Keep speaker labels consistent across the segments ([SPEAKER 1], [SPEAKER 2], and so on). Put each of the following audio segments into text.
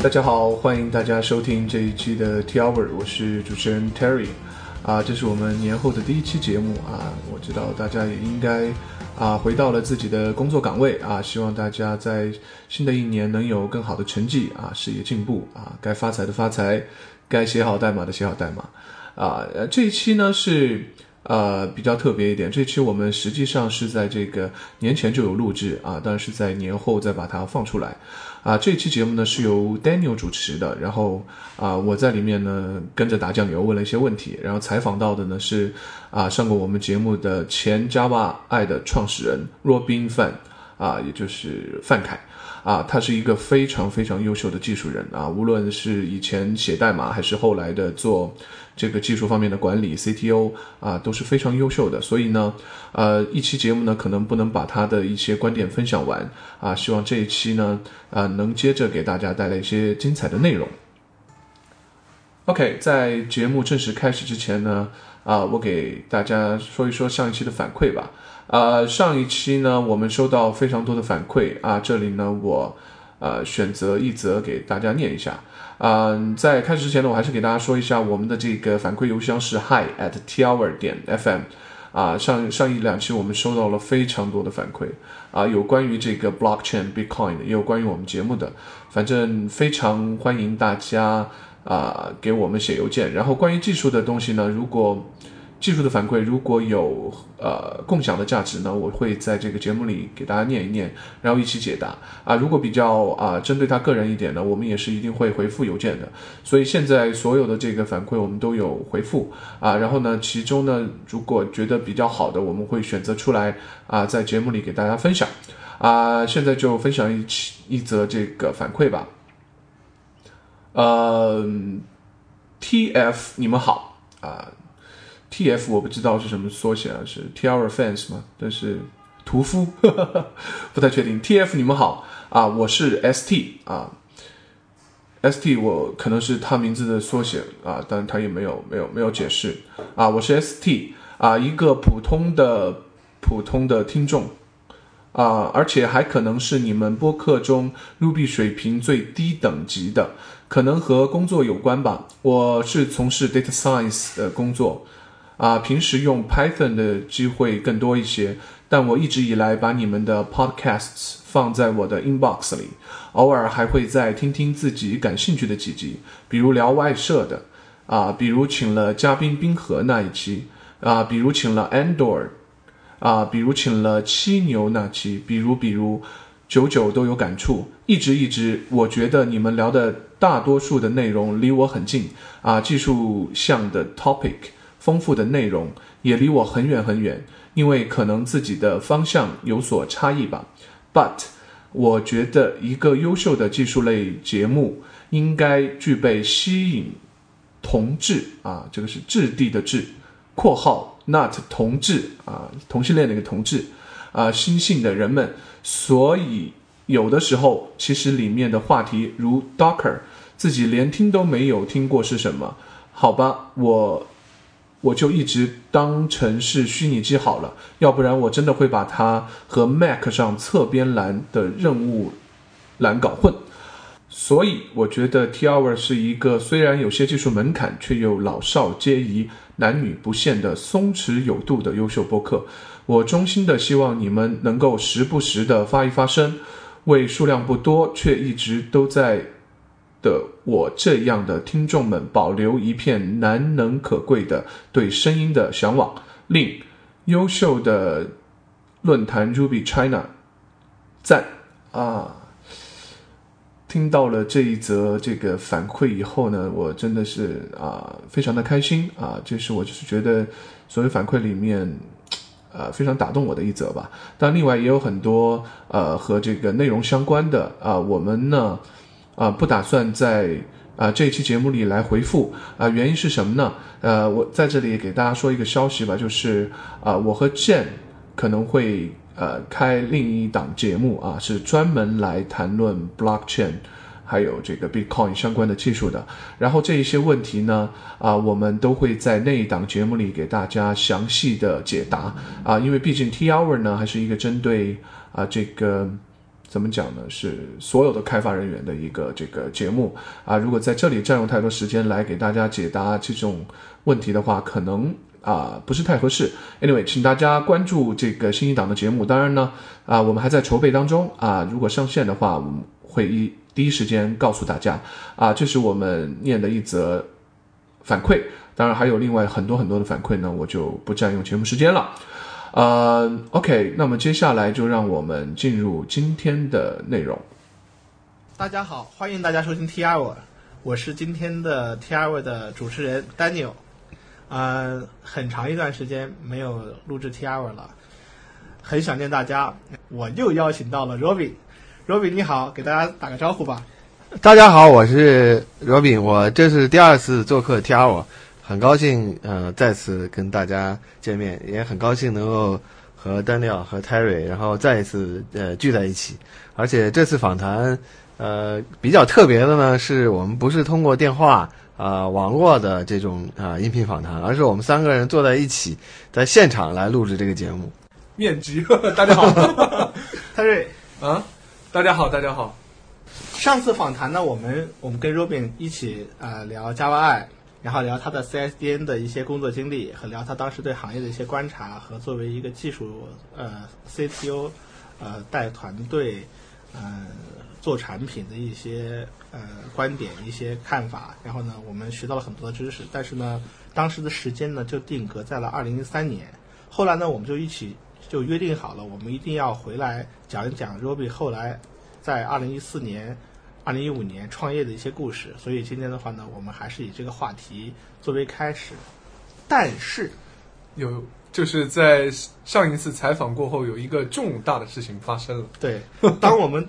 [SPEAKER 1] 大家好，欢迎大家收听这一期的 T Hour，我是主持人 Terry，啊，这是我们年后的第一期节目啊，我知道大家也应该啊回到了自己的工作岗位啊，希望大家在新的一年能有更好的成绩啊，事业进步啊，该发财的发财，该写好代码的写好代码啊，呃这一期呢是。呃，比较特别一点，这期我们实际上是在这个年前就有录制啊，但是在年后再把它放出来。啊，这期节目呢是由 Daniel 主持的，然后啊，我在里面呢跟着打酱油问了一些问题，然后采访到的呢是啊上过我们节目的前 Java 爱的创始人 Robin Fan 啊，也就是范凯啊，他是一个非常非常优秀的技术人啊，无论是以前写代码还是后来的做这个技术方面的管理 CTO 啊，都是非常优秀的，所以呢，呃，一期节目呢可能不能把他的一些观点分享完啊，希望这一期呢啊，能接着给大家带来一些精彩的内容。OK，在节目正式开始之前呢，啊，我给大家说一说上一期的反馈吧。呃，上一期呢，我们收到非常多的反馈啊，这里呢，我呃选择一则给大家念一下。嗯、在开始之前呢，我还是给大家说一下我们的这个反馈邮箱是 hi at t hour 点 fm。啊，上上一两期我们收到了非常多的反馈啊，有关于这个 blockchain、Bitcoin 的，也有关于我们节目的，反正非常欢迎大家啊给我们写邮件。然后关于技术的东西呢，如果技术的反馈如果有呃共享的价值呢，我会在这个节目里给大家念一念，然后一起解答啊。如果比较啊针对他个人一点呢，我们也是一定会回复邮件的。所以现在所有的这个反馈我们都有回复啊。然后呢，其中呢，如果觉得比较好的，我们会选择出来啊，在节目里给大家分享啊。现在就分享一起一则这个反馈吧。呃，TF 你们好啊。TF 我不知道是什么缩写啊，是 T R Fans 吗？但是屠夫不太确定。TF 你们好啊，我是 ST 啊，ST 我可能是他名字的缩写啊，但他也没有没有没有解释啊，我是 ST 啊，一个普通的普通的听众啊，而且还可能是你们播客中 Ruby 水平最低等级的，可能和工作有关吧。我是从事 data science 的工作，啊，平时用 Python 的机会更多一些，但我一直以来把你们的 podcasts 放在我的 inbox 里，偶尔还会再听听自己感兴趣的几集，比如聊外设的，啊，比如请了嘉宾冰河那一期，啊，比如请了 Andor，啊，比如请了七牛那期，比如比如九九都有感触，一直一直，我觉得你们聊的大多数的内容离我很近啊，技术项的 topic，丰富的内容也离我很远很远，因为可能自己的方向有所差异吧。But 我觉得一个优秀的技术类节目应该具备吸引同志啊，这个是质地的质，括号 not 同志啊，同性恋的一个同志啊，心性的人们，所以有的时候其实里面的话题如 Docker，自己连听都没有听过是什么，好吧，我我就一直当成是虚拟机好了，要不然我真的会把它和 Mac 上侧边栏的任务栏搞混。所以我觉得 T Hour 是一个虽然有些技术门槛，却又老少皆宜、男女不限的松弛有度的优秀播客。我衷心的希望你们能够时不时的发一发声，为数量不多却一直都在的我这样的听众们保留一片难能可贵的对声音的向往。另，优秀的论坛 Ruby China，赞啊！听到了这一则这个反馈以后呢，我真的是啊、非常的开心啊、这是我就是觉得所有反馈里面。呃，非常打动我的一则吧。但另外也有很多呃和这个内容相关的啊、我们呢啊、不打算在啊、这一期节目里来回复啊、原因是什么呢？呃，我在这里也给大家说一个消息吧，就是啊、我和 Jane 可能会呃开另一档节目啊，是专门来谈论 blockchain。还有这个 Bitcoin 相关的技术的，然后这一些问题呢，啊、我们都会在那一档节目里给大家详细的解答啊、因为毕竟 T Hour 呢还是一个针对啊、这个怎么讲呢？是所有的开发人员的一个这个节目啊。如果在这里占用太多时间来给大家解答这种问题的话，可能啊不是太合适。Anyway，请大家关注这个新一档的节目。当然呢，啊我们还在筹备当中啊。如果上线的话，我们会一第一时间告诉大家啊。这是我们念的一则反馈。当然还有另外很多很多的反馈呢，我就不占用节目时间了。呃，OK，那么接下来就让我们进入今天的内容。
[SPEAKER 2] 大家好，欢迎大家收听 T R 我，我是今天的 T R 我的主持人 Daniel。呃，很长一段时间没有录制 T R 我了，很想念大家。我又邀请到了 Robin，Robin 你好，给大家打个招呼吧。
[SPEAKER 3] 大家好，我是 Robin，我这是第二次做客 T R 我。啊很高兴，呃，再次跟大家见面，也很高兴能够和丹尼尔和 Terry，然后再一次呃聚在一起。而且这次访谈，呃，比较特别的呢，是我们不是通过电话啊、呃网络的这种啊、呃音频访谈，而是我们三个人坐在一起，在现场来录制这个节目。
[SPEAKER 1] 面基， 大家 好
[SPEAKER 2] 泰瑞，
[SPEAKER 1] 啊，大家好，大家好。
[SPEAKER 2] 上次访谈呢，我们我们跟 Robin 一起呃聊 Java I，然后聊他的 CSDN 的一些工作经历，和聊他当时对行业的一些观察，和作为一个技术呃 CTO 呃带团队呃做产品的一些呃观点、一些看法。然后呢，我们学到了很多的知识，但是呢，当时的时间呢就定格在了二零零三年。后来呢，我们就一起就约定好了，我们一定要回来讲一讲 Ruby 后来在二零一四年、二零一五年创业的一些故事。所以今天的话呢，我们还是以这个话题作为开始。但是，
[SPEAKER 4] 有就是在上一次采访过后，有一个重大的事情发生了。
[SPEAKER 2] 对，当我们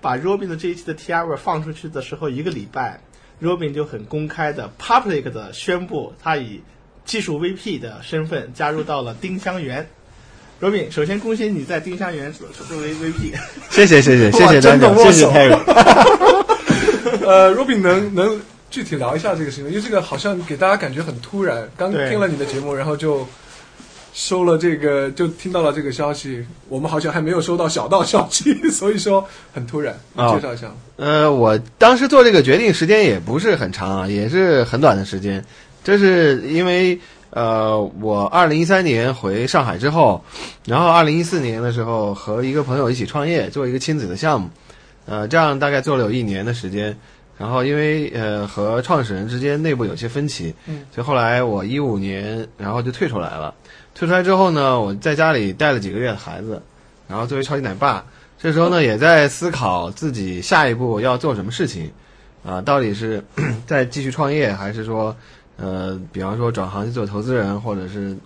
[SPEAKER 2] 把 Robin 的这一期的 T R 放出去的时候，一个礼拜，Robin 就很公开的、public 的宣布，他以技术 VP 的身份加入到了丁香园。Robin，首先恭喜你在丁香园作为 VP。
[SPEAKER 3] 谢谢，谢谢，谢
[SPEAKER 4] 哇
[SPEAKER 3] 谢丹尼
[SPEAKER 4] 真的
[SPEAKER 3] 尔，
[SPEAKER 4] 握
[SPEAKER 3] 谢谢
[SPEAKER 4] 手
[SPEAKER 3] Terry。
[SPEAKER 4] 呃，Robin 能能具体聊一下这个事情，因为这个好像给大家感觉很突然，刚
[SPEAKER 2] 对
[SPEAKER 4] 听了你的节目，然后就收了这个，就听到了这个消息。我们好像还没有收到小道消息， 所以说很突然。你
[SPEAKER 3] 哦
[SPEAKER 4] 介绍一下，
[SPEAKER 3] 呃，我当时做这个决定时间也不是很长啊，也是很短的时间。这是因为呃，我二零一三年回上海之后，然后二零一四年的时候和一个朋友一起创业，做一个亲子的项目，呃，这样大概做了有一年的时间。然后因为呃和创始人之间内部有些分歧，
[SPEAKER 4] 嗯，
[SPEAKER 3] 所以后来我一五年然后就退出来了。退出来之后呢，我在家里带了几个月的孩子，然后作为超级奶爸，这时候呢，也在思考自己下一步要做什么事情，啊，到底是 再继续创业，还是说，呃，比方说转行去做投资人，或者是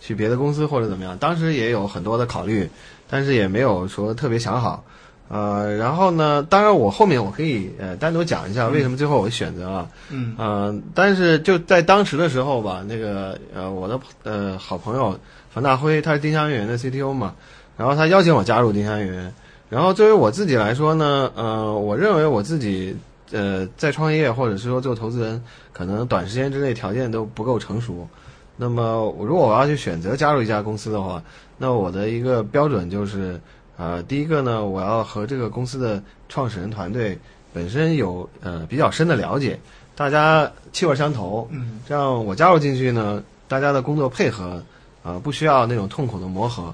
[SPEAKER 3] 去别的公司，或者怎么样？当时也有很多的考虑，但是也没有说特别想好。呃，然后呢，当然我后面我可以呃单独讲一下为什么最后我选择啊，
[SPEAKER 2] 嗯，
[SPEAKER 3] 嗯，但是就在当时的时候吧，那个呃，我的呃好朋友樊大辉，他是丁香园的 CTO 嘛，然后他邀请我加入丁香园。然后作为我自己来说呢，呃，我认为我自己呃在创业或者是说做投资人，可能短时间之内条件都不够成熟。那么我如果我要去选择加入一家公司的话，那我的一个标准就是，呃，第一个呢，我要和这个公司的创始人团队本身有呃比较深的了解，大家气味相投，
[SPEAKER 2] 嗯，
[SPEAKER 3] 这样我加入进去呢，大家的工作配合，啊、不需要那种痛苦的磨合，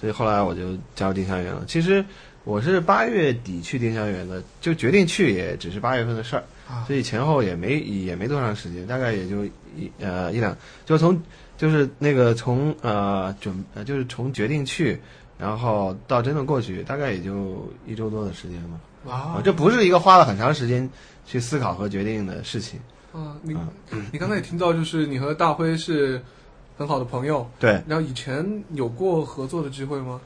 [SPEAKER 3] 所以后来我就加入丁香园了。其实我是八月底去丁香园的，就决定去也只是八月份的事儿，
[SPEAKER 2] 啊
[SPEAKER 3] 所以前后也没也没多长时间，大概也就一呃一两，就从就是那个从呃准呃就是从决定去，然后到真的过去，大概也就一周多的时间吧。
[SPEAKER 2] 哇
[SPEAKER 4] 哦
[SPEAKER 3] 啊，，这不是一个花了很长时间去思考和决定的事情。
[SPEAKER 4] 啊，你你刚才也听到，就是你和大辉是很好的朋友，
[SPEAKER 3] 对，
[SPEAKER 4] 然后以前有过合作的机会吗？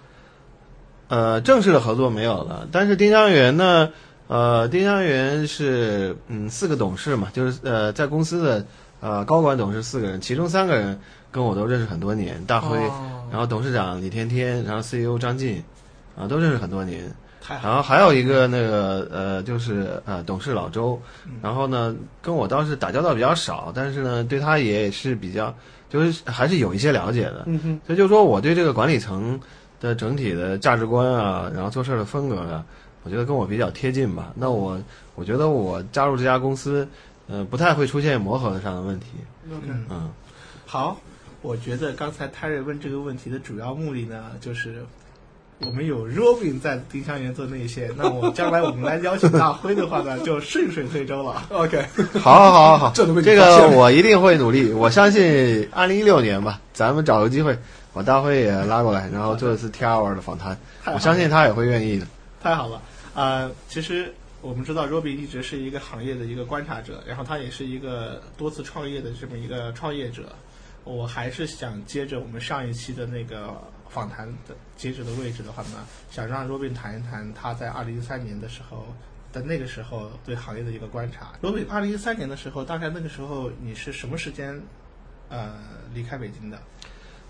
[SPEAKER 3] 呃，正式的合作没有了，但是丁香园呢，呃，丁香园是嗯四个董事嘛，就是呃在公司的呃高管董事四个人，其中三个人跟我都认识很多年，大辉，
[SPEAKER 4] 哦
[SPEAKER 3] 然后董事长李天天，然后 CEO 张晋，啊、都认识很多年。
[SPEAKER 2] 太好了，
[SPEAKER 3] 然后还有一个那个呃，就是呃董事老周，然后呢跟我倒是打交道比较少，但是呢对他也是比较，就是还是有一些了解的。
[SPEAKER 4] 嗯哼，
[SPEAKER 3] 所以就说我对这个管理层的整体的价值观啊，然后做事的风格啊，我觉得跟我比较贴近吧。那我我觉得我加入这家公司，呃，不太会出现磨合上的问题。
[SPEAKER 4] OK，
[SPEAKER 3] 嗯，
[SPEAKER 2] 好，我觉得刚才泰瑞问这个问题的主要目的呢，就是我们有 Robin 在丁香园做内线，那我将来我们来邀请大辉的话呢，就顺水推舟了。
[SPEAKER 4] OK，
[SPEAKER 3] 好，好，好，好，
[SPEAKER 4] 这都被你
[SPEAKER 3] 这
[SPEAKER 4] 发
[SPEAKER 3] 个
[SPEAKER 4] 现了
[SPEAKER 3] 我一定会努力。我相信二零一六年吧，咱们找个机会，把大辉也拉过来，然后做一次 T R 的访谈，
[SPEAKER 2] 太好了
[SPEAKER 3] 我相信他也会愿意的。
[SPEAKER 2] 太好了，呃，其实我们知道 Robin 一直是一个行业的一个观察者，然后他也是一个多次创业的这么一个创业者。我还是想接着我们上一期的那个访谈的接着的位置的话呢，想让 Robin 谈一谈他在2013年的时候。在那个时候对行业的一个观察。Robin，2 0 1 3年的时候，大概那个时候你是什么时间，呃，离开北京的？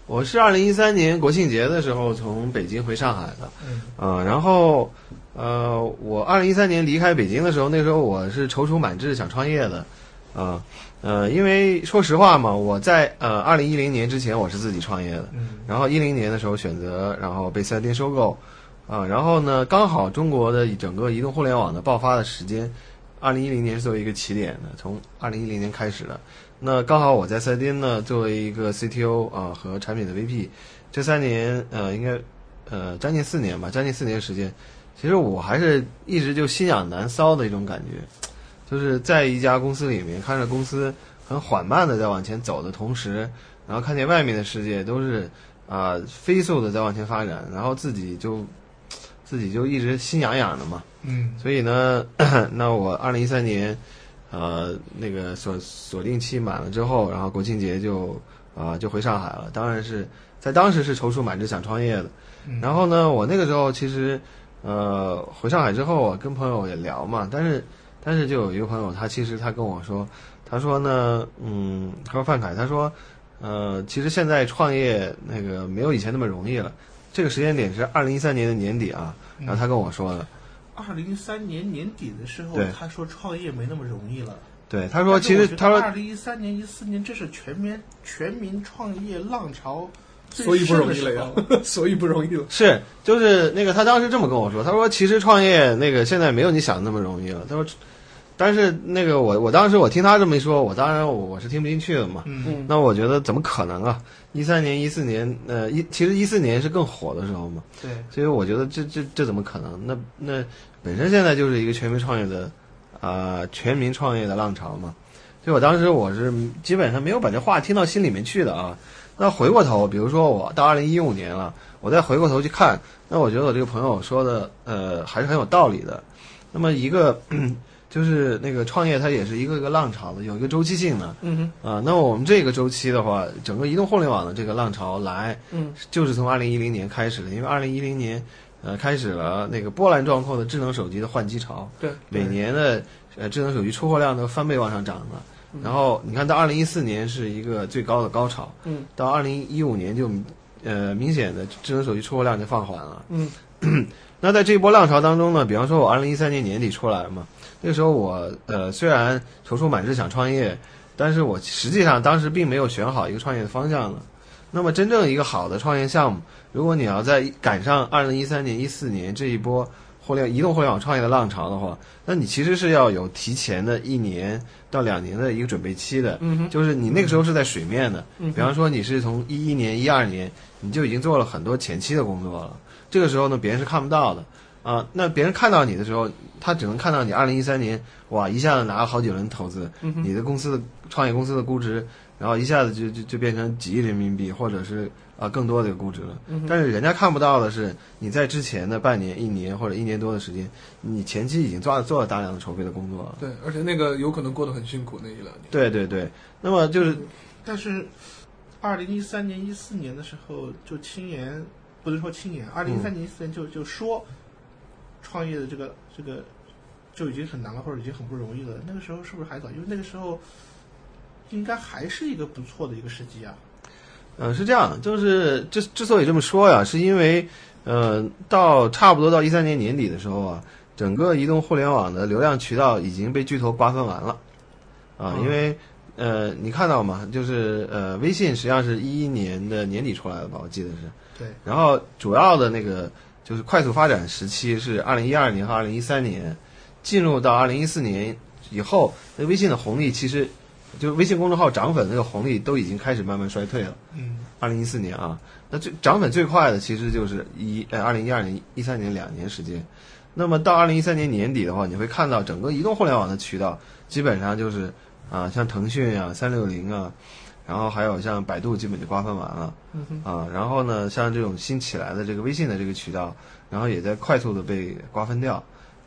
[SPEAKER 3] 我是二零一三年国庆节的时候从北京回上海的，
[SPEAKER 2] 嗯
[SPEAKER 3] 嗯，然后，呃，我二零一三年离开北京的时候，那时候我是踌躇满志想创业的，啊、呃，因为说实话嘛，我在呃二零一零年之前我是自己创业的，
[SPEAKER 2] 嗯
[SPEAKER 3] 然后一零年的时候选择，然后被三电收购，啊、然后呢，刚好中国的整个移动互联网的爆发的时间，二零一零年是作为一个起点的，从二零一零年开始的。那刚好我在三电呢，作为一个 CTO 啊、和产品的 VP，这三年呃应该呃将近四年吧，将近四年时间，其实我还是一直就心痒难搔的一种感觉，就是在一家公司里面看着公司很缓慢的在往前走的同时，然后看见外面的世界都是啊、飞速的在往前发展，然后自己就自己就一直心痒痒的嘛，
[SPEAKER 2] 嗯
[SPEAKER 3] 所以呢， 那我二零一三年，呃，那个锁锁定期满了之后，然后国庆节就啊、就回上海了。当然是在当时是踌躇满志想创业的。
[SPEAKER 2] 嗯
[SPEAKER 3] 然后呢，我那个时候其实呃回上海之后，我跟朋友也聊嘛，但是但是就有一个朋友，他其实他跟我说，他说呢，嗯，他说范凯，他说呃，其实现在创业那个没有以前那么容易了。这个时间点是二零一三年的年底啊，
[SPEAKER 2] 嗯
[SPEAKER 3] 然后他跟我说的。
[SPEAKER 2] 二零一三年年底的时候
[SPEAKER 3] 对，
[SPEAKER 2] 他说创业没那么容易了。
[SPEAKER 3] 对，他说其实他说
[SPEAKER 2] 二零一三年、一四年，这是全民全民创业浪潮最
[SPEAKER 4] 所以不
[SPEAKER 2] 盛
[SPEAKER 4] 容
[SPEAKER 2] 的
[SPEAKER 4] 易
[SPEAKER 2] 时
[SPEAKER 4] 了
[SPEAKER 2] 候。
[SPEAKER 4] 呀，所以不容易了。
[SPEAKER 3] 是，就是那个他当时这么跟我说，他说其实创业那个现在没有你想的那么容易了。他说，但是那个我我当时我听他这么一说，我当然我我是听不进去的嘛。
[SPEAKER 2] 嗯
[SPEAKER 3] 那我觉得怎么可能啊？一三年、一四年，呃，一其实一四年是更火的时候嘛，
[SPEAKER 2] 对，
[SPEAKER 3] 所以我觉得这这这怎么可能？那那本身现在就是一个全民创业的啊、全民创业的浪潮嘛。所以我当时我是基本上没有把这话听到心里面去的啊。那回过头，比如说我到二零一五年了，我再回过头去看，那我觉得我这个朋友说的呃还是很有道理的。那么一个 就是那个创业，它也是一个一个浪潮的，有一个周期性的。
[SPEAKER 4] 嗯哼，
[SPEAKER 3] 啊，那我们这个周期的话，整个移动互联网的这个浪潮来，
[SPEAKER 4] 嗯，
[SPEAKER 3] 就是从二零一零年开始的，因为二零一零年，呃，开始了那个波澜壮阔的智能手机的换机潮，
[SPEAKER 4] 对，
[SPEAKER 3] 每年的呃智能手机出货量都翻倍往上涨的。然后你看到二零一四年是一个最高的高潮，
[SPEAKER 4] 嗯，
[SPEAKER 3] 到二零一五年就呃明显的智能手机出货量就放缓了，
[SPEAKER 4] 嗯。
[SPEAKER 3] 那在这一波浪潮当中呢，比方说我二零一三年年底出来嘛，那个时候我呃虽然踌躇满志想创业，但是我实际上当时并没有选好一个创业的方向呢。那么真正一个好的创业项目，如果你要在赶上二零一三年、一四年这一波互联移动互联网创业的浪潮的话，那你其实是要有提前的一年到两年的一个准备期的，
[SPEAKER 4] 嗯哼，
[SPEAKER 3] 就是你那个时候是在水面的。
[SPEAKER 4] 嗯哼
[SPEAKER 3] 比方说你是从一一年、一二年，你就已经做了很多前期的工作了。这个时候呢，别人是看不到的啊、那别人看到你的时候，他只能看到你二零一三年，哇，一下子拿了好几轮投资，
[SPEAKER 4] 嗯哼
[SPEAKER 3] 你的公司的创业公司的估值，然后一下子就就就变成几亿人民币，或者是啊、更多的一个估值了。
[SPEAKER 4] 嗯哼
[SPEAKER 3] 但是人家看不到的是，你在之前的半年、一年或者一年多的时间，你前期已经做了做了大量的筹备的工作了。
[SPEAKER 4] 对，而且那个有可能过得很辛苦那一两年。
[SPEAKER 3] 对对对，那么就是
[SPEAKER 2] 但是二零一三年、一四年的时候，就青年不能说青年，二零一三年、一四年就就说创业的这个这个就已经很难了，或者已经很不容易了。那个时候是不是还早？因为那个时候应该还是一个不错的一个时机啊。
[SPEAKER 3] 呃，是这样，就是之之所以这么说呀，是因为，呃，到差不多到一三年年底的时候啊，整个移动互联网的流量渠道已经被巨头瓜分完了，啊，
[SPEAKER 4] 嗯
[SPEAKER 3] 因为，呃，你看到吗？就是呃，微信实际上是一一年的年底出来的吧，我记得是，
[SPEAKER 2] 对，
[SPEAKER 3] 然后主要的那个就是快速发展时期是二零一二年和二零一三年，进入到二零一四年以后，那微信的红利其实就是微信公众号涨粉那个红利都已经开始慢慢衰退了。
[SPEAKER 2] 嗯，
[SPEAKER 3] 二零一四年啊，那最涨粉最快的其实就是一呃二零一二年一三年两年时间。那么到二零一三年年底的话，你会看到整个移动互联网的渠道基本上就是啊、像腾讯啊、三六零啊，然后还有像百度基本就瓜分完了、
[SPEAKER 4] 嗯
[SPEAKER 3] 啊。然后呢，像这种新起来的这个微信的这个渠道，然后也在快速的被瓜分掉。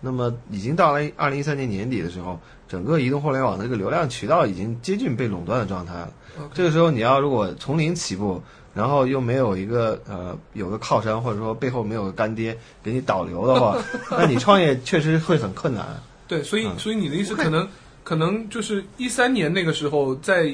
[SPEAKER 3] 那么已经到了二零一三年年底的时候，整个移动互联网的这个流量渠道已经接近被垄断的状态了。这个时候你要如果从零起步，然后又没有一个呃有个靠山，或者说背后没有个干爹给你导流的话， 那你创业确实会很困难。
[SPEAKER 4] 对，所以
[SPEAKER 3] 嗯
[SPEAKER 4] 所以你的意思可能可能就是一三年那个时候，在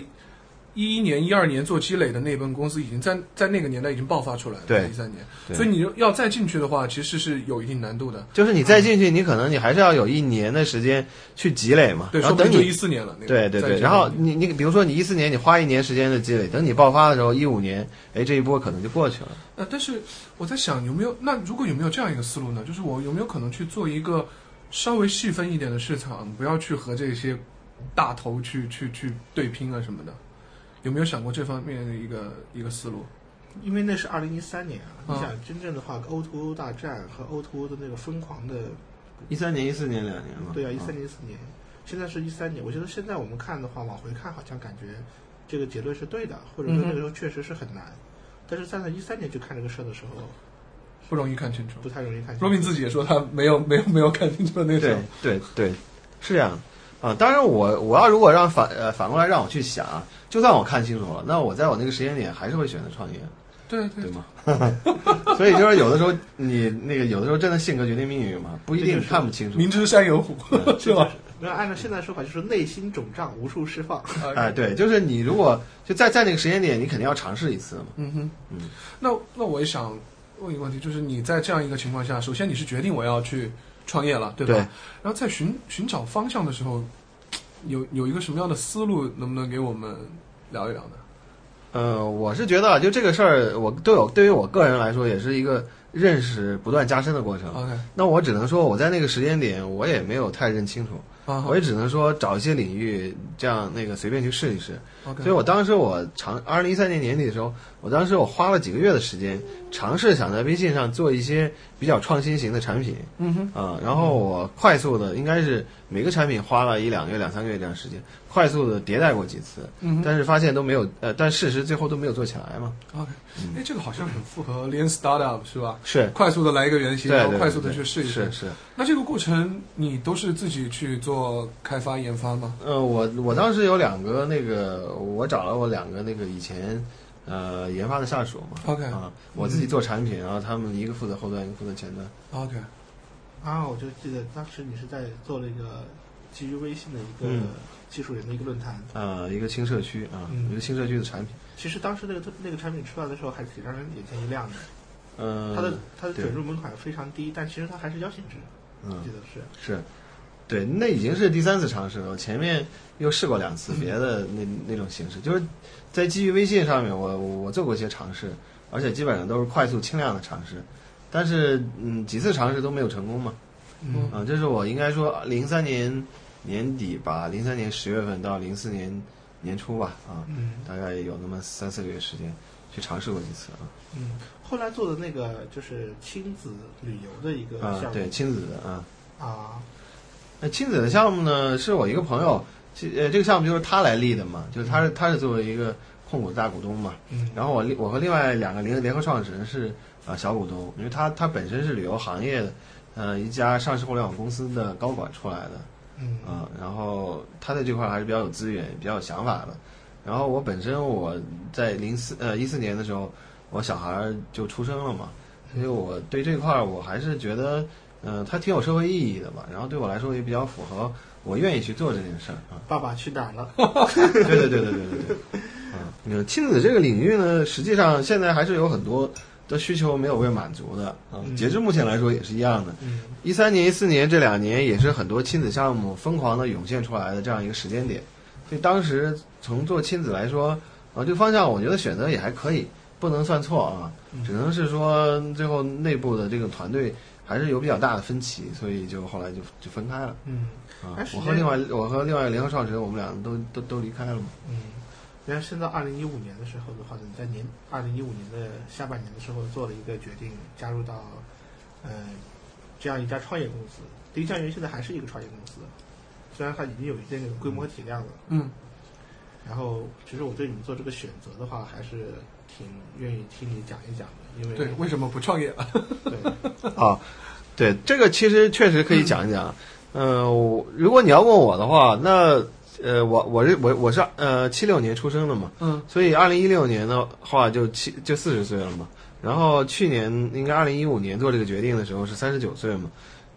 [SPEAKER 4] 一一年、一二年做积累的那本公司，已经在在那个年代已经爆发出来了。
[SPEAKER 3] 对
[SPEAKER 4] 一三年，
[SPEAKER 3] 对
[SPEAKER 4] 所以你要再进去的话，其实是有一定难度的。
[SPEAKER 3] 就是你再进去，你可能你还是要有一年的时间去积累嘛。
[SPEAKER 4] 对，
[SPEAKER 3] 然
[SPEAKER 4] 说
[SPEAKER 3] 后
[SPEAKER 4] 不
[SPEAKER 3] 等
[SPEAKER 4] 定就
[SPEAKER 3] 你
[SPEAKER 4] 一四年了。那个
[SPEAKER 3] 对对
[SPEAKER 4] 再
[SPEAKER 3] 对，
[SPEAKER 4] 进
[SPEAKER 3] 然后
[SPEAKER 4] 去
[SPEAKER 3] 你你比如说你一四年你花一年时间的积累，等你爆发的时候，一五年，哎这一波可能就过去了。
[SPEAKER 4] 呃，但是我在想，有没有那如果有没有这样一个思路呢？就是我有没有可能去做一个稍微细分一点的市场，不要去和这些大头去去去对拼啊什么的？有没有想过这方面的一个一个思路？
[SPEAKER 2] 因为那是二零一三年啊，
[SPEAKER 4] 嗯
[SPEAKER 2] 你想真正的话，O to O 大战和 O to O 的那个疯狂的，
[SPEAKER 3] 一三年、一四年两年嘛。
[SPEAKER 2] 对啊，一三年一四年，现在是一三年，我觉得现在我们看的话，往回看好像感觉这个结论是对的，或者说
[SPEAKER 4] 嗯哼
[SPEAKER 2] 那个时候确实是很难，但是站在一三年去看这个事儿的时候，
[SPEAKER 4] 不容易看清楚
[SPEAKER 2] 不。太容易看清楚。
[SPEAKER 4] 罗宾自己也说他没有没有没有看清楚那
[SPEAKER 3] 对
[SPEAKER 4] 种。
[SPEAKER 3] 对对，是这样啊。当然我，我要如果让反呃反过来让我去想啊，就算我看清楚了，那我在我那个时间点还是会选择创业，
[SPEAKER 4] 对 对
[SPEAKER 3] 对吗？所以就是有的时候你那个有的时候真的性格决定命运嘛，不一定看不清楚。嗯
[SPEAKER 4] 明知山有虎，是吧？
[SPEAKER 2] 那按照现在说法，就是内心肿胀无处释放。
[SPEAKER 3] 哎，对，就是你如果就在在那个时间点，你肯定要尝试一次嘛。
[SPEAKER 4] 嗯哼，
[SPEAKER 3] 嗯
[SPEAKER 4] 那那我也想问一个问题，就是你在这样一个情况下，首先你是决定我要去创业了，对吧？
[SPEAKER 3] 对
[SPEAKER 4] 然后在寻寻找方向的时候，有有一个什么样的思路，能不能给我们聊一聊呢？
[SPEAKER 3] 呃，我是觉得啊，就这个事儿，我对我对于我个人来说，也是一个认识不断加深的过程。
[SPEAKER 4] OK，
[SPEAKER 3] 那我只能说，我在那个时间点，我也没有太认清楚。
[SPEAKER 4] 啊
[SPEAKER 3] 我也只能说找一些领域，这样那个随便去试一试。
[SPEAKER 4] ，OK，
[SPEAKER 3] 所以我当时我尝，二零一三年年底的时候，我当时我花了几个月的时间，尝试想在微信上做一些比较创新型的产品
[SPEAKER 4] 嗯哼，
[SPEAKER 3] 啊、然后我快速的，应该是每个产品花了一两个月、两三个月这样时间，快速的迭代过几次，
[SPEAKER 4] 嗯哼
[SPEAKER 3] 但是发现都没有，呃，但事实最后都没有做起来嘛。
[SPEAKER 4] ，OK，哎，
[SPEAKER 3] 嗯
[SPEAKER 4] 这个好像很符合 Lean Startup 是吧？
[SPEAKER 3] 是，
[SPEAKER 4] 快速的来一个原型，
[SPEAKER 3] 对，
[SPEAKER 4] 然后
[SPEAKER 3] 对
[SPEAKER 4] 快速的
[SPEAKER 3] 对
[SPEAKER 4] 去试一试
[SPEAKER 3] 是。是。
[SPEAKER 4] 那这个过程你都是自己去做开发研发吗？
[SPEAKER 3] 呃，我我当时有两个那个，我找了我两个那个以前呃研发的下属嘛。
[SPEAKER 4] OK
[SPEAKER 3] 啊，我自己做产品，然后他们一个负责后端，一个负责前端。
[SPEAKER 4] OK，
[SPEAKER 2] 啊，我就记得当时你是在做了一个基于微信的一个
[SPEAKER 3] 嗯
[SPEAKER 2] 技术人的一个论坛。
[SPEAKER 3] 呃，一个轻社区啊，
[SPEAKER 2] 嗯
[SPEAKER 3] 一个轻社区的产品。
[SPEAKER 2] 其实当时那个那个产品出来的时候，还挺让人眼前一亮的。
[SPEAKER 3] 嗯、
[SPEAKER 2] 它的它的
[SPEAKER 3] 对
[SPEAKER 2] 准入门槛非常低，但其实它还是邀请制，
[SPEAKER 3] 嗯
[SPEAKER 2] 记得是。
[SPEAKER 3] 是，对，那已经是第三次尝试了。我前面又试过两次别的那、那种形式，就是在基于微信上面我，我我做过一些尝试，而且基本上都是快速轻量的尝试，但是嗯几次尝试都没有成功嘛。
[SPEAKER 2] 嗯
[SPEAKER 3] 啊，这是我应该说零三年年底吧，零三年十月份到零四年年初吧，啊，
[SPEAKER 2] 嗯
[SPEAKER 3] 大概有那么三四个月时间去尝试过几次啊，
[SPEAKER 2] 嗯。后来做的那个就是亲子旅游的一个
[SPEAKER 3] 啊、
[SPEAKER 2] 项目
[SPEAKER 3] 对，亲子的啊，
[SPEAKER 2] 啊，
[SPEAKER 3] 那亲子的项目呢，是我一个朋友，其呃，这个项目就是他来立的嘛，就是他是他是作为一个控股大股东嘛，
[SPEAKER 2] 嗯
[SPEAKER 3] 然后我另我和另外两个联联合创始人是啊、呃小股东，因为他他本身是旅游行业的，呃，一家上市互联网公司的高管出来的，
[SPEAKER 2] 嗯
[SPEAKER 3] 啊，然后他在这块儿还是比较有资源、比较有想法的。然后我本身我在零四呃一四年的时候，我小孩儿就出生了嘛，所以我对这块儿我还是觉得，嗯、它挺有社会意义的吧。然后对我来说也比较符合我愿意去做这件事儿啊。
[SPEAKER 2] 爸爸去哪儿了？
[SPEAKER 3] 对对对对对对对。啊，嗯亲子这个领域呢，实际上现在还是有很多的需求没有被满足的啊。截至目前来说也是一样的。
[SPEAKER 2] 嗯
[SPEAKER 3] 一三年、一四年这两年也是很多亲子项目疯狂的涌现出来的这样一个时呃间点，所以当时从做亲子来说，啊，这个方向我觉得选择也还可以，不能算错啊，只能是说最后内部的这个团队还是有比较大的分歧，所以就后来就就分开了
[SPEAKER 2] 嗯
[SPEAKER 3] 啊
[SPEAKER 2] 哎。时
[SPEAKER 3] 我
[SPEAKER 2] 间
[SPEAKER 3] 和另外我和另外联合创始人，我们俩都都都离开了嘛。
[SPEAKER 2] 嗯，然后升到二零一五年的时候的话呢，你在年二零一五年的下半年的时候做了一个决定，加入到呃这样一家创业公司。第一家园现在还是一个创业公司，虽然它已经有一定的规模和体量了。
[SPEAKER 4] 嗯，
[SPEAKER 2] 然后，其实我对你们做这个选择的话，还是挺愿意听你讲一讲的，因为
[SPEAKER 4] 对，为什么不创业 了？
[SPEAKER 2] 对
[SPEAKER 3] 啊，对，这个其实确实可以讲一讲。呃，我如果你要问我的话，那呃，我我是我我是呃七六年出生的嘛，
[SPEAKER 4] 嗯，
[SPEAKER 3] 所以二零一六年的话就七就四十岁了嘛。然后去年应该二零一五年做这个决定的时候是三十九岁嘛。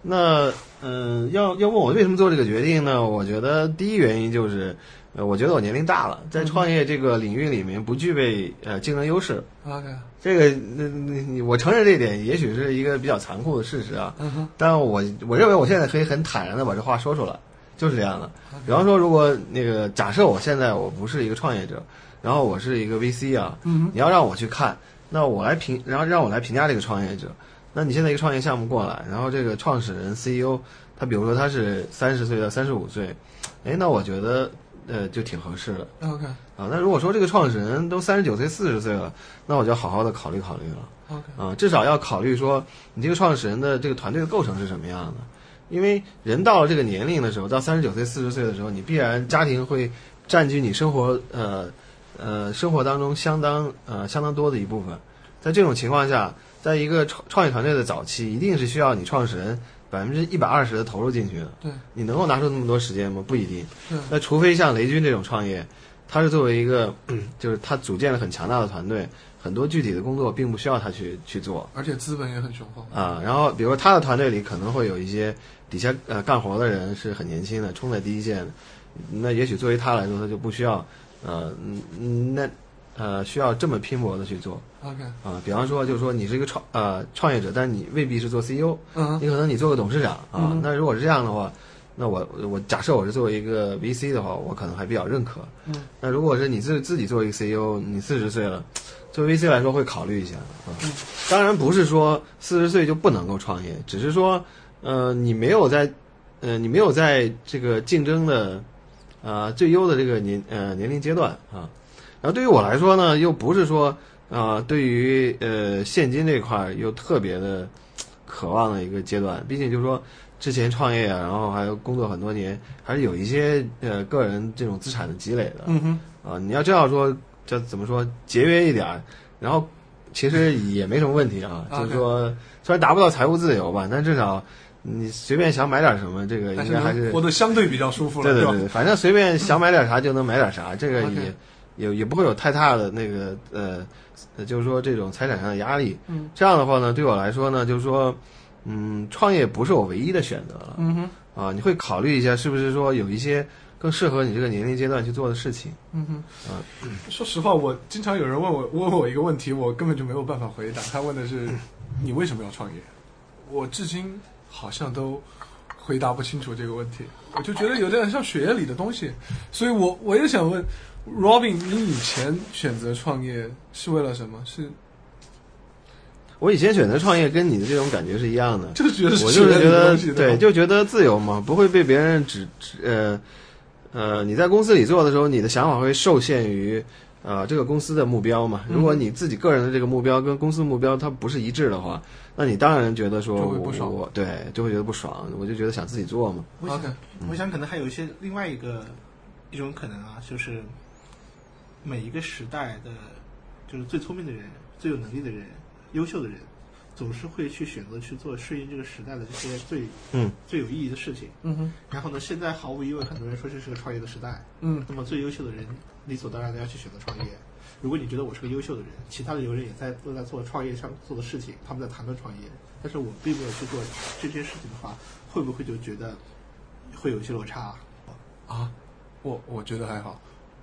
[SPEAKER 3] 那嗯、呃要要问我为什么做这个决定呢？我觉得第一原因就是，呃，我觉得我年龄大了，在创业这个领域里面不具备呃竞争优势，
[SPEAKER 4] OK，
[SPEAKER 3] 这个，那那你我承认这一点，也许是一个比较残酷的事实啊。
[SPEAKER 4] 嗯哼
[SPEAKER 3] 但我我认为我现在可以很坦然的把这话说出来，就是这样的。比方说，如果那个假设我现在我不是一个创业者，然后我是一个 VC 啊，
[SPEAKER 4] 嗯
[SPEAKER 3] 你要让我去看，那我来评，然后让我来评价这个创业者。那你现在一个创业项目过来，然后这个创始人 CEO，他比如说他是三十岁到三十五岁，哎，那我觉得呃就挺合适的。
[SPEAKER 4] 哼，OK
[SPEAKER 3] 啊，那如果说这个创始人都三十九岁、四十岁了，那我就好好的考虑考虑了
[SPEAKER 4] OK，
[SPEAKER 3] 啊，至少要考虑说你这个创始人的这个团队的构成是什么样的，因为人到了这个年龄的时候，到三十九岁、四十岁的时候，你必然家庭会占据你生活呃呃生活当中相当呃相当多的一部分，在这种情况下，在一个创创业团队的早期，一定是需要你创始人百分之一百二十的投入进去的，
[SPEAKER 4] 对
[SPEAKER 3] 你能够拿出那么多时间吗？不一定。
[SPEAKER 4] 对
[SPEAKER 3] 那除非像雷军这种创业，他是作为一个， 就是他组建了很强大的团队，很多具体的工作并不需要他去去做
[SPEAKER 4] 而且资本也很雄厚。
[SPEAKER 3] 啊。然后，比如说他的团队里可能会有一些底下呃干活的人是很年轻的，冲在第一线的，那也许作为他来说，他就不需要呃嗯嗯那呃需要这么拼搏的去做
[SPEAKER 4] OK，
[SPEAKER 3] 啊。比方说，就是说你是一个创呃创业者，但你未必是做 E CEO，
[SPEAKER 4] 嗯哼
[SPEAKER 3] 你可能你做个董事长啊，
[SPEAKER 4] 嗯
[SPEAKER 3] 那如果是这样的话，那我我假设我是作为一个 VC 的话，我可能还比较认可。
[SPEAKER 4] 嗯，
[SPEAKER 3] 那如果是你自自己做一个 CEO，你四十岁了，作为 VC 来说会考虑一下啊。
[SPEAKER 4] 嗯
[SPEAKER 3] 当然不是说四十岁就不能够创业，只是说呃你没有在呃你没有在这个竞争的呃最优的这个年呃年龄阶段啊。然后对于我来说呢，又不是说啊、对于呃现金这块儿又特别的渴望的一个阶段。毕竟就是说，之前创业啊，然后还有工作很多年，还是有一些呃个人这种资产的积累的啊、
[SPEAKER 4] 嗯哼，
[SPEAKER 3] 你要知道说，这怎么说节约一点儿，然后其实也没什么问题啊。
[SPEAKER 4] OK
[SPEAKER 3] 就是说，虽然达不到财务自由吧，但至少你随便想买点什么，这个
[SPEAKER 4] 但
[SPEAKER 3] 应
[SPEAKER 4] 是
[SPEAKER 3] 该还
[SPEAKER 4] 能
[SPEAKER 3] 是
[SPEAKER 4] 活得相对比较舒服了，
[SPEAKER 3] 对对
[SPEAKER 4] 吧
[SPEAKER 3] 对，对，反正随便想买点啥就能买点啥，这个
[SPEAKER 4] OK
[SPEAKER 3] 也也也不会有太大的那个呃，呃就是说这种财产上的压力。
[SPEAKER 4] 嗯，
[SPEAKER 3] 这样的话呢，对我来说呢，就是说，嗯，创业不是我唯一的选择了
[SPEAKER 4] 嗯哼，
[SPEAKER 3] 啊，你会考虑一下是不是说有一些更适合你这个年龄阶段去做的事情。
[SPEAKER 4] 嗯哼。说实话，我经常有人问我问我一个问题，我根本就没有办法回答。他问 的是你为什么要创业？我至今好像都回答不清楚这个问题。我就觉得有点像血液里的东西，所以我我也想问 Robin，你以前选择创业是为了什么？是
[SPEAKER 3] 我以前选择创业跟你的这种感觉是一样的，
[SPEAKER 4] 就觉得
[SPEAKER 3] 我
[SPEAKER 4] 血
[SPEAKER 3] 就是觉
[SPEAKER 4] 液里的
[SPEAKER 3] 得
[SPEAKER 4] 东西，
[SPEAKER 3] 对，
[SPEAKER 4] 吧
[SPEAKER 3] 就觉得自由嘛，不会被别人指指呃呃，你在公司里做的时候，你的想法会受限于呃这个公司的目标嘛。
[SPEAKER 4] 嗯
[SPEAKER 3] 如果你自己个人的这个目标跟公司目标它不是一致的话，那你当然觉得说
[SPEAKER 4] 就会
[SPEAKER 3] 我
[SPEAKER 4] 不爽
[SPEAKER 3] 我对就会觉得不爽，我就觉得想自己做嘛。
[SPEAKER 2] 我想
[SPEAKER 4] OK
[SPEAKER 2] 我想可能还有一些另外一个一种可能啊，就是每一个时代的，就是最聪明的人、最有能力的人、优秀的人，总是会去选择去做顺应这个时代的这些最
[SPEAKER 3] 嗯
[SPEAKER 2] 最有意义的事情。
[SPEAKER 4] 嗯哼，
[SPEAKER 2] 然后呢，现在毫无疑问，很多人说这是个创业的时代。
[SPEAKER 4] 嗯
[SPEAKER 2] 那么最优秀的人理所当然的要去选择创业。如果你觉得我是个优秀的人，其他的有人也在都在做创业上做的事情，他们在谈论创业，但是我并没有去做这些事情的话，会不会就觉得会有一些落差？
[SPEAKER 4] 啊，我我觉得还好，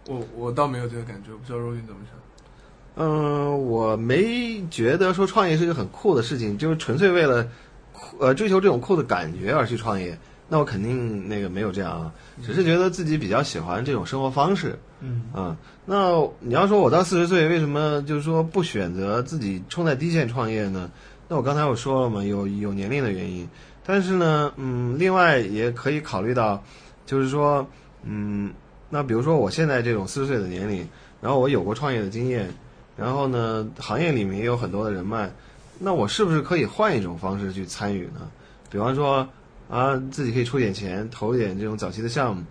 [SPEAKER 4] 我我倒没有这个感觉，我不知道 Robin 怎么想。
[SPEAKER 3] 嗯、我没觉得说创业是一个很酷的事情，就是纯粹为了酷呃追求这种酷的感觉而去创业。那我肯定那个没有这样啊，只是觉得自己比较喜欢这种生活方式。
[SPEAKER 2] 嗯
[SPEAKER 3] 啊、那你要说我到四十岁为什么就是说不选择自己冲在低线创业呢？那我刚才我说了嘛，有有年龄的原因，但是呢，嗯，另外也可以考虑到，就是说，嗯，那比如说我现在这种四十岁的年龄，然后我有过创业的经验，然后呢，行业里面也有很多的人脉，那我是不是可以换一种方式去参与呢？比方说啊，自己可以出点钱，投一点这种早期的项目，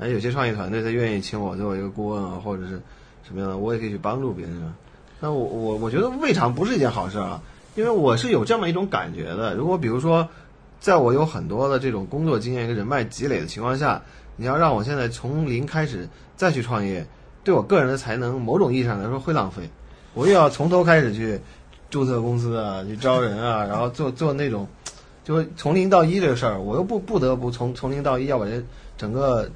[SPEAKER 3] 哎，有些创业团队他愿意请我作为一个顾问啊，或者是什么样的，我也可以去帮助别人啊。那我我我觉得未尝不是一件好事啊，因为我是有这么一种感觉的。如果比如说，在我有很多的这种工作经验跟人脉积累的情况下，你要让我现在从零开始再去创业，对我个人的才能某种意义上来说会浪费。我又要从头开始去注册公司啊，去招人啊，然后做做那种，就是从零到一这个事儿，我又不不得不从从零到一要把这整个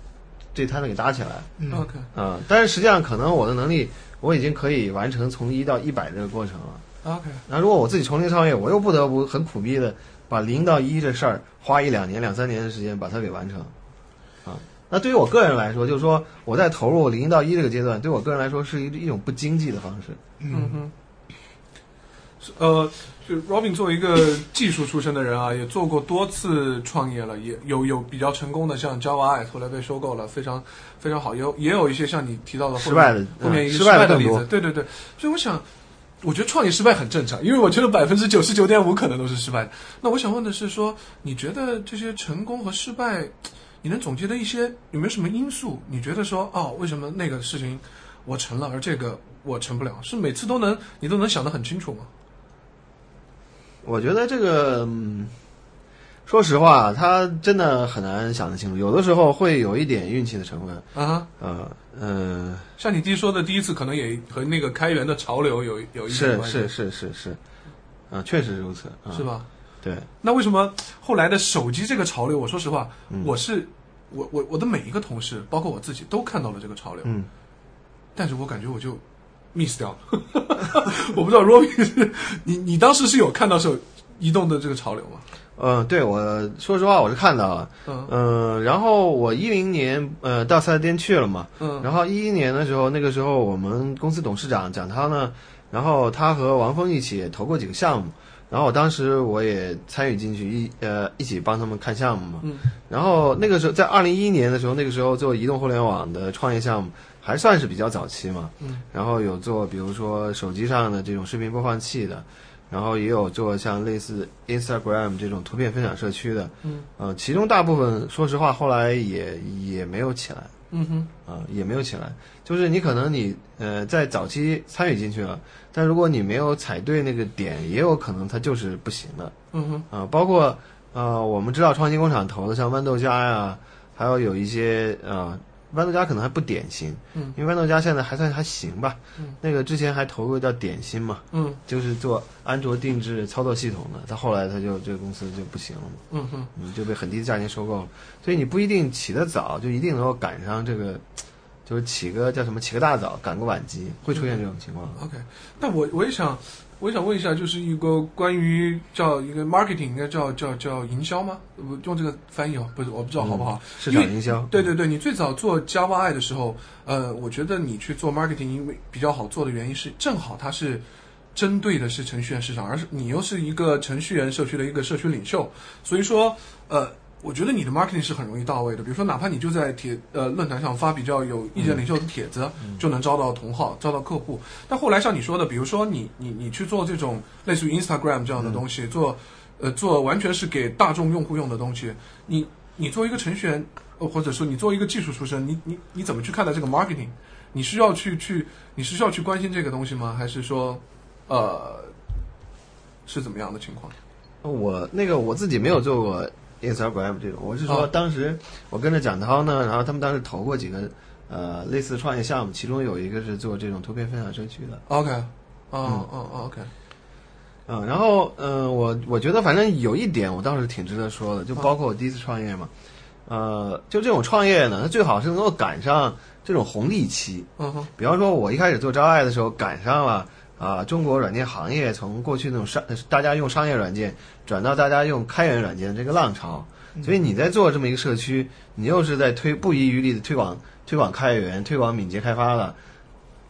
[SPEAKER 3] 这摊子给搭起来。
[SPEAKER 2] 嗯，
[SPEAKER 4] OK，
[SPEAKER 3] 啊、但是实际上可能我的能力，我已经可以完成从一到一百这个过程了。
[SPEAKER 4] OK，
[SPEAKER 3] 那如果我自己从零创业，我又不得不很苦逼的把零到一这事儿花一两年、两三年的时间把它给完成，啊，那对于我个人来说，就是说我在投入零到一这个阶段，对我个人来说是一一种不经济的方式。
[SPEAKER 4] 嗯哼，是呃，就 Robin 作为一个技术出身的人啊，也做过多次创业了，也有有比较成功的，像 Java 后来被收购了，非常非常好，也有也有一些像你提到的后面
[SPEAKER 3] 失败的
[SPEAKER 4] 后面一
[SPEAKER 3] 嗯
[SPEAKER 4] 个
[SPEAKER 3] 失败的
[SPEAKER 4] 的
[SPEAKER 3] 更
[SPEAKER 4] 例
[SPEAKER 3] 多
[SPEAKER 4] 子，对对对，所以我想。我觉得创业失败很正常，因为我觉得百分之九十九点五可能都是失败的。那我想问的是说，你觉得这些成功和失败，你能总结的一些有没有什么因素？你觉得说，哦，为什么那个事情我成了，而这个我成不了？是每次都能你都能想得很清楚吗？
[SPEAKER 3] 我觉得这个，嗯，说实话，他真的很难想得清楚，有的时候会有一点运气的成分。
[SPEAKER 4] 啊哈，
[SPEAKER 3] 啊，嗯、
[SPEAKER 4] 像你弟说的，第一次可能也和那个开源的潮流有有一定
[SPEAKER 3] 是
[SPEAKER 4] 关系，
[SPEAKER 3] 是是是是，啊，确实如此，啊、
[SPEAKER 4] 是？吧？
[SPEAKER 3] 对，
[SPEAKER 4] 那为什么后来的手机这个潮流？我说实话，
[SPEAKER 3] 嗯
[SPEAKER 4] 我是我我我的每一个同事，包括我自己，都看到了这个潮流，
[SPEAKER 3] 嗯，
[SPEAKER 4] 但是我感觉我就 miss 掉了。 我不知道 Robin，你你当时是有看到手移动的这个潮流吗？
[SPEAKER 3] 呃，对我说实话，我是看到了，
[SPEAKER 4] 嗯
[SPEAKER 3] 嗯、然后我一零年呃到四 S 店去了嘛，
[SPEAKER 4] 嗯
[SPEAKER 3] 然后一一年的时候，那个时候我们公司董事长蒋涛呢，然后他和王峰一起投过几个项目，然后我当时我也参与进去一呃一起帮他们看项目嘛，
[SPEAKER 4] 嗯
[SPEAKER 3] 然后那个时候在二零一一年的时候，那个时候做移动互联网的创业项目还算是比较早期嘛，
[SPEAKER 4] 嗯，
[SPEAKER 3] 然后有做比如说手机上的这种视频播放器的，然后也有做像类似 Instagram 这种图片分享社区的，
[SPEAKER 4] 嗯，
[SPEAKER 3] 呃，其中大部分说实话后来也也没有起来。
[SPEAKER 4] 嗯哼，
[SPEAKER 3] 啊、也没有起来。就是你可能你呃在早期参与进去了，但如果你没有踩对那个点，也有可能它就是不行的
[SPEAKER 4] 嗯哼，
[SPEAKER 3] 啊、包括呃，我们知道创新工厂投的像豌豆荚呀、还有有一些呃，豌豆荚可能还不典型，
[SPEAKER 4] 嗯，
[SPEAKER 3] 因为豌豆荚现在还算还行吧，
[SPEAKER 4] 嗯，
[SPEAKER 3] 那个之前还投过叫点心嘛，
[SPEAKER 4] 嗯
[SPEAKER 3] 就是做安卓定制操作系统的，它后来它就这个公司就不行了嘛。
[SPEAKER 4] 嗯哼，
[SPEAKER 3] 你就被很低的价钱收购了。所以你不一定起得早，就一定能够赶上这个，就是起个叫什么起个大早，赶个晚集，会出现这种情况。
[SPEAKER 4] OK，那我我也想，我也想问一下，就是一个关于叫一个 marketing，应该叫叫叫营销吗？我用这个翻译哦，不是我不知道好不好。
[SPEAKER 3] 市场营销，
[SPEAKER 4] 对对对，你最早做 Java I 的时候，呃，我觉得你去做 marketing，因为比较好做的原因是，正好它是针对的是程序员市场，而是你又是一个程序员社区的一个社区领袖，所以说，呃。我觉得你的 marketing 是很容易到位的，比如说，哪怕你就在帖呃论坛上发比较有意见领袖的帖子，就能招到同号，招到客户。但后来像你说的，比如说你你你去做这种类似于 Instagram 这样的东西，做呃做完全是给大众用户用的东西，你你作为一个程序员，呃或者说你作为一个技术出身，你你你怎么去看待这个 marketing？你需要去去你是需要去关心这个东西吗？还是说，呃，是怎么样的情况？
[SPEAKER 3] 我那个我自己没有做过 Instagram 这种，我是说
[SPEAKER 4] 哦
[SPEAKER 3] 当时我跟着蒋涛呢，然后他们当时投过几个呃类似创业项目，其中有一个是做这种图片分享社区的。
[SPEAKER 4] OK，哦哦哦 OK，
[SPEAKER 3] 嗯，然后嗯、呃我我觉得反正有一点我倒是挺值得说的，就包括我第一次创业嘛，呃，就这种创业呢，它最好是能够赶上这种红利期。
[SPEAKER 4] 嗯哼，
[SPEAKER 3] 比方说，我一开始做招爱的时候，赶上了啊、中国软件行业从过去那种商大家用商业软件转到大家用开源软件的这个浪潮。
[SPEAKER 4] 嗯
[SPEAKER 3] 所以你在做这么一个社区，你又是在推不遗余力的推广推广开源、推广敏捷开发了。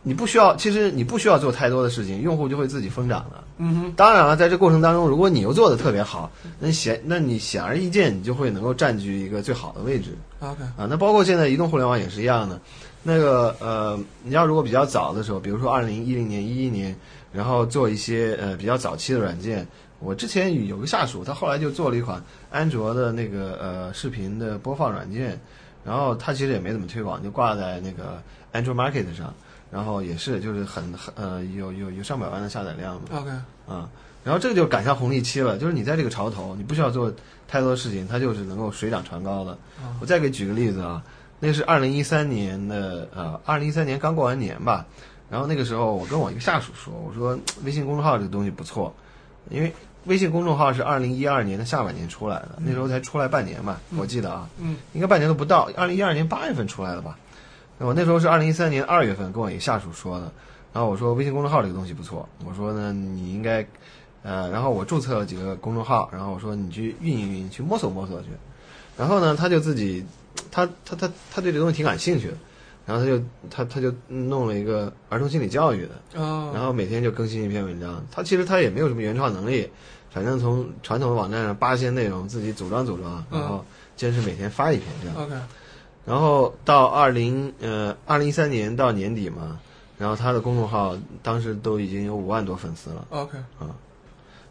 [SPEAKER 3] 你不需要，其实你不需要做太多的事情，用户就会自己疯长的。
[SPEAKER 4] 嗯哼，
[SPEAKER 3] 当然了，在这过程当中，如果你又做的特别好，那显那你显而易见，你就会能够占据一个最好的位置。
[SPEAKER 4] ，OK，
[SPEAKER 3] 啊，那包括现在移动互联网也是一样的。那个呃，你要如果比较早的时候，比如说二零一零年、一一年，然后做一些呃比较早期的软件。我之前有个下属，他后来就做了一款安卓的那个呃视频的播放软件，然后他其实也没怎么推广，就挂在那个 Android Market 上，然后也是就是很很呃有有有上百万的下载量嘛。
[SPEAKER 4] OK，
[SPEAKER 3] 啊，然后这个就赶上红利期了，就是你在这个潮头，你不需要做太多的事情，它就是能够水涨船高的。我再给举个例子啊，那是二零一三年的呃，二零一三年刚过完年吧，然后那个时候我跟我一个下属说，我说微信公众号这个东西不错，因为微信公众号是二零一二年的下半年出来的，那时候才出来半年吧，我记得啊，
[SPEAKER 4] 嗯，
[SPEAKER 3] 应该半年都不到，二零一二年八月份出来的吧。那我那时候是二零一三年二月份跟我一个下属说的，然后我说微信公众号这个东西不错，我说呢你应该，呃，然后我注册了几个公众号，然后我说你去运营运营，去摸索摸索去，然后呢他就自己，他他他他对这个东西挺感兴趣的，然后他就他他就弄了一个儿童心理教育的，
[SPEAKER 4] 哦
[SPEAKER 3] 然后每天就更新一篇文章。他其实他也没有什么原创能力，反正从传统的网站上扒一些内容，自己组装组装，
[SPEAKER 4] 嗯
[SPEAKER 3] 然后坚持每天发一篇这样。
[SPEAKER 4] ，OK，
[SPEAKER 3] 然后到二零呃二零一三年到年底嘛，然后他的公众号当时都已经有五万多粉丝了。
[SPEAKER 4] OK，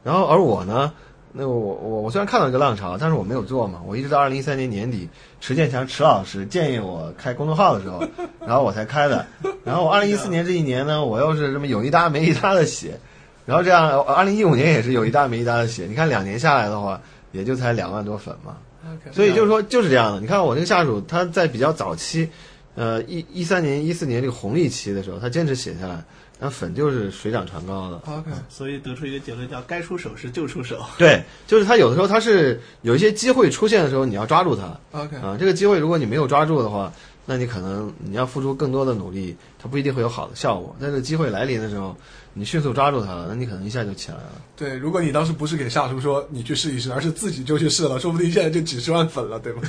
[SPEAKER 3] 然后而我呢，那我我我虽然看到这个浪潮，但是我没有做嘛。我一直到二零一三年年底，池建强池老师建议我开公众号的时候，然后我才开的。然后我二零一四年这一年呢，我又是这么有一搭没一搭的写，然后这样二零一五年也是有一搭没一搭的写。你看两年下来的话，也就才两万多粉嘛。
[SPEAKER 4] OK，
[SPEAKER 3] 所以就是说就是这样的。你看我这个下属，他在比较早期，呃一一三年、一四年这个红利期的时候，他坚持写下来，那粉就是水涨船高的。
[SPEAKER 4] OK，
[SPEAKER 2] 所以得出一个结论叫该出手时就出手。
[SPEAKER 3] 对， 就是他有的时候他是有一些机会出现的时候，你要抓住它啊、
[SPEAKER 4] OK，
[SPEAKER 3] 这个机会如果你没有抓住的话，那你可能你要付出更多的努力，它不一定会有好的效果。但是机会来临的时候，你迅速抓住它了，那你可能一下就起来了。
[SPEAKER 4] 对，如果你当时不是给下属说你去试一试，而是自己就去试了，说不定现在就几十万粉了，对吧？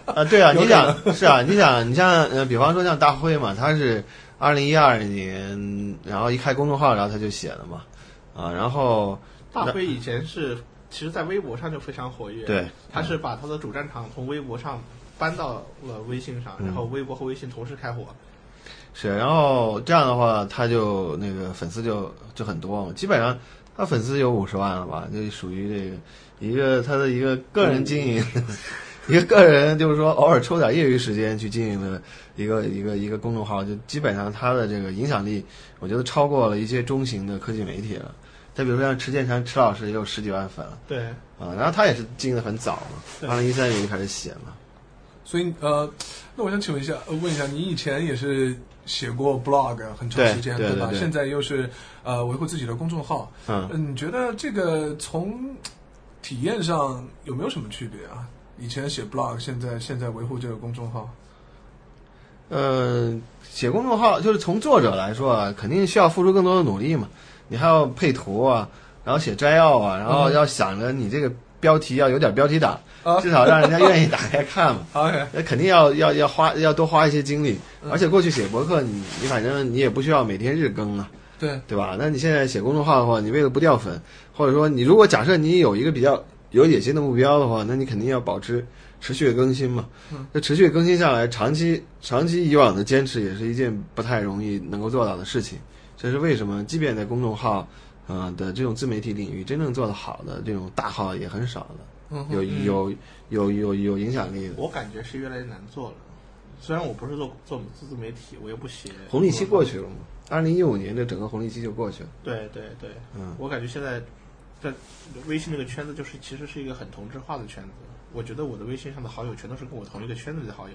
[SPEAKER 3] 啊，对啊，
[SPEAKER 4] 有
[SPEAKER 3] 你
[SPEAKER 4] 可
[SPEAKER 3] 想是啊，你想你像呃，比方说像大辉嘛，他是二零一二年，然后一开公众号，然后他就写了嘛，啊，然后
[SPEAKER 2] 大辉以前是，其实，在微博上就非常活跃。
[SPEAKER 3] 对，
[SPEAKER 2] 他是把他的主战场从微博上搬到了微信上，
[SPEAKER 3] 嗯
[SPEAKER 2] 然后微博和微信同时开火。
[SPEAKER 3] 是，然后这样的话，他就那个粉丝就就很多嘛，基本上他粉丝有五十万了吧，就属于这个一个他的一个个人经营， 一个个人就是说偶尔抽点业余时间去经营的一个一个一个公众号，就基本上他的这个影响力，我觉得超过了一些中型的科技媒体了。再比如说像池建强池老师也有十几万粉了
[SPEAKER 2] 对，
[SPEAKER 3] 啊，然后他也是经营的很早嘛，
[SPEAKER 2] 对
[SPEAKER 3] 二零一三年就开始写嘛，
[SPEAKER 4] 所以呃，那我想请问一下，呃问一下，你以前也是写过 blog 很长时间
[SPEAKER 3] 对对
[SPEAKER 4] 吧？
[SPEAKER 3] 对对
[SPEAKER 4] 现在又是呃维护自己的公众号，
[SPEAKER 3] 嗯。
[SPEAKER 4] 嗯，你觉得这个从体验上有没有什么区别啊？以前写 blog，现在现在维护这个公众号，
[SPEAKER 3] 呃，写公众号就是从作者来说啊，肯定需要付出更多的努力嘛。你还要配图啊，然后写摘要啊，然后要想着你这个标题要有点标题党，
[SPEAKER 4] 啊
[SPEAKER 3] 至少让人家愿意打开看嘛。
[SPEAKER 4] ，OK，
[SPEAKER 3] 那肯定要要要花要多花一些精力，而且过去写博客，你你反正你也不需要每天日更啊，
[SPEAKER 4] 对
[SPEAKER 3] 对吧？那你现在写公众号的话，你为了不掉粉，或者说你如果假设你有一个比较有野心的目标的话，那你肯定要保持持续的更新嘛
[SPEAKER 4] 嗯。
[SPEAKER 3] 那持续更新下来，长期长期以往的坚持也是一件不太容易能够做到的事情。这是为什么？即便在公众号，呃的这种自媒体领域，真正做得好的这种大号也很少的，
[SPEAKER 4] 嗯哼
[SPEAKER 3] 有
[SPEAKER 2] 嗯
[SPEAKER 3] 有有有有影响力的。
[SPEAKER 2] 我感觉是越来越难做了。虽然我不是做做做自媒体，我又不写。
[SPEAKER 3] 红利期过去了嘛？二零一五年的整个红利期就过去了。
[SPEAKER 2] 对对对，
[SPEAKER 3] 嗯，
[SPEAKER 2] 我感觉现在在微信这个圈子，就是其实是一个很同质化的圈子。我觉得我的微信上的好友全都是跟我同一个圈子里的好友，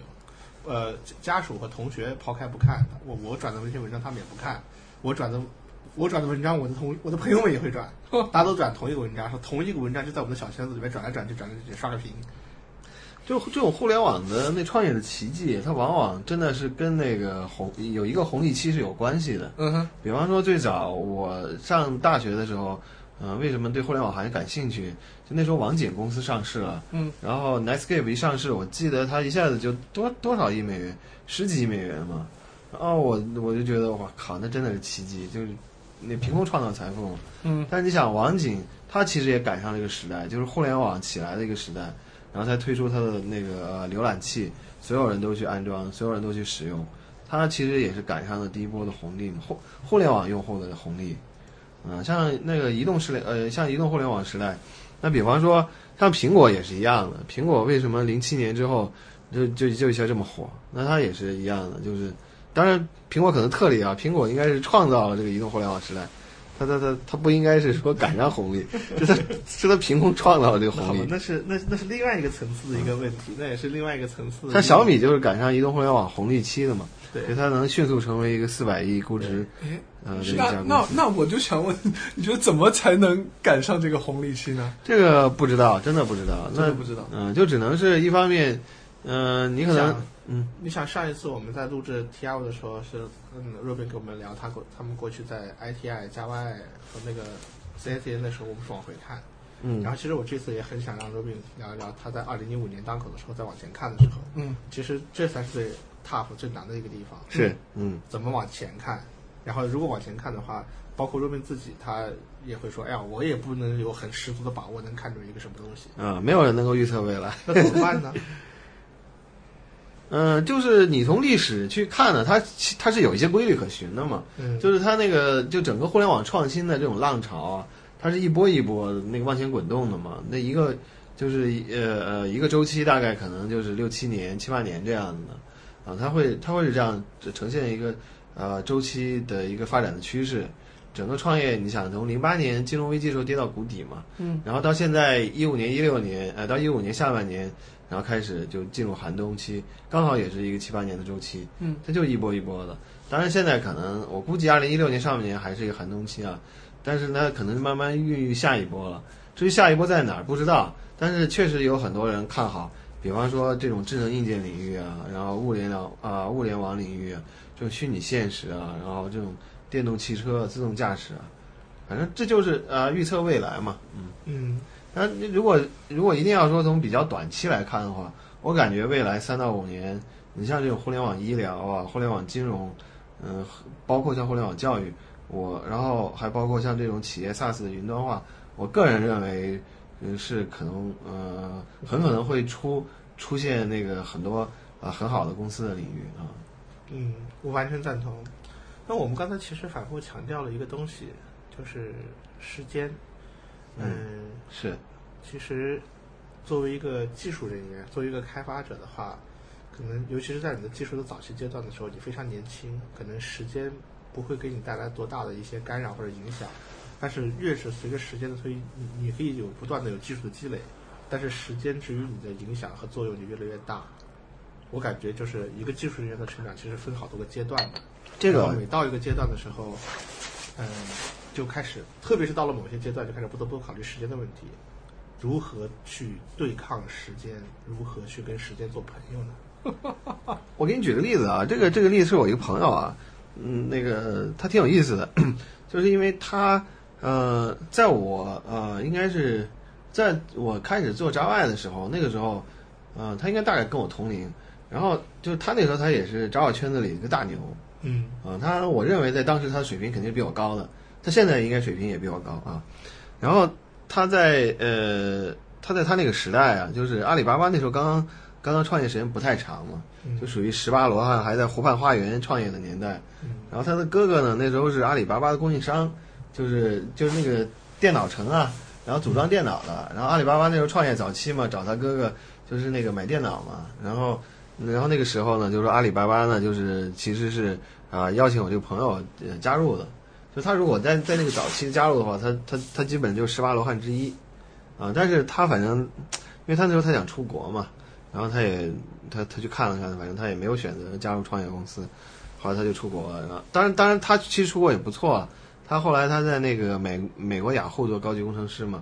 [SPEAKER 2] 呃，家属和同学抛开不看，我我转的那些文章他们也不看，我转的我转的文章，我的同我的朋友们也会转，大家都转同一个文章，说同一个文章就在我们的小圈子里面转来转去，转来转去刷个屏。
[SPEAKER 3] 就这种互联网的那创业的奇迹，它往往真的是跟那个红有一个红利期是有关系的。
[SPEAKER 4] 嗯哼，
[SPEAKER 3] 比方说，最早我上大学的时候，嗯、为什么对互联网行业感兴趣？就那时候网景公司上市了，
[SPEAKER 4] 嗯，
[SPEAKER 3] 然后 Netscape 一上市，我记得它一下子就多多少亿美元，十几亿美元嘛。然后我我就觉得，哇靠，那真的是奇迹，就是你凭空创造财富嘛。
[SPEAKER 4] 嗯
[SPEAKER 3] 但你想，网景它其实也赶上了一个时代，就是互联网起来的一个时代，然后才推出它的那个呃浏览器，所有人都去安装，所有人都去使用，它其实也是赶上了第一波的红利嘛，互互联网用户的红利。嗯、像那个移动时代，呃，像移动互联网时代，那比方说像苹果也是一样的，苹果为什么零七年之后就就就一下这么火？那它也是一样的，就是当然苹果可能特例啊，苹果应该是创造了这个移动互联网时代。它它它它不应该是说赶上红利， 是它是它凭空创造了这个
[SPEAKER 2] 那好
[SPEAKER 3] 红
[SPEAKER 2] 吧
[SPEAKER 3] 利，。
[SPEAKER 2] 那是那那是另外一个层次的一个问题，那也是另外一个层
[SPEAKER 4] 嗯
[SPEAKER 2] 次的一个。
[SPEAKER 3] 像小米就是赶上移动互联网红利期的嘛，
[SPEAKER 2] 对
[SPEAKER 3] 所以它能迅速成为一个四百亿估值
[SPEAKER 4] 诶
[SPEAKER 3] 呃的一
[SPEAKER 4] 那
[SPEAKER 3] 家公
[SPEAKER 4] 那
[SPEAKER 3] 司。
[SPEAKER 4] 那我就想问，你觉得怎么才能赶上这个红利期呢？
[SPEAKER 3] 这个不知道，真的不知道，
[SPEAKER 4] 真
[SPEAKER 3] 那
[SPEAKER 4] 的不知道。
[SPEAKER 3] 嗯、就只能是一方面，嗯、你可能
[SPEAKER 2] 像
[SPEAKER 3] 嗯
[SPEAKER 2] 你想上一次我们在录制 T R 的时候是，嗯，Robin 跟我们聊他过他们过去在 I T I 加 Y 和那个 C S N 的时候，我们是往回看。
[SPEAKER 3] 嗯
[SPEAKER 2] 然后其实我这次也很想让 Robin 聊一聊他在二零一五年档口的时候再往前看的时候，
[SPEAKER 4] 嗯，
[SPEAKER 2] 其实这才是最 tough 最难的一个地方，
[SPEAKER 3] 是嗯
[SPEAKER 2] 怎么往前看。然后如果往前看的话，包括 Robin 自己，他也会说，哎呀，我也不能有很十足的把握能看准一个什么东西，
[SPEAKER 3] 啊、没有人能够预测未来。
[SPEAKER 2] 那怎么办呢？
[SPEAKER 3] 嗯、就是你从历史去看呢，它其它是有一些规律可循的嘛。
[SPEAKER 2] 嗯，
[SPEAKER 3] 就是它那个就整个互联网创新的这种浪潮啊，它是一波一波那个往前滚动的嘛。那一个就是一呃呃一个周期大概可能就是六七年、七八年这样的啊，它会它会是这样呈现一个呃周期的一个发展的趋势。整个创业，你想从零八年金融危机的时候跌到谷底嘛，
[SPEAKER 4] 嗯，
[SPEAKER 3] 然后到现在一五年、一六年，呃，到一五年下半年，然后开始就进入寒冬期，刚好也是一个七八年的周期，
[SPEAKER 4] 嗯，
[SPEAKER 3] 它就一波一波的。当然，现在可能我估计二零一六年上半年还是一个寒冬期啊，但是呢，可能慢慢孕育下一波了。至于下一波在哪儿，不知道，但是确实有很多人看好，比方说这种智能硬件领域啊，然后物联网啊、物联网领域啊，这种虚拟现实啊，然后这种电动汽车、自动驾驶啊，反正这就是呃预测未来嘛。
[SPEAKER 2] 嗯，
[SPEAKER 3] 那如果如果一定要说从比较短期来看的话，我感觉未来三到五年，你像这种互联网医疗啊、互联网金融，嗯、包括像互联网教育，我然后还包括像这种企业 SaaS 的云端化，我个人认为，嗯，是可能呃，很可能会出出现那个很多啊、很好的公司的领域啊，
[SPEAKER 2] 嗯，我完全赞同。那我们刚才其实反复强调了一个东西，就是时间。
[SPEAKER 3] 嗯
[SPEAKER 2] 嗯，
[SPEAKER 3] 是
[SPEAKER 2] 其实作为一个技术人员，作为一个开发者的话，可能尤其是在你的技术的早期阶段的时候，你非常年轻，可能时间不会给你带来多大的一些干扰或者影响。但是越是随着时间的推移，你你可以有不断的有技术的积累，但是时间至于你的影响和作用就越来越大。我感觉就是一个技术人员的成长，其实分好多个阶段的。
[SPEAKER 3] 这
[SPEAKER 2] 然后
[SPEAKER 3] 个
[SPEAKER 2] 每到一个阶段的时候，嗯，就开始，特别是到了某些阶段，就开始不得不考虑时间的问题，如何去对抗时间，如何去跟时间做朋友呢？
[SPEAKER 3] 我给你举个例子啊，这个这个例子是我一个朋友啊，嗯，那个他挺有意思的， 就是因为他呃，在我呃，应该是在我开始做 Java 的时候，那个时候，呃，他应该大概跟我同龄，然后就是他那时候他也是 Java 圈子里一个大牛，
[SPEAKER 2] 嗯
[SPEAKER 3] 啊，他我认为在当时他的水平肯定是比我高的，他现在应该水平也比我高啊。然后他在呃，他在他那个时代啊，就是阿里巴巴那时候刚刚刚刚创业时间不太长嘛，就属于十八罗汉还在湖畔花园创业的年代。
[SPEAKER 2] 嗯
[SPEAKER 3] 然后他的哥哥呢，那时候是阿里巴巴的供应商，就是就是那个电脑城啊，然后组装电脑的。然后阿里巴巴那时候创业早期嘛，找他哥哥就是那个买电脑嘛。然后然后那个时候呢，就是说阿里巴巴呢，就是其实是啊、邀请我这个朋友呃加入的。就他如果在在那个早期加入的话，他他他基本就是十八罗汉之一啊、但是他反正，因为他那时候他想出国嘛，然后他也他他去看了看，反正他也没有选择加入创业公司。后来他就出国了，然后当然当然他其实出国也不错，啊他后来他在那个美美国雅虎做高级工程师嘛，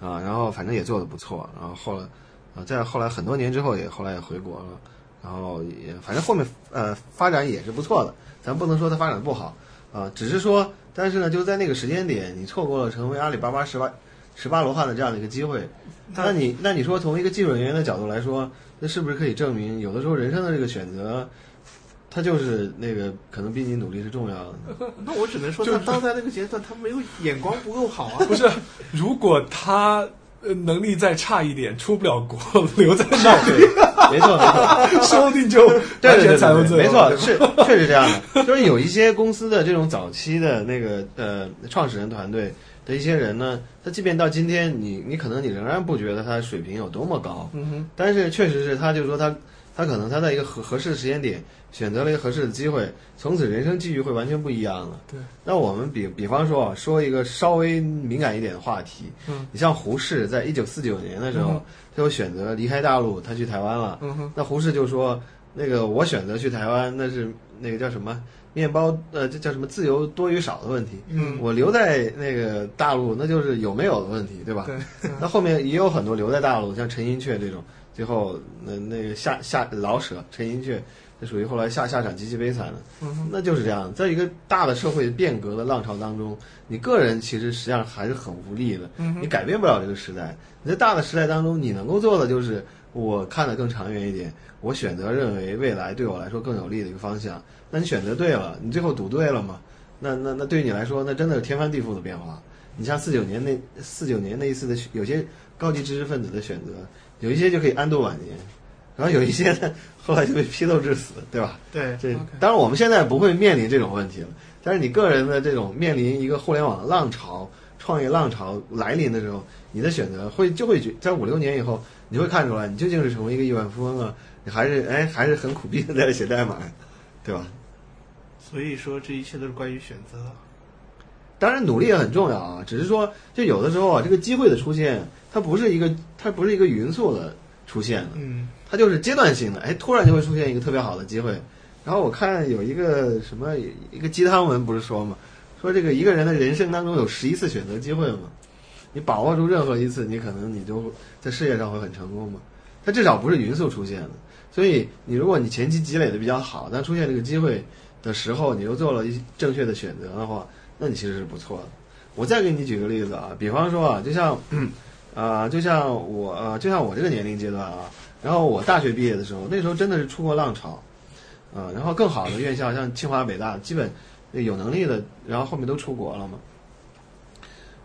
[SPEAKER 3] 啊，然后反正也做的不错，然后后来啊再后来很多年之后也后来也回国了，然后也反正后面呃发展也是不错的，咱不能说他发展不好啊，只是说但是呢，就在那个时间点，你错过了成为阿里巴巴十八十八罗汉的这样的一个机会。那你那你说从一个技术人员的角度来说，那是不是可以证明，有的时候人生的这个选择，它就是那个可能比你努力是重要的？
[SPEAKER 2] 那我只能说，
[SPEAKER 4] 就
[SPEAKER 2] 他当在那个阶段，他没有眼光不够 好啊。
[SPEAKER 5] 不是，如果他呃能力再差一点，出不了国，留在那里，
[SPEAKER 3] 没错，没错。
[SPEAKER 5] 说不定就
[SPEAKER 3] 对
[SPEAKER 5] 完
[SPEAKER 3] 对
[SPEAKER 5] 全
[SPEAKER 3] 对
[SPEAKER 5] 财务
[SPEAKER 3] 对
[SPEAKER 5] 自
[SPEAKER 3] 对，
[SPEAKER 5] 由。
[SPEAKER 3] 没错， 是确实这样的。就是有一些公司的这种早期的那个呃创始人团队的一些人呢，他即便到今天，你你可能你仍然不觉得他水平有多么高，
[SPEAKER 4] 嗯哼，
[SPEAKER 3] 但是确实是他就说他他可能他在一个合合适的时间点选择了一个合适的机会，从此人生际遇会完全不一样了。
[SPEAKER 4] 对，
[SPEAKER 3] 那我们比比方说啊，说一个稍微敏感一点的话题，
[SPEAKER 4] 嗯，
[SPEAKER 3] 你像胡适在一九四九年的时候，他就选择离开大陆，他去台湾了。
[SPEAKER 4] 嗯哼，
[SPEAKER 3] 那胡适就说，那个我选择去台湾，那是那个叫什么面包呃，这叫什么自由多与少的问题。
[SPEAKER 4] 嗯
[SPEAKER 3] 我留在那个大陆，那就是有没有的问题，对吧？
[SPEAKER 4] 对，
[SPEAKER 3] 那后面也有很多留在大陆，像陈寅恪这种，最后那那个下下老舍陈寅恪，这属于后来下下场极其悲惨的。那就是这样，在一个大的社会变革的浪潮当中，你个人其实实际上还是很无力的，你改变不了这个时代。你在大的时代当中，你能够做的就是我看得更长远一点，我选择认为未来对我来说更有利的一个方向。那你选择对了，你最后赌对了嘛？那那那对于你来说，那真的是天翻地覆的变化。你像四九年那四九年那一次的选有些高级知识分子的选择，有一些就可以安度晚年，然后有一些呢后来就被批斗致死，对吧？
[SPEAKER 2] 对，
[SPEAKER 3] 这
[SPEAKER 4] OK
[SPEAKER 3] 当然我们现在不会面临这种问题了，但是你个人的这种面临一个互联网浪潮、创业浪潮来临的时候，你的选择会就会觉在五六年以后，你会看出来，你究竟是成为一个亿万富翁啊，你还是哎还是很苦逼的在写代码，对吧？
[SPEAKER 2] 所以说这一切都是关于选择。
[SPEAKER 3] 当然，努力也很重要啊。只是说，就有的时候啊，这个机会的出现，它不是一个，它不是一个匀速的出现的，
[SPEAKER 2] 嗯，
[SPEAKER 3] 它就是阶段性的。哎，突然就会出现一个特别好的机会。然后我看有一个什么一个鸡汤文不是说嘛，说这个一个人的人生当中有十一次选择机会嘛，你把握住任何一次，你可能你就在事业上会很成功嘛。它至少不是匀速出现的。所以你如果你前期积累的比较好，但出现这个机会的时候，你又做了一正确的选择的话，那你其实是不错的。我再给你举个例子啊，比方说啊，就像，啊、就像我呃，就像我这个年龄阶段啊，然后我大学毕业的时候，那时候真的是出国浪潮，啊、然后更好的院校像清华、北大，基本有能力的，然后后面都出国了嘛。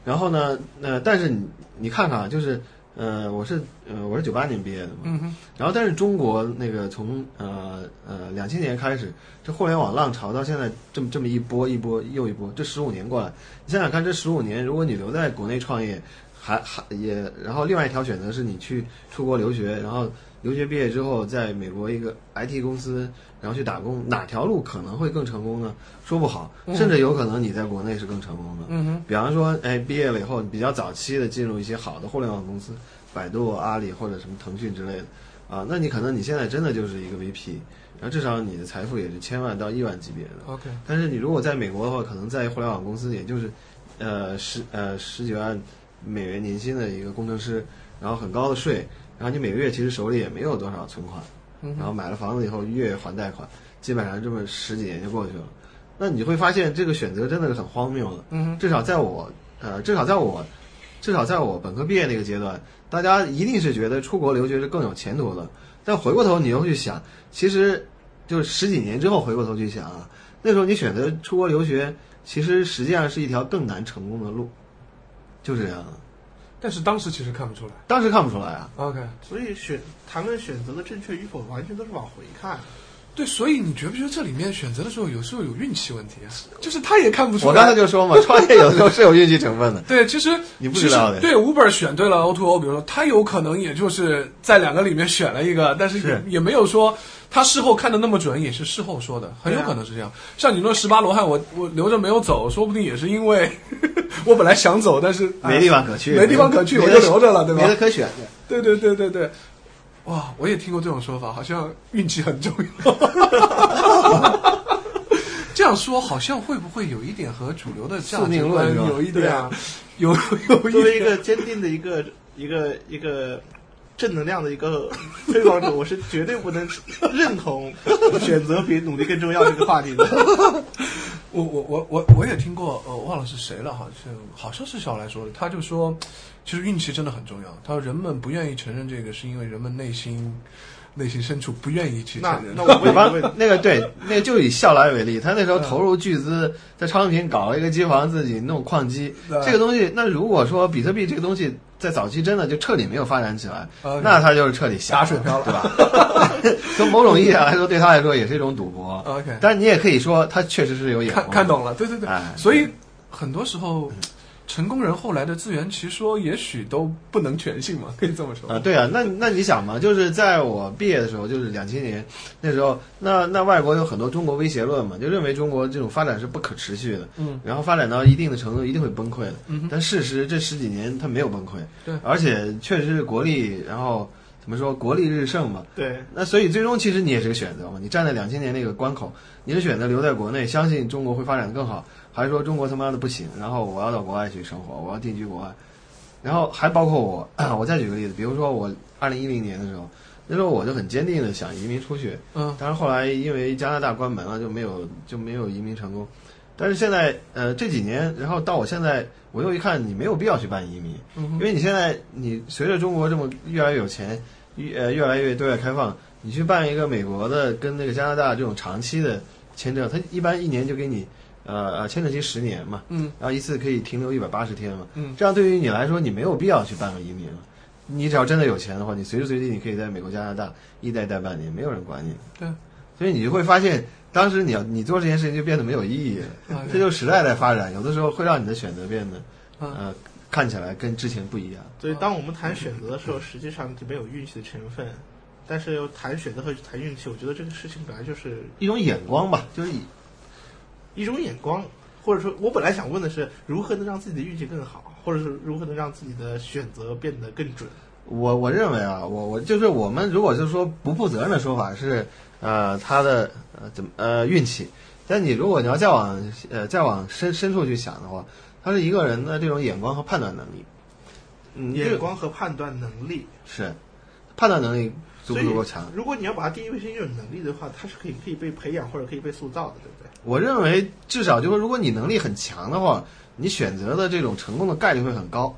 [SPEAKER 3] 然后呢，呃，但是你你看看啊，就是呃，我是呃我是九八年毕业的嘛，
[SPEAKER 4] 嗯哼，
[SPEAKER 3] 然后，但是中国那个从呃呃两千年开始，这互联网浪潮到现在这么这么一波一波又一波，这十五年过来，你想想看，这十五年如果你留在国内创业，还还也，然后另外一条选择是你去出国留学，然后留学毕业之后在美国一个 IT 公司，然后去打工，哪条路可能会更成功呢？说不好，甚至有可能你在国内是更成功的。
[SPEAKER 4] 嗯哼，
[SPEAKER 3] 比方说，哎，毕业了以后，你比较早期的进入一些好的互联网公司，百度、阿里或者什么腾讯之类的，啊，那你可能你现在真的就是一个 VP，然后至少你的财富也是千万到亿万级别的。
[SPEAKER 4] OK，
[SPEAKER 3] 但是你如果在美国的话，可能在互联网公司也就是，呃十呃十几万美元年薪的一个工程师，然后很高的税，然后你每个月其实手里也没有多少存款，
[SPEAKER 4] 嗯
[SPEAKER 3] 然后买了房子以后月月还贷款，基本上这么十几年就过去了。那你会发现这个选择真的是很荒谬的。
[SPEAKER 4] 嗯哼，
[SPEAKER 3] 至少在我呃，至少在我至少在我本科毕业那个阶段，大家一定是觉得出国留学是更有前途的。但回过头你又去想，其实就是十几年之后回过头去想啊，那时候你选择出国留学，其实实际上是一条更难成功的路，就是这样的。啊
[SPEAKER 4] 但是当时其实看不出来。
[SPEAKER 3] 当时看不出来啊，
[SPEAKER 4] OK，
[SPEAKER 2] 所以选谈论选择的正确与否，完全都是往回看。
[SPEAKER 4] 对，所以你觉不觉得这里面选择的时候有时候有运气问题啊？就是他也看不出来。
[SPEAKER 3] 我刚才就 说嘛，创业有的时候是有运气成分的。
[SPEAKER 4] 对，其实
[SPEAKER 3] 你不知道的
[SPEAKER 4] 其实对，Uber 选对了 O2O，比如说他有可能也就是在两个里面选了一个，但是也
[SPEAKER 3] 是
[SPEAKER 4] 也没有说他事后看的那么准，也是事后说的，很有
[SPEAKER 2] 对啊
[SPEAKER 4] 可能是这样。像你说十八罗汉，我我留着没有走，说不定也是因为 我本来想走，但是哎
[SPEAKER 3] 没地方可去，
[SPEAKER 4] 没地方可去，
[SPEAKER 3] 没
[SPEAKER 4] 我
[SPEAKER 3] 得
[SPEAKER 4] 就留着了，对吧
[SPEAKER 3] 没？得可选的。
[SPEAKER 4] 对对对对对，哇，我也听过这种说法，好像运气很重要。 这样说好像会不会有一点和主流的价
[SPEAKER 3] 宿
[SPEAKER 4] 值
[SPEAKER 3] 命论
[SPEAKER 4] 观
[SPEAKER 3] 是吧
[SPEAKER 4] 有一
[SPEAKER 2] 对
[SPEAKER 4] 点
[SPEAKER 2] 啊，
[SPEAKER 4] 有有
[SPEAKER 2] 作
[SPEAKER 4] 一
[SPEAKER 2] 为一
[SPEAKER 4] 点
[SPEAKER 2] 个坚定的一个 一个一个正能量的一个 推广者，我是绝对不能认同选择比努力更重要这个话题的。
[SPEAKER 4] 我我我我我也听过，呃，我忘了是谁了哈，是好像是小来说的，他就说，其实运气真的很重要。他说人们不愿意承认这个，是因为人们内心内心深处不愿意去
[SPEAKER 2] 那
[SPEAKER 4] 承认。
[SPEAKER 2] 那我
[SPEAKER 3] 比方
[SPEAKER 2] 问你，
[SPEAKER 3] 那个对，那就以笑来为例，他那时候投入巨资在昌平搞了一个机房，自己弄矿机，
[SPEAKER 4] 对
[SPEAKER 3] 这个东西，那如果说比特币这个东西在早期真的就彻底没有发展起来
[SPEAKER 4] 呃，
[SPEAKER 3] 那他就是彻底瞎
[SPEAKER 4] 打水漂了
[SPEAKER 3] 对 吧？从某种意义上来说，对他来说也是一种赌博。
[SPEAKER 4] OK
[SPEAKER 3] 但你也可以说他确实是有眼
[SPEAKER 4] 看
[SPEAKER 3] 光
[SPEAKER 4] 看懂了，对对对，
[SPEAKER 3] 哎嗯
[SPEAKER 4] 所以很多时候。成功人后来的自圆其说，也许都不能全信嘛，可以这么说。
[SPEAKER 3] 啊，对啊，那那你想嘛，就是在我毕业的时候，就是两千年那时候，那那外国有很多中国威胁论嘛，就认为中国这种发展是不可持续的，
[SPEAKER 4] 嗯，
[SPEAKER 3] 然后发展到一定的程度一定会崩溃的，
[SPEAKER 4] 嗯哼
[SPEAKER 3] 但事实这十几年它没有崩溃，
[SPEAKER 4] 对
[SPEAKER 3] 而且确实是国力，然后怎么说国力日盛嘛，
[SPEAKER 2] 对，
[SPEAKER 3] 那所以最终其实你也是个选择嘛，你站在两千年那个关口，你是选择留在国内，相信中国会发展得更好，还是说中国他妈的不行，然后我要到国外去生活，我要定居国外，然后还包括我， 我再举个例子，比如说我二零一零年的时候，那时候我就很坚定的想移民出去，
[SPEAKER 4] 嗯，
[SPEAKER 3] 但是后来因为加拿大关门了，就没有就没有移民成功。但是现在，呃，这几年，然后到我现在，我又一看，你没有必要去办移民，
[SPEAKER 4] 嗯
[SPEAKER 3] 因为你现在你随着中国这么越来越有钱，越呃越来越对外开放，你去办一个美国的跟那个加拿大这种长期的签证，它一般一年就给你，呃呃，签证期十年嘛，
[SPEAKER 4] 嗯，
[SPEAKER 3] 然后一次可以停留一百八十天嘛，
[SPEAKER 4] 嗯，
[SPEAKER 3] 这样对于你来说，你没有必要去办个移民了。你只要真的有钱的话，你随时随地你可以在美国、加拿大一待待半年，没有人管你。
[SPEAKER 4] 对，
[SPEAKER 3] 所以你就会发现，当时你要你做这件事情就变得没有意义
[SPEAKER 4] 啊
[SPEAKER 3] 了。
[SPEAKER 4] 对
[SPEAKER 3] 这就是时代在发展，有的时候会让你的选择变得，
[SPEAKER 4] 嗯
[SPEAKER 3] 呃，看起来跟之前不一样。
[SPEAKER 2] 所以当我们谈选择的时候，实际上里面有运气的成分，但是又谈选择和谈运气，我觉得这个事情本来就是
[SPEAKER 3] 一种眼光吧，就是以
[SPEAKER 2] 一种眼光，或者说，我本来想问的是，如何能让自己的运气更好，或者是如何能让自己的选择变得更准？
[SPEAKER 3] 我我认为啊，我我就是我们如果是说不负责任的说法是，呃，他的呃怎么呃运气，但你如果你要再往呃再往深深处去想的话，他是一个人的这种眼光和判断能力，嗯，这
[SPEAKER 2] 眼
[SPEAKER 3] 个
[SPEAKER 2] 光和判断能力
[SPEAKER 3] 是判断能力足不足够强
[SPEAKER 2] 所以？如果你要把它定义为是一种能力的话，它是可以可以被培养或者可以被塑造的，对不对？
[SPEAKER 3] 我认为至少就是如果你能力很强的话，你选择的这种成功的概率会很高，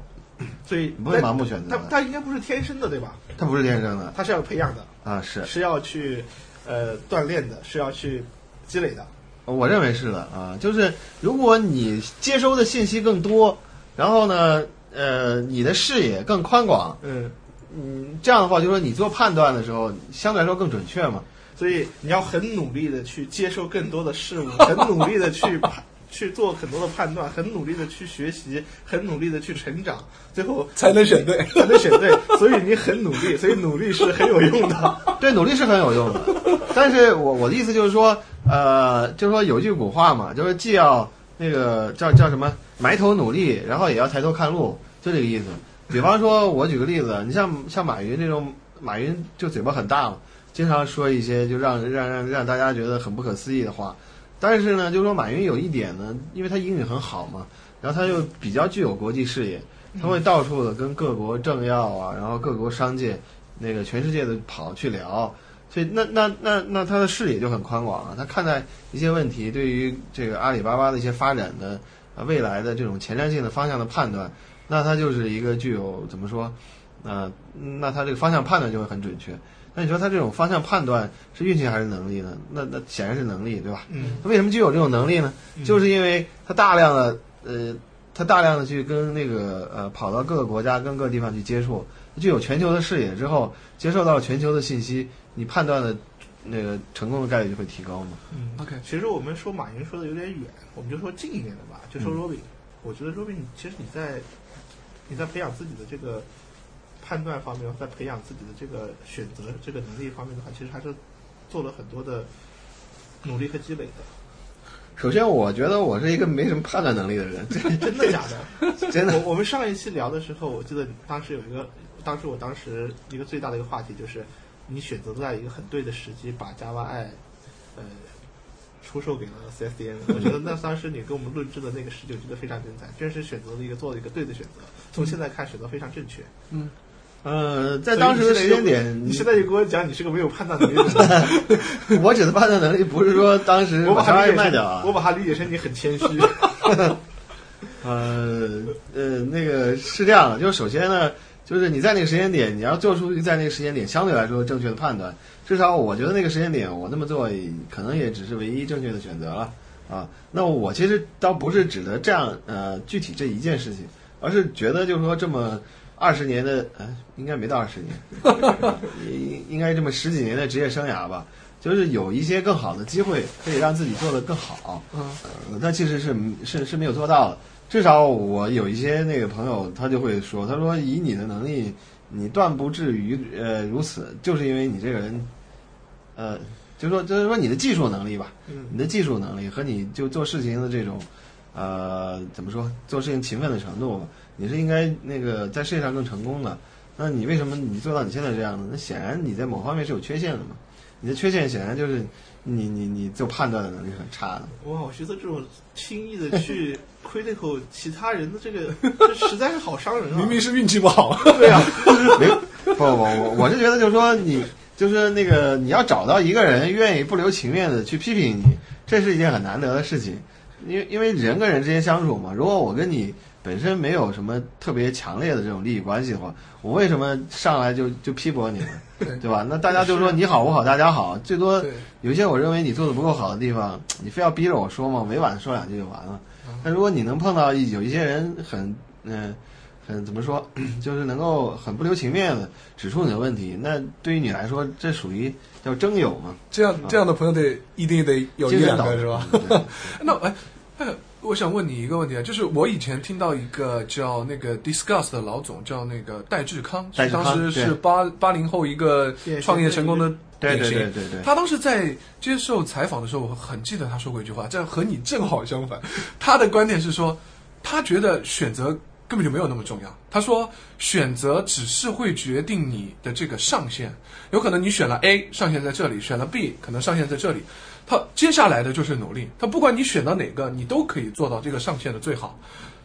[SPEAKER 2] 所以
[SPEAKER 3] 你不会盲目选择
[SPEAKER 2] 它
[SPEAKER 3] 的
[SPEAKER 2] 它应该不是天生的，对吧？
[SPEAKER 3] 它不是天生的
[SPEAKER 2] 它是要培养的，
[SPEAKER 3] 啊，是
[SPEAKER 2] 是要去呃锻炼的，是要去积累的。
[SPEAKER 3] 我认为是的啊，就是如果你接收的信息更多，然后呢，呃，你的视野更宽广，
[SPEAKER 2] 嗯，
[SPEAKER 3] 嗯，这样的话，就是说你做判断的时候，相对来说更准确嘛。
[SPEAKER 2] 所以你要很努力的去接受更多的事 物，很努力的去判去做很多的判断，很努力的去学习，很努力的去成长，最后
[SPEAKER 5] 才能选对。
[SPEAKER 4] 嗯
[SPEAKER 2] 才能选对。所以你很努力，所以努力是很有用的。
[SPEAKER 3] 对，努力是很有用的，但是我我的意思就是说，呃，就是说有句古话嘛，就是既要那个叫叫什么埋头努力，然后也要抬头看路，就这个意思。比方说，我举个例子，你像像马云这种，马云就嘴巴很大嘛，经常说一些就让让让让大家觉得很不可思议的话。但是呢，就是说马云有一点呢，因为他英语很好嘛，然后他又比较具有国际视野，他会到处的跟各国政要啊，然后各国商界那个全世界的跑去聊，所以那那那那他的视野就很宽广啊，他看待一些问题，对于这个阿里巴巴的一些发展的呃未来的这种前瞻性的方向的判断，那他就是一个具有怎么说，呃，那他这个方向判断就会很准确。那你说他这种方向判断是运气还是能力呢？那那显然是能力，对吧？
[SPEAKER 2] 嗯，
[SPEAKER 3] 他为什么具有这种能力呢？就是因为他大量的呃，他大量的去跟那个呃，跑到各个国家、跟各个地方去接触，具有全球的视野之后，接受到全球的信息，你判断的那个成功的概率就会提高嘛。
[SPEAKER 4] OK
[SPEAKER 2] 其实我们说马云说的有点远，我们就说近一点的吧，就说
[SPEAKER 3] 嗯
[SPEAKER 2] Robin。我觉得 Robin，其实你在你在培养自己的这个判断方面，在培养自己的这个选择这个能力方面的话，其实还是做了很多的努力和积累的。
[SPEAKER 3] 首先，我觉得我是一个没什么判断能力的人，
[SPEAKER 2] 真的假的？
[SPEAKER 3] 这真的
[SPEAKER 2] 我我们上一期聊的时候，我记得当时有一个，当时我当时一个最大的一个话题就是，你选择在一个很对的时机把 Java I，呃，出售给了 CSDN。我觉得那当时你跟我们论证的那个十九觉得非常精彩，真是选择了一个做了一个对的选择，从现在看选择非常正确。
[SPEAKER 4] 嗯，
[SPEAKER 3] 呃，在当时的时间点，
[SPEAKER 2] 你现在就跟我讲你是个没有判断能力的人，
[SPEAKER 3] 我指的判断能力 不是说当时
[SPEAKER 2] 我把
[SPEAKER 3] 商
[SPEAKER 2] 它
[SPEAKER 3] 业
[SPEAKER 2] 理解
[SPEAKER 3] 卖掉
[SPEAKER 2] 成
[SPEAKER 3] 啊，
[SPEAKER 2] 我把它理解成你很谦 虚。
[SPEAKER 3] 呃呃，那个是这样的，就是首先呢，就是你在那个时间点，你要做出在那个时间点相对来说正确的判断，至少我觉得那个时间点我那么做可能也只是唯一正确的选择了啊。那我其实倒不是指的这样呃具体这一件事情，而是觉得就是说这么。二十年的，呃，应该没到二十年， 应应该这么十几年的职业生涯吧，就是有一些更好的机会可以让自己做得更好，
[SPEAKER 4] 嗯，
[SPEAKER 3] 呃，那其实是是是没有做到的。至少我有一些那个朋友，他就会说，他说以你的能力，你断不至于呃如此，就是因为你这个人，呃，就说就是说你的技术能力吧，
[SPEAKER 2] 嗯
[SPEAKER 3] 你的技术能力和你就做事情的这种，呃，怎么说，做事情勤奋的程度，你是应该那个在事业上更成功的。那你为什么你做到你现在这样呢？那显然你在某方面是有缺陷的嘛。你的缺陷显然就是你你你做判断的能力很差的。
[SPEAKER 2] 哇，我觉得这种轻易的去 critical 其他人的这个，这实在是好伤人啊！
[SPEAKER 5] 明明是运气不好，
[SPEAKER 2] 对啊，
[SPEAKER 3] 没有，不不，我我是觉得就是说你就是那个你要找到一个人愿意不留情面的去批评你，这是一件很难得的事情，因为因为人跟人之间相处嘛，如果我跟你本身没有什么特别强烈的这种利益关系的话，我为什么上来就就批驳你呢？对吧？那大家就说你好，我好，大家好，最多
[SPEAKER 4] 对，
[SPEAKER 3] 有一些我认为你做的不够好的地方，你非要逼着我说嘛，委婉地说两句就完了。
[SPEAKER 4] 嗯
[SPEAKER 3] 但如果你能碰到一有一些人很嗯、很怎么说， 就是能够很不留情面的指出你的问题，那对于你来说，这属于叫征友嘛？
[SPEAKER 5] 这样这样的朋友得一定得有一
[SPEAKER 3] 精神
[SPEAKER 5] 两
[SPEAKER 3] 导
[SPEAKER 5] 个
[SPEAKER 3] 师
[SPEAKER 5] 是吧？？
[SPEAKER 3] 对
[SPEAKER 4] 那哎，那个我想问你一个问题啊，就是我以前听到一个叫那个 Discuss 的老总叫那个戴志康，
[SPEAKER 3] 戴
[SPEAKER 4] 是
[SPEAKER 3] 志康
[SPEAKER 4] 当时是
[SPEAKER 3] 对
[SPEAKER 4] 八八零后一个
[SPEAKER 2] 典型的
[SPEAKER 4] 创业成功的
[SPEAKER 3] 对
[SPEAKER 4] 典
[SPEAKER 3] 对
[SPEAKER 4] 型。
[SPEAKER 3] 对对对。
[SPEAKER 4] 他当时在接受采访的时候，我很记得他说过一句话，这和你正好相反。他的观点是说，他觉得选择根本就没有那么重要。他说，选择只是会决定你的这个上限，有可能你选了 A，上限在这里；选了 B，可能上限在这里。他接下来的就是努力，他不管你选到哪个，你都可以做到这个上限的最好。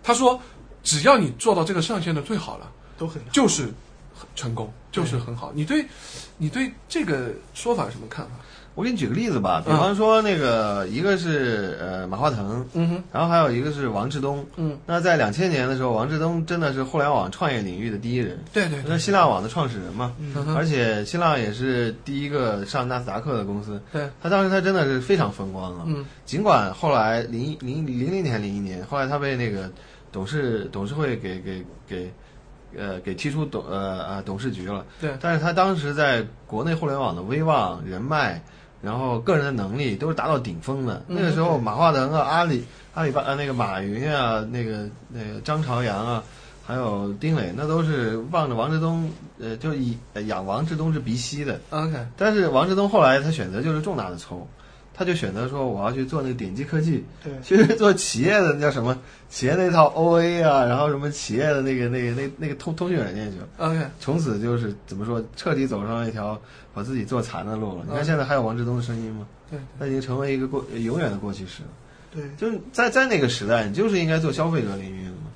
[SPEAKER 4] 他说，只要你做到这个上限的最好了，
[SPEAKER 2] 都很
[SPEAKER 4] 就是很成功，就是很好。你对，你对这个说法有什么看法？
[SPEAKER 3] 我给你举个例子吧，比
[SPEAKER 4] 嗯
[SPEAKER 3] 方说那个、一个是呃马化腾，
[SPEAKER 4] 嗯哼，
[SPEAKER 3] 然后还有一个是王志东。
[SPEAKER 4] 嗯，
[SPEAKER 3] 那在两千年的时候，王志东真的是互联网创业领域的第一人，
[SPEAKER 4] 对对
[SPEAKER 3] 他是新浪网的创始人嘛。
[SPEAKER 4] 嗯哼
[SPEAKER 3] 而且新浪也是第一个上纳斯达克的公司，
[SPEAKER 4] 对，
[SPEAKER 3] 他当时他真的是非常风光了。
[SPEAKER 4] 嗯，
[SPEAKER 3] 尽管后来零一零零零年零一年，后来他被那个董事董事会给给给呃给踢出董呃啊董事局了。
[SPEAKER 4] 对
[SPEAKER 3] 但是他当时在国内互联网的威望、人脉，然后个人的能力都是达到顶峰的。
[SPEAKER 4] 嗯
[SPEAKER 3] 那个时候，马化腾啊、阿里、阿里巴呃那个马云啊、那个那个张朝阳啊，还有丁磊，那都是望着王志东，呃，就以呃仰王志东之鼻息的。
[SPEAKER 4] ，OK，
[SPEAKER 3] 但是王志东后来他选择就是重大的错误，他就选择说我要去做那个点击科技，
[SPEAKER 2] 对
[SPEAKER 3] 其实做企业的那叫什么？企业那套 OA 啊，然后什么企业的那个那个那那个通通讯软件去了。
[SPEAKER 4] OK，
[SPEAKER 3] 从此就是怎么说，彻底走上了一条把自己做残的路了。你看现在还有王志东的声音吗？
[SPEAKER 4] 嗯对，
[SPEAKER 3] 那已经成为一个过永远的过去式了。
[SPEAKER 2] 对，
[SPEAKER 3] 就是在在那个时代，你就是应该做消费者领域的嘛，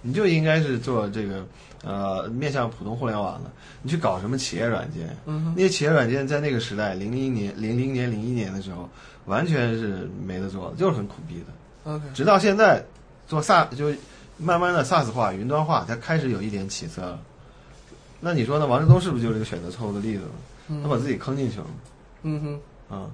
[SPEAKER 3] 你就应该是做这个呃面向普通互联网的。你去搞什么企业软件？
[SPEAKER 4] 嗯
[SPEAKER 3] 那些企业软件在那个时代，零零年、零零年、零一年的时候，完全是没得做的，就是很苦逼的。
[SPEAKER 4] 哼，OK，
[SPEAKER 3] 直到现在做 SaaS 就慢慢的 SaaS 化、云端化，才开始有一点起色了。那你说呢？王志东是不是就是一个选择错误的例子呢？他把自己坑进去了
[SPEAKER 4] 嗯哼，
[SPEAKER 3] 啊、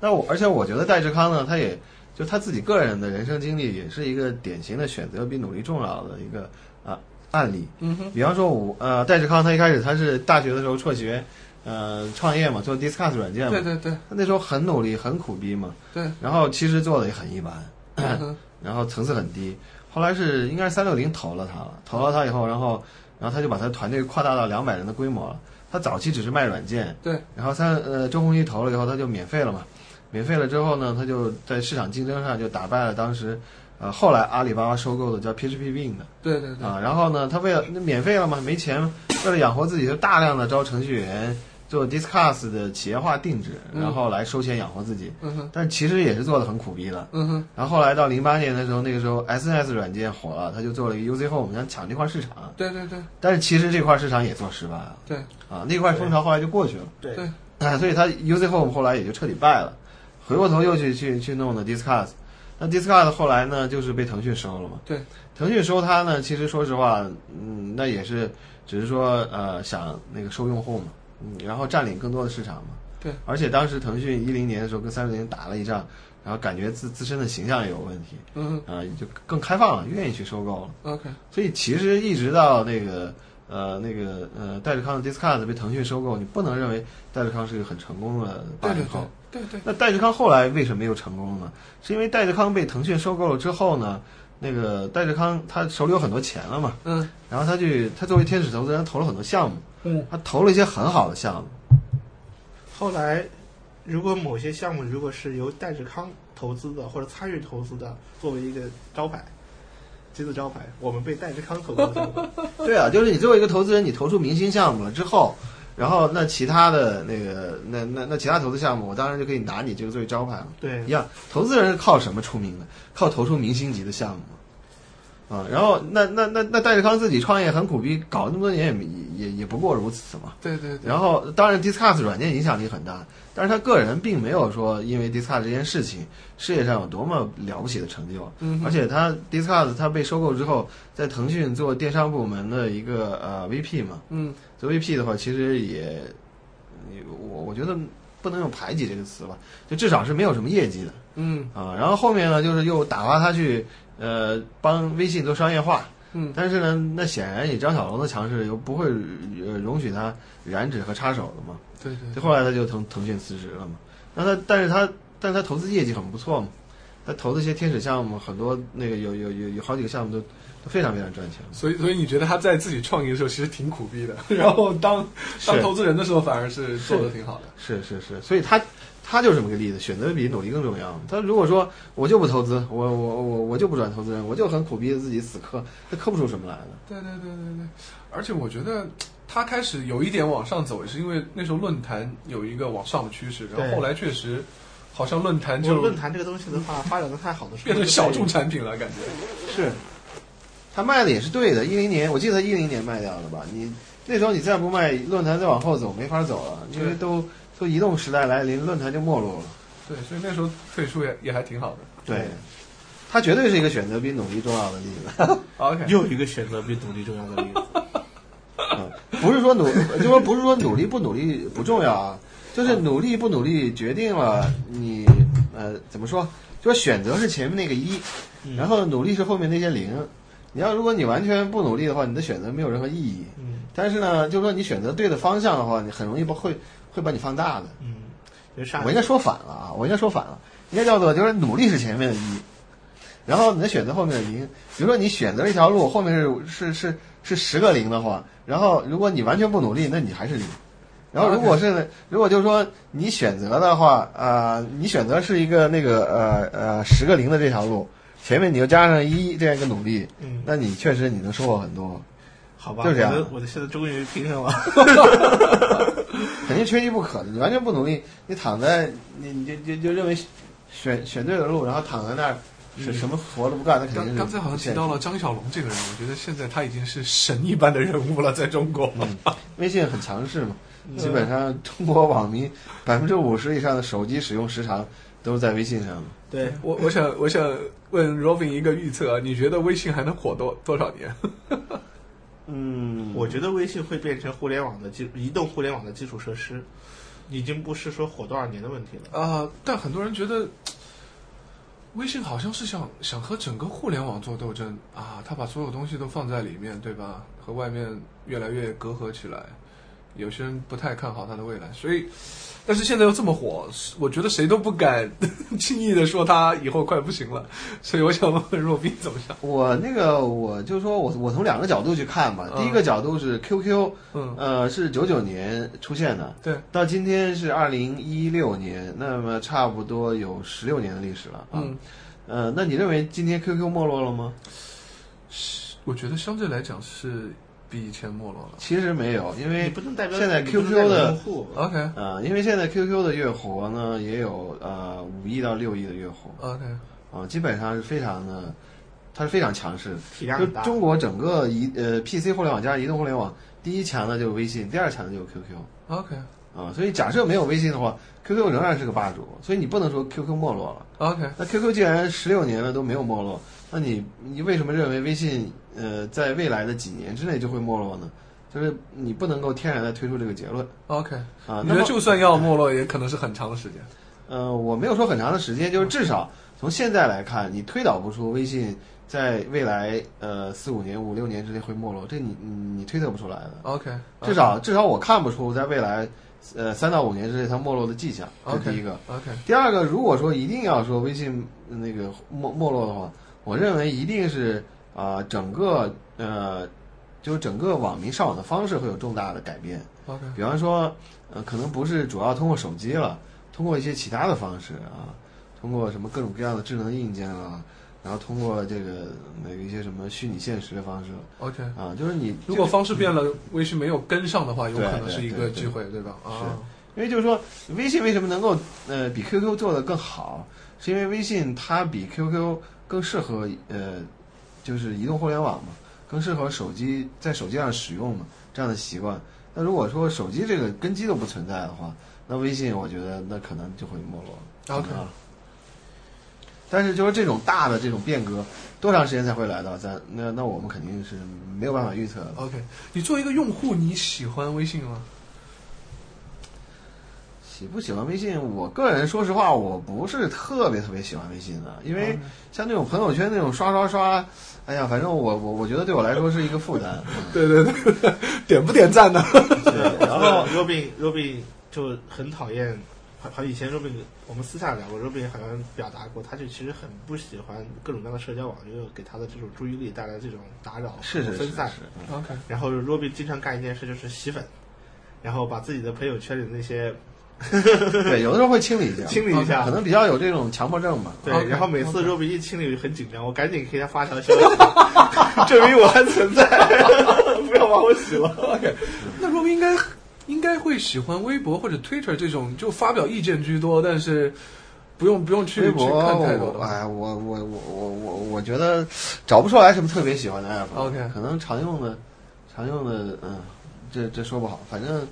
[SPEAKER 3] 那我而且我觉得戴志康呢，他也就他自己个人的人生经历，也是一个典型的选择比努力重要的一个啊案例。
[SPEAKER 4] 嗯哼，
[SPEAKER 3] 比方说我呃戴志康，他一开始他是大学的时候辍学，呃创业嘛，做 Discuss 软件嘛，
[SPEAKER 4] 对对对
[SPEAKER 3] 他那时候很努力，很苦逼嘛，
[SPEAKER 4] 对，
[SPEAKER 3] 然后其实做的也很一般。
[SPEAKER 4] 嗯哼，
[SPEAKER 3] 然后层次很低。后来是应该是三六零投了他了，投了他以后，然后然后他就把他团队扩大到两百人的规模了。他早期只是卖软件，
[SPEAKER 4] 对，
[SPEAKER 3] 然后三呃周鸿祎投了以后，他就免费了嘛，免费了之后呢，他就在市场竞争上就打败了当时呃后来阿里巴巴收购的叫 PHP Win 的
[SPEAKER 4] 对对对，
[SPEAKER 3] 啊，然后呢，他为了那免费了嘛，没钱，为了养活自己，就大量的招程序员，做 Discuss 的企业化定制，
[SPEAKER 4] 嗯
[SPEAKER 3] 然后来收钱养活自己。
[SPEAKER 4] 嗯哼，
[SPEAKER 3] 但其实也是做的很苦逼的。
[SPEAKER 4] 嗯哼，
[SPEAKER 3] 然后后来到零八年的时候，那个时候 SNS 软件火了，他就做了一个 UZ Home，想抢这块市场。
[SPEAKER 4] 对对对
[SPEAKER 3] 但是其实这块市场也做失败了
[SPEAKER 4] 对，
[SPEAKER 3] 啊，那块风潮后来就过去了。
[SPEAKER 2] 对
[SPEAKER 4] 对
[SPEAKER 3] 哎，所以他 UZ Home 后来也就彻底败了，回过头又去去去弄的 Discuss，那 Discuss 后来呢就是被腾讯收了嘛。
[SPEAKER 4] 对，
[SPEAKER 3] 腾讯收它呢，其实说实话，嗯，那也是只是说呃想那个收用户嘛，嗯，然后占领更多的市场嘛。
[SPEAKER 4] 对，
[SPEAKER 3] 而且当时腾讯一零年的时候跟三六零打了一仗，然后感觉自自身的形象也有问题，
[SPEAKER 4] 嗯
[SPEAKER 3] 啊、就更开放了，愿意去收购了。
[SPEAKER 4] 哼，OK，
[SPEAKER 3] 所以其实一直到那个呃那个呃戴志康的 Discuss 被腾讯收购，你不能认为戴志康是个很成功的八
[SPEAKER 4] 对对
[SPEAKER 3] 零后。
[SPEAKER 4] 对对对，
[SPEAKER 3] 那戴志康后来为什么又成功了呢？是因为戴志康被腾讯收购了之后呢，那个戴志康他手里有很多钱了嘛，
[SPEAKER 4] 嗯
[SPEAKER 3] 然后他去他作为天使投资人投了很多项目，
[SPEAKER 2] 嗯，
[SPEAKER 3] 他投了一些很好的项目，
[SPEAKER 2] 后来如果某些项目如果是由戴志康投资的或者参与投资的，作为一个招牌。金字招牌，我们被戴志康投资的，
[SPEAKER 3] 对啊，就是你作为一个投资人，你投出明星项目了之后，然后那其他的那个那那那其他投资项目，我当然就可以拿你这个作为招牌了。
[SPEAKER 2] 对
[SPEAKER 3] 一，样，投资人是靠什么出名的？靠投出明星级的项目嘛啊。然后那那那那戴志康自己创业很苦逼，搞了那么多年也没也也也不过如此嘛。
[SPEAKER 4] 对对对，
[SPEAKER 3] 然后当然，Discuss 软件影响力很大，但是他个人并没有说因为 Discuss 这件事情事业上有多么了不起的成就，
[SPEAKER 4] 嗯哼
[SPEAKER 3] 而且他 Discuss 他被收购之后，在腾讯做电商部门的一个呃 VP 嘛，
[SPEAKER 4] 嗯
[SPEAKER 3] 做 VP 的话，其实也，也我我觉得不能用排挤这个词吧，就至少是没有什么业绩的。
[SPEAKER 4] 嗯
[SPEAKER 3] 啊，然后后面呢，就是又打发他去呃帮微信做商业化，
[SPEAKER 4] 嗯
[SPEAKER 3] 但是呢，那显然以张小龙的强势，又不会呃容许他染指和插手的嘛。
[SPEAKER 4] 对对
[SPEAKER 3] 就
[SPEAKER 4] 对，
[SPEAKER 3] 后来他就腾腾讯辞职了嘛。那他但是他但是他投资业绩很不错嘛，他投的一些天使项目，很多那个有有有有好几个项目都都非常非常赚钱。
[SPEAKER 5] 所以，所以你觉得他在自己创业的时候其实挺苦逼的， 然后当当
[SPEAKER 3] 是
[SPEAKER 5] 投资人的时候反而是做的挺好的。
[SPEAKER 3] 是是是，所以他他就是这么个例子，选择比努力更重要。他如果说我就不投资，我我我我就不转投资人，我就很苦逼的自己死磕，他磕不出什么来的。
[SPEAKER 4] 对对对对对，而且我觉得他开始有一点往上走，也是因为那时候论坛有一个往上的趋势，然
[SPEAKER 2] 对
[SPEAKER 4] 后后来确实好像论坛
[SPEAKER 2] 我
[SPEAKER 4] 就
[SPEAKER 2] 论坛这个东西的话，发展的太好的时候，
[SPEAKER 5] 变成小众产品了，感觉
[SPEAKER 3] 是，他卖的也是对的。一零年，我记得他一零年卖掉的吧？你那时候你再不卖，论坛再往后走没法走了，因为
[SPEAKER 4] 对
[SPEAKER 3] 都都移动时代来临，论坛就没落了。
[SPEAKER 4] 对，所以那时候退出也也还挺好的。
[SPEAKER 3] 对，他绝对是一个选择比努力重要的例子。
[SPEAKER 4] OK，
[SPEAKER 2] 又一个选择比努力重要的例子。
[SPEAKER 3] 嗯不是说努，就说不是说努力不努力不重要啊，就是努力不努力决定了你呃怎么说，就说选择是前面那个一，然后努力是后面那些零。你要如果你完全不努力的话，你的选择没有任何意义。
[SPEAKER 2] 嗯
[SPEAKER 3] 但是呢，就说你选择对的方向的话，你很容易不会会把你放大的。
[SPEAKER 2] 嗯，就啥
[SPEAKER 3] 我应该说反了啊，我应该说反了，应该叫做就是努力是前面的一，然后你的选择后面的零。比如说你选择了一条路，后面是是是是十个零的话，然后如果你完全不努力，那你还是零。然后如果是如果就是说你选择的话，呃，你选择是一个那个呃呃十个零的这条路，前面你又加上一这样一个努力，
[SPEAKER 2] 嗯
[SPEAKER 3] 那你确实你能收获很多，
[SPEAKER 2] 好吧，
[SPEAKER 3] 就这样
[SPEAKER 2] 我的我的现在终于平衡了。
[SPEAKER 3] 肯定缺一不可的。你完全不努力，你躺在你你就就就认为选选对了路，然后躺在那儿什什么活都不干，那肯定
[SPEAKER 5] 嗯刚
[SPEAKER 3] 是
[SPEAKER 5] 刚才好像提到
[SPEAKER 3] 不
[SPEAKER 5] 了张小龙这个人，我觉得现在他已经是神一般的人物了，在中国。
[SPEAKER 2] 嗯
[SPEAKER 3] 现实微信很强势嘛，
[SPEAKER 5] 嗯
[SPEAKER 3] 基本上中国网民百分之五十以上的手机使用时长都是在微信上的。
[SPEAKER 2] 对，
[SPEAKER 5] 我我想我想问 Robin 一个预测，啊你觉得微信还能火多多少年？
[SPEAKER 3] 嗯
[SPEAKER 2] 我觉得微信会变成互联网的基移动互联网的基础设施，已经不是说火多少年的问题了。
[SPEAKER 4] 啊，但很多人觉得微信好像是想想和整个互联网做斗争啊，他把所有东西都放在里面，对吧？和外面越来越隔阂起来，有些人不太看好它的未来，所以。但是现在又这么火，我觉得谁都不敢 轻易的说他以后快不行了，所以我想问问若冰怎么想？
[SPEAKER 3] 我那个我就说我我从两个角度去看吧，
[SPEAKER 4] 嗯
[SPEAKER 3] 第一个角度是 QQ，
[SPEAKER 4] 嗯
[SPEAKER 3] 呃是九九年出现的，
[SPEAKER 4] 对，
[SPEAKER 3] 到今天是二零一六年，那么差不多有十六年的历史了啊。
[SPEAKER 4] 嗯，
[SPEAKER 3] 呃，那你认为今天 QQ 没落了吗？
[SPEAKER 4] 我觉得相对来讲是比以前没落了。
[SPEAKER 3] 其实没有，因
[SPEAKER 2] 你
[SPEAKER 3] 为
[SPEAKER 2] 不能代表
[SPEAKER 3] 现在
[SPEAKER 2] 你不能
[SPEAKER 3] QQ
[SPEAKER 2] 代表
[SPEAKER 3] 的
[SPEAKER 2] 用户
[SPEAKER 4] OK
[SPEAKER 3] 啊、因为现在 QQ 的月活呢也有呃五亿到六亿的月活
[SPEAKER 4] OK，
[SPEAKER 3] 啊、基本上是非常的，它是非常强势的。
[SPEAKER 2] 体量
[SPEAKER 3] 就
[SPEAKER 2] 很大，
[SPEAKER 3] 中国整个移呃 PC 互联网加移动互联网，第一强的就是微信，第二强的就是 QQ
[SPEAKER 4] OK
[SPEAKER 3] 啊、所以假设没有微信的话，QQ 仍然是个霸主，所以你不能说 QQ 没落了。
[SPEAKER 4] OK，
[SPEAKER 3] 那 QQ 既然十六年了都没有没落，那你你为什么认为微信呃在未来的几年之内就会没落呢？就是你不能够天然的推出这个结论
[SPEAKER 4] OK，
[SPEAKER 3] 啊。那
[SPEAKER 4] 你觉
[SPEAKER 3] 么
[SPEAKER 4] 得就算要没落，也可能是很长的时间。
[SPEAKER 3] 呃，我没有说很长的时间，就是至少从现在来看，你推导不出微信在未来呃四五年、五六年之内会没落，这你你你推测不出来的。
[SPEAKER 4] OK，
[SPEAKER 3] 至
[SPEAKER 4] 嗯
[SPEAKER 3] 少至少我看不出在未来呃三到五年之内它没落的迹象。这是
[SPEAKER 4] OK
[SPEAKER 3] 第一个。
[SPEAKER 4] OK
[SPEAKER 3] 第二个，如果说一定要说微信呃那个没没落的话，我认为一定是啊、整个呃，就是整个网民上网的方式会有重大的改变。
[SPEAKER 4] OK
[SPEAKER 3] 比方说，呃，可能不是主要通过手机了，通过一些其他的方式啊，通过什么各种各样的智能硬件啊，然后通过这个那个一些什么虚拟现实的方式
[SPEAKER 4] OK，
[SPEAKER 3] 啊，就是你
[SPEAKER 4] 如果方式变了，微信没有跟上的话，有
[SPEAKER 3] 对
[SPEAKER 4] 可能
[SPEAKER 3] 对
[SPEAKER 4] 是一
[SPEAKER 3] 对
[SPEAKER 4] 个
[SPEAKER 3] 对
[SPEAKER 4] 机会，对吧？啊
[SPEAKER 3] 因为就是说，微信为什么能够呃比 QQ 做的更好，是因为微信它比 QQ 更适合呃，就是移动互联网嘛，更适合手机在手机上使用嘛这样的习惯。那如果说手机这个根基都不存在的话，那微信我觉得那可能就会没落了。
[SPEAKER 4] OK
[SPEAKER 3] 啊但是就是这种大的这种变革，多长时间才会来到？咱那那我们肯定是没有办法预测的。
[SPEAKER 4] OK，你作为一个用户，你喜欢微信吗？
[SPEAKER 3] 喜不喜欢微信？我个人说实话，我不是特别特别喜欢微信的，因为像那种朋友圈那种刷刷刷，哎呀，反正我我我觉得对我来说是一个负担。
[SPEAKER 5] 对对对对，点不点赞呢？
[SPEAKER 3] 对，然后
[SPEAKER 2] Robin Robin 就很讨厌，好好以前 Robin 我们私下聊过，Robin 好像表达过，他就其实很不喜欢各种各样的社交网络给他的这种注意力带来这种打扰
[SPEAKER 3] 是
[SPEAKER 2] 和
[SPEAKER 3] 是是
[SPEAKER 2] 分
[SPEAKER 3] 是
[SPEAKER 2] 散。，
[SPEAKER 3] 嗯
[SPEAKER 4] OK
[SPEAKER 2] 然后 Robin 经常干一件事就是洗粉，然后把自己的朋友圈里的那些
[SPEAKER 3] 对，有的时候会清理一下，啊
[SPEAKER 2] 清理一下
[SPEAKER 3] 可。能比较有这种强迫症吧。
[SPEAKER 2] 对
[SPEAKER 4] OK，
[SPEAKER 2] 然后每次
[SPEAKER 4] OK
[SPEAKER 2] Robin 一清理就很紧张，我赶紧给他发条消息， 证明我还存在，不要把我洗了。
[SPEAKER 4] OK，那若冰应该应该会喜欢微博或者 Twitter 这种就发表意见居多，但是不用不用去
[SPEAKER 3] 微
[SPEAKER 4] 去
[SPEAKER 3] 博，
[SPEAKER 4] 看太
[SPEAKER 3] 我
[SPEAKER 4] 多的。
[SPEAKER 3] 哎，我我我我我我觉得找不出来什么特别喜欢的 app。
[SPEAKER 4] OK
[SPEAKER 3] 可能常用的，常用的，嗯，这这说不好，反正，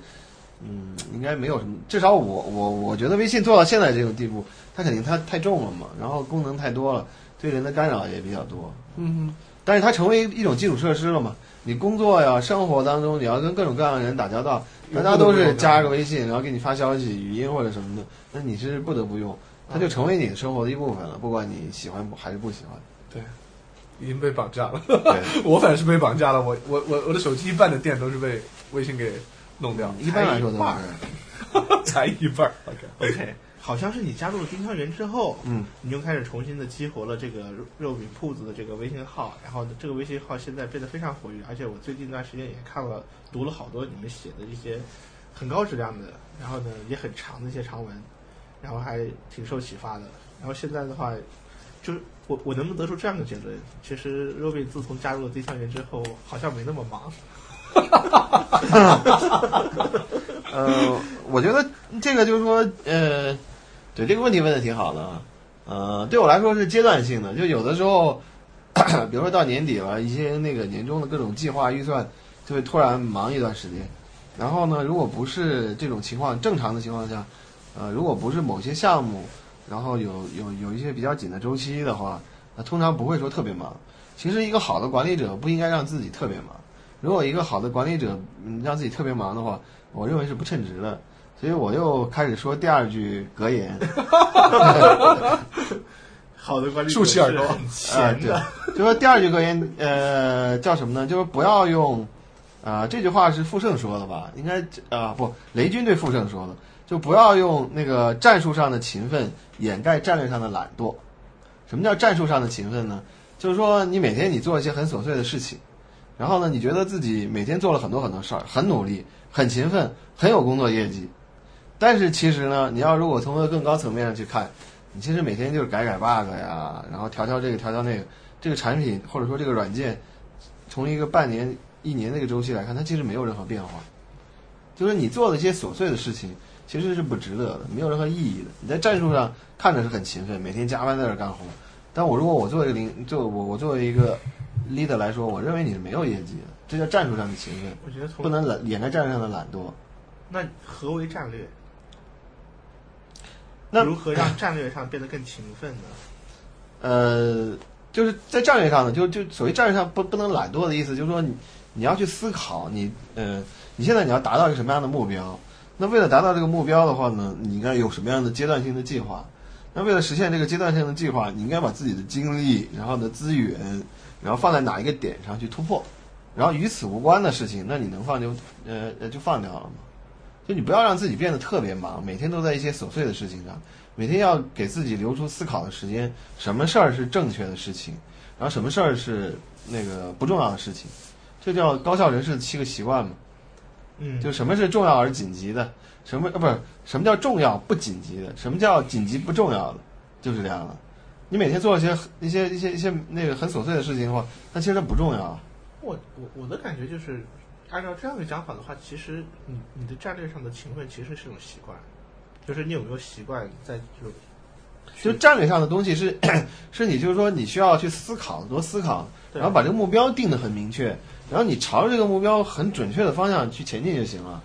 [SPEAKER 3] 嗯，应该没有什么。至少我我我觉得微信做到现在这种地步，它肯定它太重了嘛，然后功能太多了，对人的干扰也比较多。
[SPEAKER 4] 嗯
[SPEAKER 3] 但是它成为一种基础设施了嘛？你工作呀、生活当中，你要跟各种各样的人打交道，大家都是加个微信，然后给你发消息、语音或者什么的，那你是不得不用，它就成为你的生活的一部分了，不管你喜欢还是不喜 欢。
[SPEAKER 4] 已经被绑架了，
[SPEAKER 3] 对，
[SPEAKER 4] 我反正是被绑架了。我我我我的手机一半的电都是被微信给弄掉，
[SPEAKER 3] 一般来说都是
[SPEAKER 2] 才
[SPEAKER 5] 才一
[SPEAKER 2] 一半儿。
[SPEAKER 5] 半儿。OK，
[SPEAKER 2] OK，好 像是你加入了丁香园之后，
[SPEAKER 3] 嗯，
[SPEAKER 2] 你就开始重新的激活了这个肉肉饼铺子的这个微信号，然后这个微信号现在变得非常活跃，而且我最近一段时间也看了读了好多你们写的一些很高质量的，然后呢也很长的一些长文，然后还挺受启发的。然后现在的话，就是我我能不能得出这样的结论？其实肉饼自从加入了丁香园之后，好像没那么忙。
[SPEAKER 3] 呃，我觉得这个就是说，呃，对这个问题问的挺好的啊。呃，对我来说是阶段性的，就有的时候， 比如说到年底了，一些那个年终的各种计划预算就会突然忙一段时间。然后呢，如果不是这种情况正常的情况下，呃，如果不是某些项目，然后有有有一些比较紧的周期的话，那通常不会说特别忙。其实一个好的管理者不应该让自己特别忙。如果一个好的管理者嗯让自己特别忙的话，我认为是不称职的，所以我又开始说第二句格言，
[SPEAKER 2] 好的管理者
[SPEAKER 5] 竖起耳朵哎
[SPEAKER 2] 是很
[SPEAKER 3] 啊，
[SPEAKER 2] 闲
[SPEAKER 3] 对
[SPEAKER 2] 的，，
[SPEAKER 3] 就说第二句格言，呃，叫什么呢？就是不要用，啊、这句话是傅盛说的吧？应该啊、不，雷军对傅盛说的，就不要用那个战术上的勤奋掩盖战略上的懒惰。什么叫战术上的勤奋呢？就是说你每天你做一些很琐碎的事情，然后呢，你觉得自己每天做了很多很多事儿，很努力，很勤奋，很有工作业绩，但是其实呢，你要如果从一个更高层面上去看。你其实每天就是改改 bug 呀，然后调调这个调调那个，这个产品或者说这个软件，从一个半年一年这个周期来看，它其实没有任何变化。就是你做的一些琐碎的事情，其实是不值得的，没有任何意义的。你在战术上看着是很勤奋，每天加班在这儿干活，但我如果我作为一个领，就我我作为一个 leader 来说，我认为你是没有业绩的，这叫战术上的勤奋，
[SPEAKER 2] 我觉得从
[SPEAKER 3] 不能懒掩盖战术上的懒惰。
[SPEAKER 2] 那何为战略？
[SPEAKER 3] 那
[SPEAKER 2] 如何让战略上变得更勤奋呢？
[SPEAKER 3] 呃，就是在战略上呢，就就所谓战略上不不能懒惰的意思，就是说你你要去思考你呃，你现在你要达到一个什么样的目标？那为了达到这个目标的话呢，你应该有什么样的阶段性的计划？那为了实现这个阶段性的计划，你应该把自己的精力，然后呢资源，然后放在哪一个点上去突破？然后与此无关的事情，那你能放就呃呃就放掉了嘛？就你不要让自己变得特别忙，每天都在一些琐碎的事情上，每天要给自己留出思考的时间，什么事儿是正确的事情，然后什么事儿是那个不重要的事情，这叫高效人士的七个习惯嘛。
[SPEAKER 2] 嗯，
[SPEAKER 3] 就什么是重要而紧急的，什么呃不是什么叫重要不紧急的，什么叫紧急不重要的，就是这样的。你每天做一些一些一些一些那个很琐碎的事情的话，那其实它不重要啊。
[SPEAKER 2] 我我我的感觉就是，按照这样的讲法的话，其实你你的战略上的勤奋其实是一种习惯，就是你有没有习惯在就
[SPEAKER 3] 就战略上的东西是 是你就是说你需要去思考，多思考，
[SPEAKER 2] 对
[SPEAKER 3] 然后把这个目标定得很明确，然后你朝着这个目标很准确的方向去前进就行了。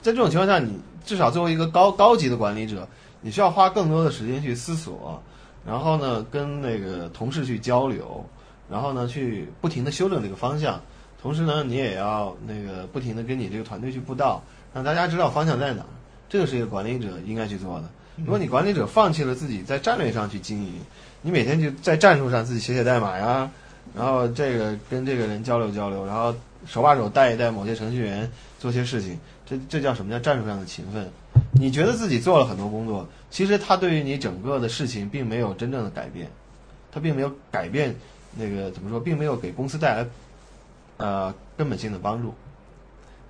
[SPEAKER 3] 在这种情况下，你至少作为一个高高级的管理者，你需要花更多的时间去思索，然后呢跟那个同事去交流，然后呢去不停的修正这个方向，同时呢你也要那个不停的跟你这个团队去布道，让大家知道方向在哪儿。这个是一个管理者应该去做的。如果你管理者放弃了自己在战略上去经营，你每天就在战术上自己写写代码呀，然后这个跟这个人交流交流，然后手把手带一带某些程序员做些事情，这这叫什么叫战术上的勤奋？你觉得自己做了很多工作，其实他对于你整个的事情并没有真正的改变，他并没有改变那个怎么说，并没有给公司带来呃根本性的帮助。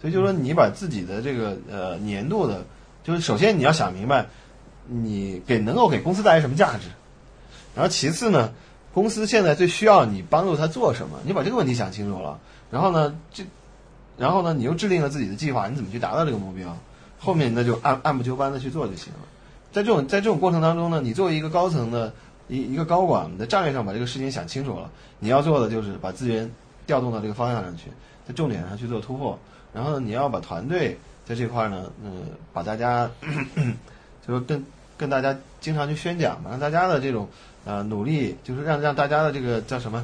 [SPEAKER 3] 所以就是说，你把自己的这个呃年度的，就是首先你要想明白，你给能够给公司带来什么价值，然后其次呢，公司现在最需要你帮助他做什么，你把这个问题想清楚了，然后呢，这，然后呢，你又制定了自己的计划，你怎么去达到这个目标，后面那就按按部就班的去做就行了。在这种在这种过程当中呢，你作为一个高层的一一个高管，你的战略上把这个事情想清楚了，你要做的就是把资源调动到这个方向上去，在重点上去做突破，然后呢，你要把团队在这块儿呢，嗯、把大家就是更跟大家经常去宣讲嘛，让大家的这种呃努力，就是让让大家的这个叫什么，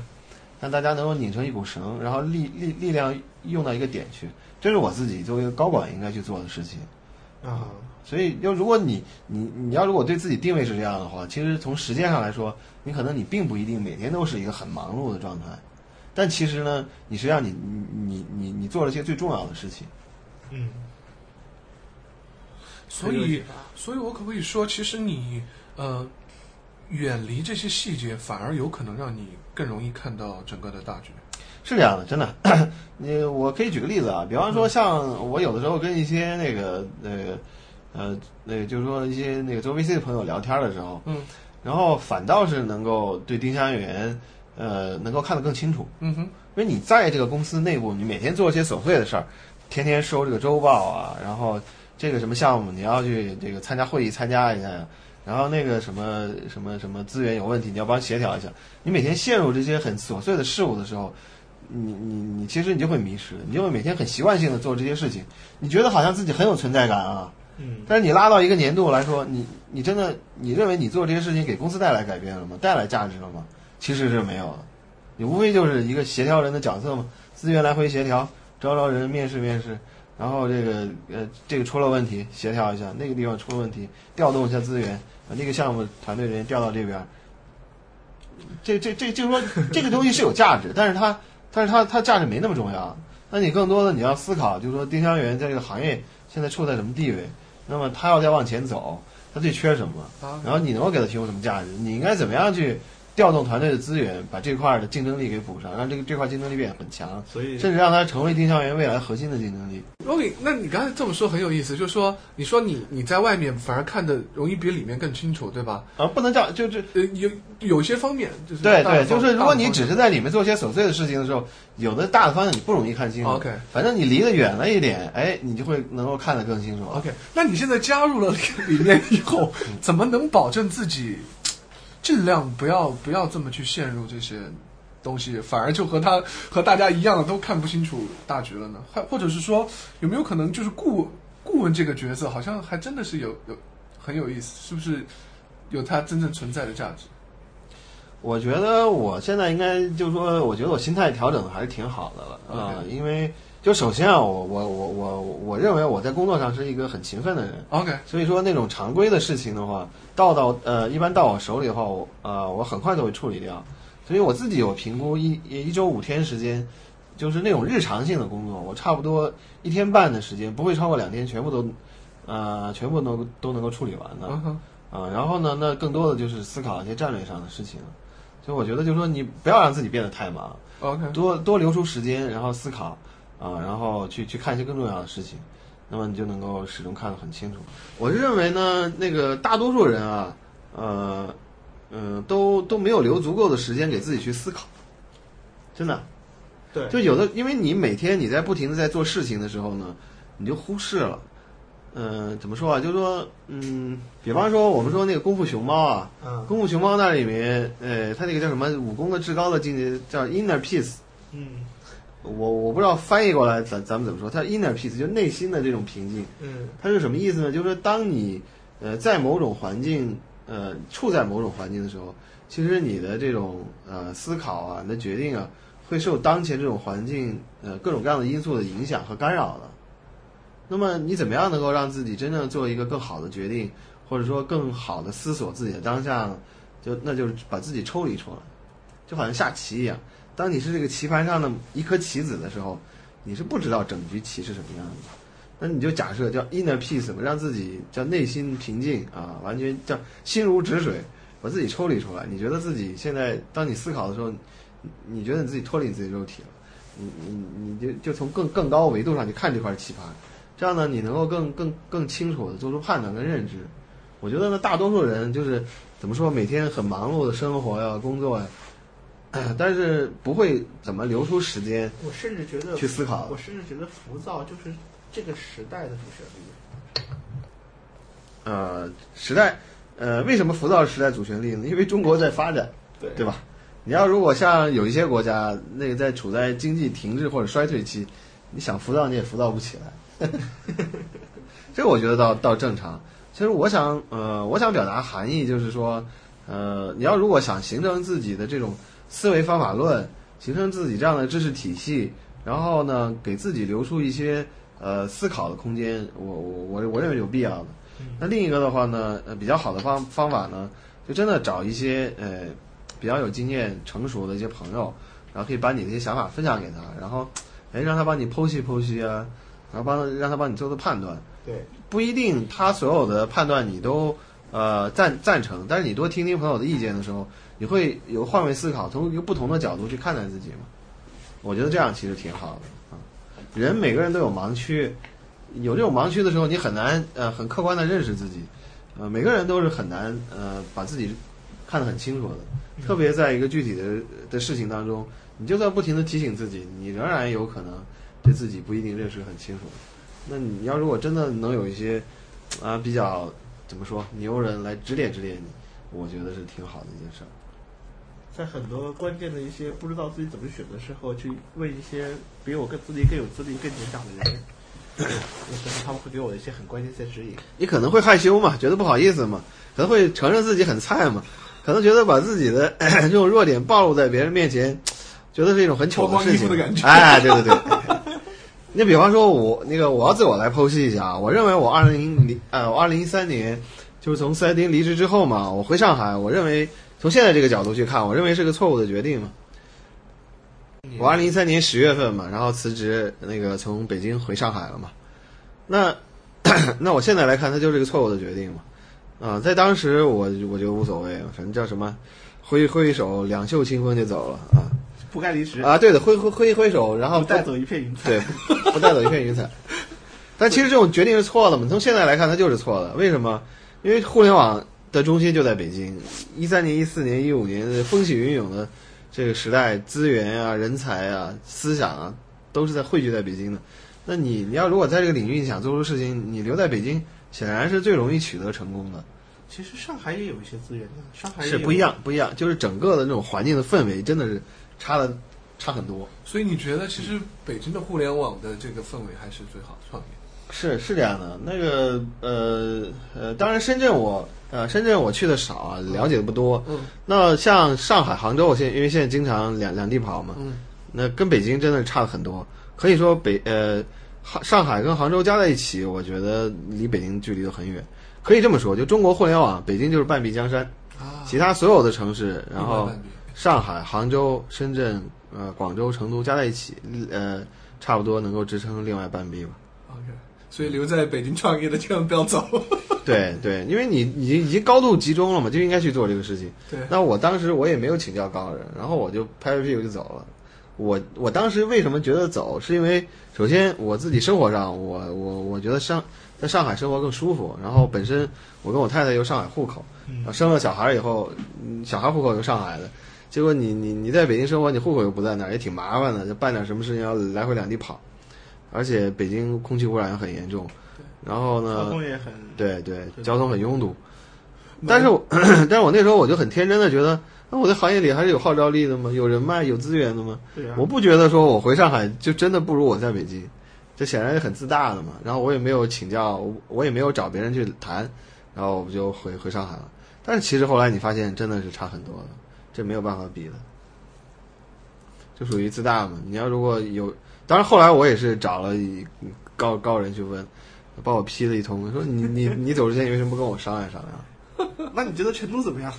[SPEAKER 3] 让大家能够拧成一股绳，然后力力力量用到一个点去，这是我自己作为一个高管应该去做的事情。
[SPEAKER 2] 啊、
[SPEAKER 3] 所以，就如果你你你要如果对自己定位是这样的话，其实从时间上来说，你可能你并不一定每天都是一个很忙碌的状态，但其实呢，你实际上你你你你你做了一些最重要的事情。
[SPEAKER 2] 嗯，
[SPEAKER 4] 所
[SPEAKER 2] 这就是
[SPEAKER 4] 以
[SPEAKER 2] 解，法
[SPEAKER 4] 所以我可不可以说，其实你呃，远离这些细节，反而有可能让你更容易看到整个的大局。
[SPEAKER 3] 是这样的，真的。 你我可以举个例子啊，比方说像我有的时候跟一些那个那个呃那个就是说一些那个做 VC 的朋友聊天的时候，
[SPEAKER 4] 嗯，
[SPEAKER 3] 然后反倒是能够对丁香园呃能够看得更清楚，
[SPEAKER 4] 嗯哼，
[SPEAKER 3] 因为你在这个公司内部，你每天做一些琐碎的事儿，天天收这个周报啊，然后这个什么项目你要去这个参加会议参加一下呀，然后那个什么什么什么资源有问题，你要帮协调一下。你每天陷入这些很琐碎的事物的时候，你你你其实你就会迷失，你就会每天很习惯性的做这些事情，你觉得好像自己很有存在感啊，
[SPEAKER 2] 嗯，
[SPEAKER 3] 但是你拉到一个年度来说，你你真的你认为你做这些事情给公司带来改变了吗？带来价值了吗？其实是没有的，你无非就是一个协调人的角色嘛，资源来回协调，招招人面试面试，然后这个呃这个出了问题协调一下，那个地方出了问题调动一下资源，把那个项目团队人调到这边儿，这这这就是说这个东西是有价值，但是它但是它它价值没那么重要，那你更多的你要思考，就是说丁香园在这个行业现在处在什么地位。那么他要再往前走，他最缺什么？
[SPEAKER 4] 啊，
[SPEAKER 3] 然后你能够给他提供什么价值？你应该怎么样去调动团队的资源，把这块儿的竞争力给补上，让这个这块竞争力变得很强，
[SPEAKER 2] 所以
[SPEAKER 3] 甚至让它成为丁香园未来核心的竞争力。
[SPEAKER 4] o k 那你刚才这么说很有意思，就是说，你说你你在外面反而看的容易比里面更清楚，对吧？
[SPEAKER 3] 而啊不能叫就就
[SPEAKER 4] 呃，有有些方面就是
[SPEAKER 3] 对
[SPEAKER 4] 大的
[SPEAKER 3] 对，
[SPEAKER 4] 方
[SPEAKER 3] 就是如果你只
[SPEAKER 4] 大的
[SPEAKER 3] 是在里面做一些琐碎的事情的时候，有的大的方向你不容易看清楚。
[SPEAKER 4] OK
[SPEAKER 3] 反正你离得远了一点，哎，你就会能够看得更清楚。
[SPEAKER 4] 方向 OK，那你现在加入了里面以后，怎么能保证自己尽量不要不要这么去陷入这些东西，反而就和他和大家一样都看不清楚大局了呢？还或者是说，有没有可能就是顾顾问这个角色好像还真的是有有很有意思，是不是有它真正存在的价值？
[SPEAKER 3] 我觉得我现在应该就是说，我觉得我心态调整的还是挺好的了啊、
[SPEAKER 4] OK
[SPEAKER 3] 因为就首先啊，我我我我我认为我在工作上是一个很勤奋的人，
[SPEAKER 4] OK，
[SPEAKER 3] 所以说那种常规的事情的话，到到呃一般到我手里的话，我呃我很快就会处理掉。所以我自己有评估一一周五天时间，就是那种日常性的工作，我差不多一天半的时间，不会超过两天，全部都呃全部能够都能够处理完的。
[SPEAKER 4] 嗯哼，
[SPEAKER 3] 啊，然后呢，那更多的就是思考一些战略上的事情了。所以我觉得，就是说你不要让自己变得太忙，
[SPEAKER 4] OK，
[SPEAKER 3] 多多留出时间，然后思考啊，然后去去看一些更重要的事情，那么你就能够始终看得很清楚。我是认为呢，那个大多数人啊，呃，嗯、都都没有留足够的时间给自己去思考，真的。
[SPEAKER 2] 对
[SPEAKER 3] 就有的，因为你每天你在不停的在做事情的时候呢，你就忽视了。嗯、怎么说啊？就是说，嗯，比方说我们说那个《功夫熊猫》啊，《
[SPEAKER 2] 嗯
[SPEAKER 3] 功夫熊猫》那里面，呃，它那个叫什么武功的至高的境界叫 inner peace，
[SPEAKER 2] 嗯
[SPEAKER 3] 我我不知道翻译过来咱咱们怎么说，它 inner peace 就内心的这种平静。
[SPEAKER 2] 嗯
[SPEAKER 3] 它是什么意思呢？就是说，当你呃在某种环境呃处在某种环境的时候，其实你的这种呃思考啊、你的决定啊，会受当前这种环境呃各种各样的因素的影响和干扰的。那么你怎么样能够让自己真正做一个更好的决定，或者说更好的思索自己的当下呢？就那就是把自己抽离出来，就好像下棋一样。当你是这个棋盘上的一颗棋子的时候，你是不知道整局棋是什么样的。那你就假设叫 inner peace 嘛，让自己叫内心平静啊，完全叫心如止水，把自己抽离出来。你觉得自己现在，当你思考的时候，你你觉得你自己脱离你自己肉体了，你你你就就从更更高维度上去看这块棋盘，这样呢，你能够更更更清楚的做出判断跟认知。我觉得呢，大多数人就是怎么说，每天很忙碌的生活呀、工作呀， 但是不会怎么留出时间
[SPEAKER 2] 我甚至觉得
[SPEAKER 3] 去思考
[SPEAKER 2] 我甚至觉得浮躁就是这个时代的主旋律。
[SPEAKER 3] 呃，时代，呃，为什么浮躁是时代主旋律呢？因为中国在发展，
[SPEAKER 2] 对
[SPEAKER 3] 对吧？你要如果像有一些国家，那个在处在经济停滞或者衰退期，你想浮躁你也浮躁不起来， 这我觉得倒倒正常。其实我想，呃，我想表达含义就是说，呃，你要如果想形成自己的这种思维方法论，形成自己这样的知识体系，然后呢，给自己留出一些呃思考的空间，我我我我认为有必要的。那另一个的话呢，呃，比较好的方方法呢，就真的找一些呃比较有经验、成熟的一些朋友，然后可以把你的一些想法分享给他，然后，哎，让他帮你剖析剖析啊，然后帮他让他帮你做做判断。
[SPEAKER 2] 对，
[SPEAKER 3] 不一定他所有的判断你都呃赞赞成，但是你多听听朋友的意见的时候，你会有换位思考，从一个不同的角度去看待自己嘛。我觉得这样其实挺好的啊。人每个人都有盲区，有这种盲区的时候，你很难呃很客观的认识自己，呃每个人都是很难呃把自己看得很清楚的，特别在一个具体的的事情当中，你就算不停的提醒自己，你仍然有可能对自己不一定认识很清楚。那你要如果真的能有一些啊、比较怎么说牛人来指点指点你，我觉得是挺好的一件事儿。
[SPEAKER 2] 在很多关键的一些不知道自己怎么选的时候，去问一些比我更资历更有资历、更年长的人，有时候他们会给我一些很关键性的指引。
[SPEAKER 3] 你可能会害羞嘛，觉得不好意思嘛，可能会承认自己很菜嘛，可能觉得把自己的 这种弱点暴露在别人面前，觉得是一种很糗
[SPEAKER 5] 脱光
[SPEAKER 3] 事
[SPEAKER 5] 衣服
[SPEAKER 3] 情
[SPEAKER 5] 的感觉
[SPEAKER 3] 哎，对对对。你比方说我，那个我要自我来剖析一下啊，我认为我二零零呃，我二零一三年就是从四 S 店离职之后嘛，我回上海，我认为从现在这个角度去看，我认为是个错误的决定嘛。我二零一三年十月份嘛，然后辞职，那个从北京回上海了嘛。那 那我现在来看，它就是个错误的决定嘛。啊、在当时我我觉得无所谓，反正叫什么，挥挥一手，两袖清风就走了啊
[SPEAKER 2] 不该离职，
[SPEAKER 3] 啊！对的，挥挥挥一挥手，然后
[SPEAKER 2] 不带走一片云彩。
[SPEAKER 3] 对，不不带走一片云彩。但其实这种决定是错的嘛？从现在来看，它就是错的。为什么？因为互联网的中心就在北京。一三年、一四年、一五年的风起云涌的这个时代，资源啊、人才啊、思想啊，都是在汇聚在北京的。那你你要如果在这个领域你想做出事情，你留在北京显然是最容易取得成功的。
[SPEAKER 2] 其实上海也有一些资源的，上海也
[SPEAKER 3] 是
[SPEAKER 2] 有
[SPEAKER 3] 不一样，不一样，就是整个的那种环境的氛围真的是差的差很多。
[SPEAKER 4] 所以你觉得，其实北京的互联网的这个氛围还是最好的创业？
[SPEAKER 3] 是是这样的，那个呃呃，当然深圳我呃深圳我去的少啊，了解的不多。
[SPEAKER 4] 嗯，
[SPEAKER 3] 那像上海、杭州，我现在因为现在经常两两地跑嘛，
[SPEAKER 4] 嗯，
[SPEAKER 3] 那跟北京真的差了很多。可以说北呃杭上海跟杭州加在一起，我觉得离北京距离都很远。可以这么说，就中国互联网，北京就是半壁江山，
[SPEAKER 4] 啊，
[SPEAKER 3] 其他所有的城市，然
[SPEAKER 4] 一
[SPEAKER 3] 后
[SPEAKER 4] 般般比
[SPEAKER 3] 上海、杭州、深圳、呃广州、成都加在一起，呃，差不多能够支撑另外半壁吧。
[SPEAKER 4] OK，所以留在北京创业的千万不要走。
[SPEAKER 3] 对对，因为你已经已经高度集中了嘛，就应该去做这个事情。
[SPEAKER 4] 对
[SPEAKER 3] 那我当时我也没有请教高人，然后我就拍拍屁股就走了。我我当时为什么觉得走，是因为首先我自己生活上，我我我觉得上在上海生活更舒服，然后本身我跟我太太有上海户口，
[SPEAKER 2] 嗯
[SPEAKER 3] 啊生了小孩以后，嗯小孩户口又上海的，结果你你你在北京生活，你户口又不在那儿，也挺麻烦的，就办点什么事情要来回两地跑，而且北京空气污染很严重，然后呢，
[SPEAKER 2] 交通也很
[SPEAKER 3] 对对，
[SPEAKER 2] 对
[SPEAKER 3] 交通很拥堵。但是我， 但是我那时候我就很天真的觉得，那我在行业里还是有号召力的嘛，有人脉，有资源的嘛。
[SPEAKER 2] 对啊，
[SPEAKER 3] 我不觉得说我回上海就真的不如我在北京，这显然是很自大的嘛。然后我也没有请教，我我也没有找别人去谈，然后我就回回上海了。但是其实后来你发现真的是差很多的，这没有办法比的，就属于自大嘛。你要如果有，当然后来我也是找了一高高人去问，把我批了一通，说你你你走之前你为什么不跟我商量商量？
[SPEAKER 2] 那你觉得成都怎么样？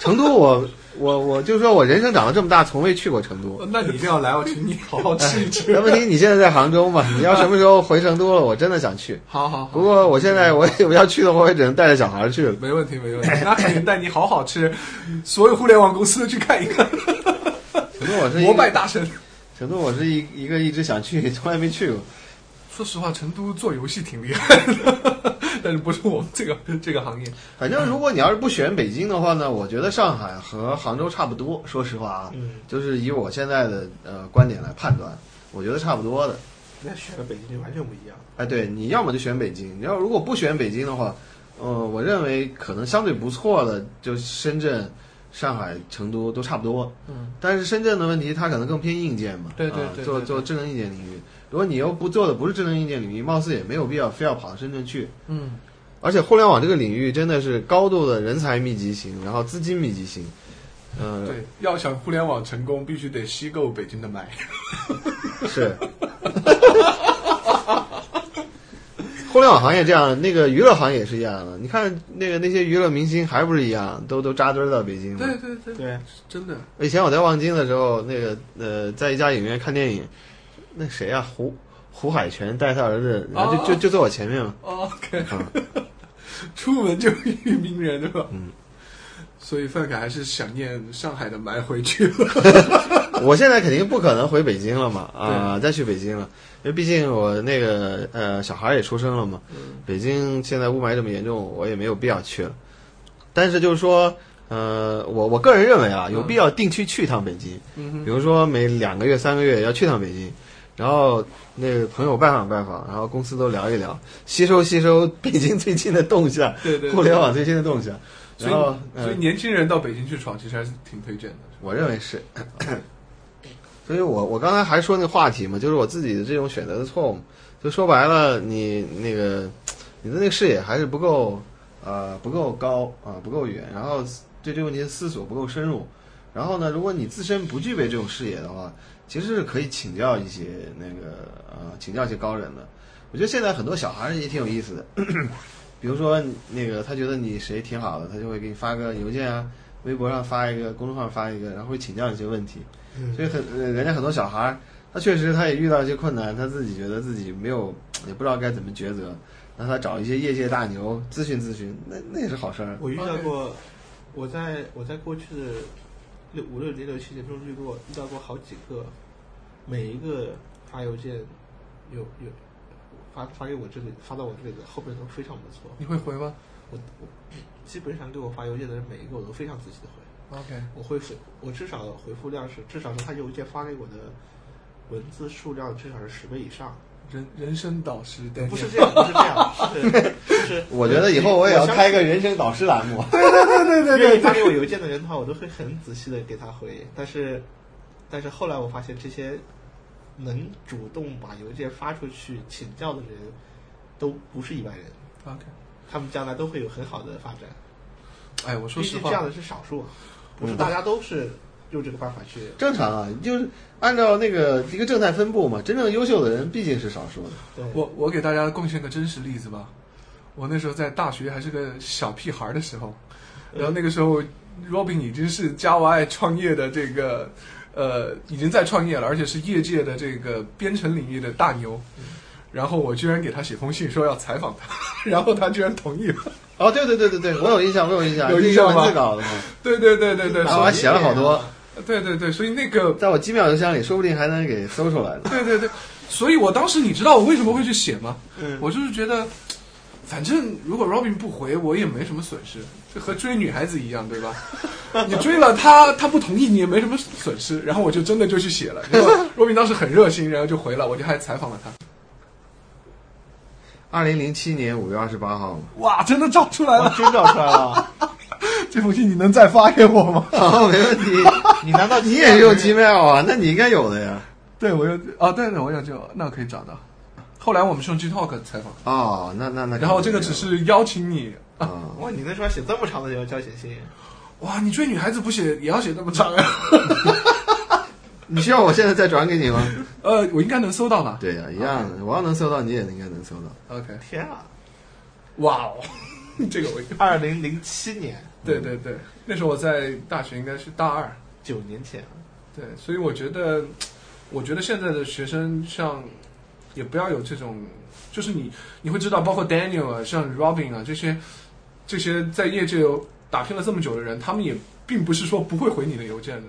[SPEAKER 3] 成都我我我就说我人生长到这么大从未去过成都，
[SPEAKER 4] 那你一定要来，我请你好好吃一吃。
[SPEAKER 3] 那问题你现在在杭州嘛？你要什么时候回成都了，我真的想去。
[SPEAKER 4] 好好好
[SPEAKER 3] 不，过我现在我我要去的话，我也只能带着小孩去了。
[SPEAKER 4] 没问题没问题，那肯定带你好好吃，所有互联网公司去看一看，
[SPEAKER 3] 成都我是一个
[SPEAKER 4] 膜拜大神。
[SPEAKER 3] 成都我是一一个一直想去，从来没去过。
[SPEAKER 4] 说实话，成都做游戏挺厉害的，但是不是我们这个这个行业。
[SPEAKER 3] 反正如果你要是不选北京的话呢，我觉得上海和杭州差不多。说实话啊，
[SPEAKER 2] 嗯，
[SPEAKER 3] 就是以我现在的呃观点来判断，我觉得差不多的。
[SPEAKER 2] 那选了北京就完全不一样。
[SPEAKER 3] 哎，对，你要么就选北京，你要如果不选北京的话，呃，我认为可能相对不错的就深圳、上海、成都都差不多。
[SPEAKER 4] 嗯，
[SPEAKER 3] 但是深圳的问题，它可能更偏硬件嘛，
[SPEAKER 4] 对对
[SPEAKER 3] 啊
[SPEAKER 4] 对
[SPEAKER 3] 做
[SPEAKER 4] 对
[SPEAKER 3] 做智能硬件领域。如果你又不做的不是智能硬件领域，貌似也没有必要非要跑到深圳去。
[SPEAKER 4] 嗯，
[SPEAKER 3] 而且互联网这个领域真的是高度的人才密集型，然后资金密集型。嗯、
[SPEAKER 4] 对，要想互联网成功，必须得吸够北京的麦。
[SPEAKER 3] 是。互联网行业这样，那个娱乐行业也是一样的。你看那个那些娱乐明星还不是一样，都都扎堆儿到北京嘛。
[SPEAKER 4] 对对对，
[SPEAKER 2] 对，
[SPEAKER 4] 真的。
[SPEAKER 3] 以前我在望京的时候，那个呃，在一家影院看电影，那谁啊，胡胡海泉带他儿子，然后就、就就坐我前面 嘛。
[SPEAKER 4] OK，
[SPEAKER 3] 啊，
[SPEAKER 4] 出门就遇名人，对吧？
[SPEAKER 3] 嗯。
[SPEAKER 4] 所以范凯还是想念上海的麦回去了。
[SPEAKER 3] 我现在肯定不可能回北京了嘛，啊、再去北京了，因为毕竟我那个呃小孩也出生了嘛，
[SPEAKER 4] 嗯
[SPEAKER 3] 北京现在雾霾这么严重，我也没有必要去了。但是就是说，呃，我我个人认为啊，
[SPEAKER 4] 嗯
[SPEAKER 3] 有必要定期去一趟北京，比如说每两个月、三个月要去趟北京，然后那个朋友拜访拜访，然后公司都聊一聊，吸收吸收北京最近的动向，
[SPEAKER 4] 对对对
[SPEAKER 3] 互联网最新的动向。
[SPEAKER 4] 所
[SPEAKER 3] 然后，
[SPEAKER 4] 以，
[SPEAKER 3] 嗯。
[SPEAKER 2] 呃
[SPEAKER 4] 所以年轻人到北京去闯，其实还是挺推荐的。
[SPEAKER 3] 我认为是。所以我我刚才还说那个话题嘛，就是我自己的这种选择的错误，就说白了，你那个你的那个视野还是不够呃不够高啊、不够远，然后对这个问题的思索不够深入。然后呢，如果你自身不具备这种视野的话，其实是可以请教一些那个呃请教一些高人的。我觉得现在很多小孩儿也挺有意思的，比如说那个他觉得你谁挺好的，他就会给你发个邮件啊，微博上发一个，公众号发一个，然后会请教一些问题。
[SPEAKER 2] 嗯啊
[SPEAKER 3] 所以很呃人家很多小孩儿，他确实他也遇到一些困难，他自己觉得自己没有，也不知道该怎么抉择，那他找一些业界大牛咨询咨询，那那也是好事儿。
[SPEAKER 2] 我遇到过我在我在过去的六五六年六七年中遇过遇到过好几个，每一个发邮件有有发发给我这里发到我这里的后面都非常不错，
[SPEAKER 4] 你会回吗
[SPEAKER 2] 我我基本上给我发邮件的人每一个我都非常仔细的回。
[SPEAKER 4] ？OK，
[SPEAKER 2] 我会回，我至少回复量是，至少是他邮件发给我的文字数量至少是十倍以上。
[SPEAKER 4] 人人生导师，对
[SPEAKER 2] 不是这样，不是这样，是是。
[SPEAKER 3] 我觉得以后我也要
[SPEAKER 2] 相
[SPEAKER 3] 开个人生导师栏目。
[SPEAKER 2] 愿意发给我邮件的人的话，我都会很仔细的给他回。但是，但是后来我发现，这些能主动把邮件发出去请教的人，都不是一般人，
[SPEAKER 4] OK。
[SPEAKER 2] 他们将来都会有很好的发展。
[SPEAKER 4] 哎，我说
[SPEAKER 2] 毕
[SPEAKER 4] 实
[SPEAKER 2] 竟这样
[SPEAKER 4] 话，
[SPEAKER 2] 的是少数，啊不是大家都是用这个办法去。
[SPEAKER 3] 正常啊，就是按照那个一个正态分布嘛，真正优秀的人毕竟是少数的。
[SPEAKER 2] 对
[SPEAKER 4] 我我给大家贡献个真实例子吧。我那时候在大学还是个小屁孩儿的时候，然后那个时候，Robin 已经是 Java 爱创业的这个，呃，已经在创业了，而且是业界的这个编程领域的大牛。
[SPEAKER 2] 嗯
[SPEAKER 4] 然后我居然给他写封信说要采访他， 然后他居然同意了。
[SPEAKER 3] 哦，对对对对对，我有印象，我有印象，
[SPEAKER 4] 有
[SPEAKER 3] 是
[SPEAKER 4] 印
[SPEAKER 3] 一个
[SPEAKER 4] 象
[SPEAKER 3] 文字
[SPEAKER 4] 吗
[SPEAKER 3] 稿的嘛，
[SPEAKER 4] 对对对对对，
[SPEAKER 3] 然后
[SPEAKER 4] 所
[SPEAKER 3] 还啊写了好多，
[SPEAKER 4] 以对对对，所以那个
[SPEAKER 3] 在我机妙邮箱里，说不定还能给搜出来呢。
[SPEAKER 4] 对对对，所以我当时你知道我为什么会去写吗？
[SPEAKER 2] 嗯
[SPEAKER 4] 我就是觉得，反正如果 Robin 不回，我也没什么损失，就和追女孩子一样，对吧？你追了她，她不同意，你也没什么损失。然后我就真的就去写了。结果 Robin 当时很热心，然后就回了，我就还采访了她。
[SPEAKER 3] 二零零七年五月二十八号嘛，
[SPEAKER 4] 哇，真的找出来
[SPEAKER 2] 我
[SPEAKER 4] 了！
[SPEAKER 2] 真找出来了，
[SPEAKER 4] 这封信你能再发给我吗？
[SPEAKER 3] 好，没问题。
[SPEAKER 2] 你难道
[SPEAKER 3] 你也是用 Gmail 啊？那你应该有的呀。
[SPEAKER 4] 对，我有啊，对对，我有就那可以找到。后来我们是用 Gtalk 采访，
[SPEAKER 3] 哦，那那那。
[SPEAKER 4] 然后这个只是邀请你。
[SPEAKER 3] 啊，
[SPEAKER 2] 哇，你那时候写这么长的邮交写信，
[SPEAKER 4] 哇，你追女孩子不写也要写那么长啊？
[SPEAKER 3] 你需要我现在再转给你吗？
[SPEAKER 4] 呃，我应该能搜到吧？
[SPEAKER 3] 对呀，一样的。我要能搜到，你也应该能搜到。
[SPEAKER 4] OK，
[SPEAKER 2] 天啊！
[SPEAKER 4] 哇哦， 这个我
[SPEAKER 2] 二零零七年，
[SPEAKER 4] 对对对，那时候我在大学应该是大二，
[SPEAKER 2] 九年前，啊
[SPEAKER 4] 对，所以我觉得，我觉得现在的学生像也不要有这种，就是你你会知道，包括 Daniel 啊，像 Robin 啊这些这些在业界打拼了这么久的人，他们也并不是说不会回你的邮件的，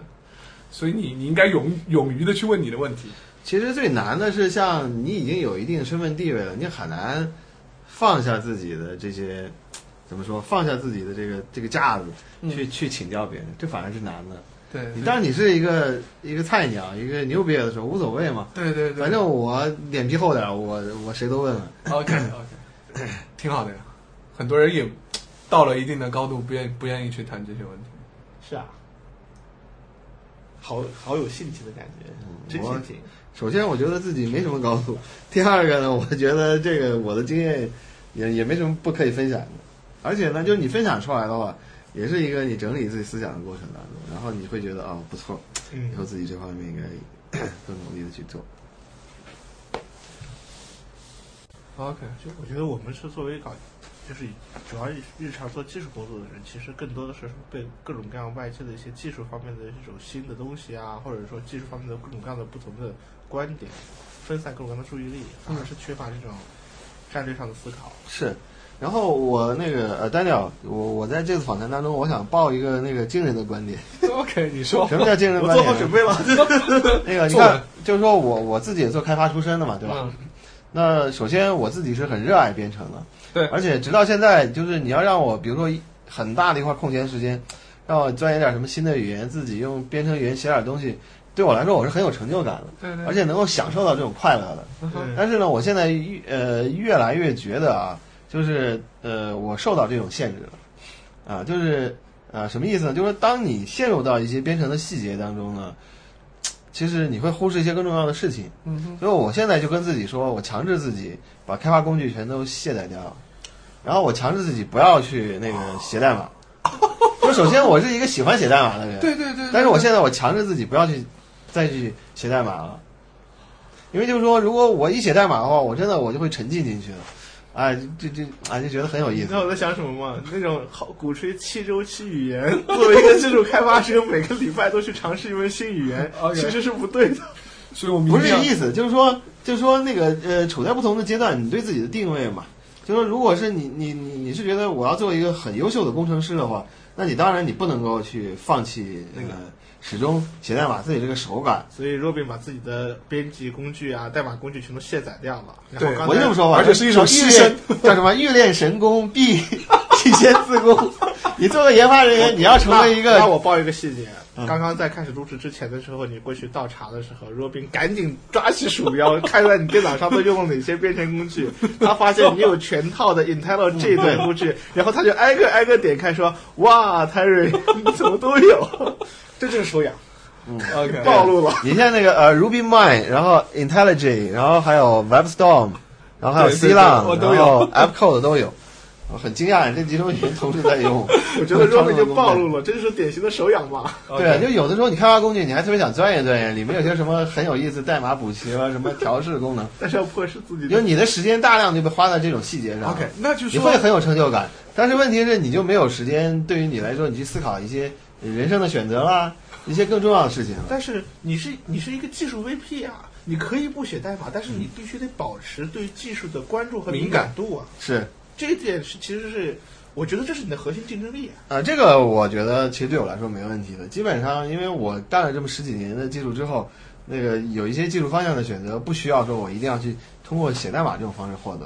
[SPEAKER 4] 所以你你应该勇勇于的去问你的问题。
[SPEAKER 3] 其实最难的是，像你已经有一定身份地位了，你很难放下自己的这些，怎么说？放下自己的这个这个架子，去、去请教别人，这反而是难的。
[SPEAKER 4] 对，
[SPEAKER 3] 你
[SPEAKER 4] 对
[SPEAKER 3] 当你是一个一个菜鸟，一个牛瘪的时候，无所谓嘛。
[SPEAKER 4] 对对对，
[SPEAKER 3] 反正我脸皮厚点儿，我我谁都问问。
[SPEAKER 4] OK OK，挺 好的呀。很多人也到了一定的高度，不愿不愿意去谈这些问题。
[SPEAKER 2] 是啊，好好有性情的感觉，真性情。
[SPEAKER 3] 首先，我觉得自己没什么高度；第二个呢，我觉得这个我的经验也也没什么不可以分享的。而且呢，就是你分享出来的话，也是一个你整理自己思想的过程当中，然后你会觉得啊、不错，以后
[SPEAKER 2] 嗯，
[SPEAKER 3] 自己这方面应该 更努力的去做。
[SPEAKER 4] OK，
[SPEAKER 2] 就我觉得我们是作为搞，就是主要日日常做技术工作的人，其实更多的是被各种各样外界的一些技术方面的这种新的东西啊，或者说技术方面的各种各样的不同的观点，分散各种各样的注意力，反而是缺乏这种战略上的思考。
[SPEAKER 3] 是，然后我那个呃，丹尼尔，我我在这次访谈当中，我想报一个那个惊人的观点。
[SPEAKER 4] OK，你说
[SPEAKER 3] 什么叫惊人的
[SPEAKER 2] 我
[SPEAKER 3] 观
[SPEAKER 2] 做
[SPEAKER 3] 点呢？
[SPEAKER 2] 好准备了，
[SPEAKER 3] 那个，你
[SPEAKER 4] 作文
[SPEAKER 3] 看，就是说我我自己也做开发出身的嘛，对吧？
[SPEAKER 4] 嗯
[SPEAKER 3] 那首先我自己是很热爱编程的，
[SPEAKER 4] 对
[SPEAKER 3] 而且直到现在，就是你要让我，比如说一很大的一块空闲时间，让我钻研点什么新的语言，自己用编程语言写点东西，对我来说我是很有成就感的，
[SPEAKER 4] 对对
[SPEAKER 3] 而且能够享受到这种快乐的。
[SPEAKER 2] 嗯
[SPEAKER 3] 但是呢，我现在越呃越来越觉得啊，就是呃我受到这种限制了，啊，就是呃什么意思呢？就是当你陷入到一些编程的细节当中呢，其实你会忽视一些更重要的事情。
[SPEAKER 4] 嗯哼，
[SPEAKER 3] 所以我现在就跟自己说，我强制自己把开发工具全都卸载掉，然后我强制自己不要去那个写代码。就首先我是一个喜欢写代码的人，
[SPEAKER 4] 对对对。
[SPEAKER 3] 但是我现在我强制自己不要去再去写代码了，因为就是说，如果我一写代码的话，我真的我就会沉浸进去了，哎，就就哎就觉得很有意
[SPEAKER 2] 你知
[SPEAKER 3] 思
[SPEAKER 2] 道。我在想什么吗？那种好鼓吹七周期语言，作为一个技术开发者，每个礼拜都去尝试一门新语 言
[SPEAKER 4] OK
[SPEAKER 2] 其实是不对的。
[SPEAKER 4] 所以我们
[SPEAKER 3] 不是这
[SPEAKER 4] 一定
[SPEAKER 3] 个
[SPEAKER 4] 要
[SPEAKER 3] 意思，就是说，就是说那个呃，处在不同的阶段，你对自己的定位嘛，就是说如果是你你你你是觉得我要做一个很优秀的工程师的话，那你当然你不能够去放弃那个始终写代码自己这个手感。
[SPEAKER 2] 所以 Robin 把自己的编辑工具啊、代码工具全都卸载掉了。然后
[SPEAKER 5] 对
[SPEAKER 2] 刚才
[SPEAKER 3] 我就这么说吧，
[SPEAKER 5] 而且是一种牺牲
[SPEAKER 3] 欲练，叫什么欲练神功，必 必先自宫。你作为研发人员，你要成
[SPEAKER 2] 那
[SPEAKER 3] 为一
[SPEAKER 2] 那
[SPEAKER 3] 个
[SPEAKER 2] 啊我报一个嗯细节，刚刚在开始录制之前的时候，你过去倒茶的时候，若冰赶紧抓起鼠标，看在你电脑上都用了哪些编程工 具。他发现你有全套的 IntelliJ 的工具，然后他就挨个挨个点开，说：“哇，Terry，你怎么都有？” 这就是手痒，
[SPEAKER 5] OK，
[SPEAKER 2] 暴露了。
[SPEAKER 3] 你像那个呃 Ruby Mine，然后 IntelliJ，然后还有 WebStorm，然后还有
[SPEAKER 5] 对
[SPEAKER 3] C
[SPEAKER 5] 对对我
[SPEAKER 3] 浪，
[SPEAKER 5] 都
[SPEAKER 3] 然
[SPEAKER 5] 有
[SPEAKER 3] 后 AppCode 都有。我很惊讶，这几种语言同时在用。
[SPEAKER 2] 我觉得若冰就暴露了，这就是典型的手痒吧。
[SPEAKER 3] 对，啊就有的时候你开发工具，你还特别想钻研钻研，里面有些什么很有意思代码补齐啊了，什么调试功能，
[SPEAKER 2] 但是要迫使自己
[SPEAKER 3] 因为
[SPEAKER 2] 的。
[SPEAKER 3] 你的时间大量就被花在这种细节上。
[SPEAKER 4] OK，那就
[SPEAKER 3] 啊你
[SPEAKER 4] 说
[SPEAKER 3] 会很有成就感。但是问题是，你就没有时间，对于你来说，你去思考一些人生的选择啦，一些更重要的事情了。
[SPEAKER 2] 但是你是你是一个技术 VP 啊，你可以不写代码，但是你必须得保持对技术的关注和敏
[SPEAKER 5] 敏
[SPEAKER 2] 感度啊。
[SPEAKER 3] 是啊、
[SPEAKER 2] 这一点是其实是，我觉得这是你的核心竞争力、啊。
[SPEAKER 3] 呃这个我觉得其实对我来说没问题的。基本上，因为我干了这么十几年的技术之后，那个有一些技术方向的选择，不需要说我一定要去通过写代码这种方式获得。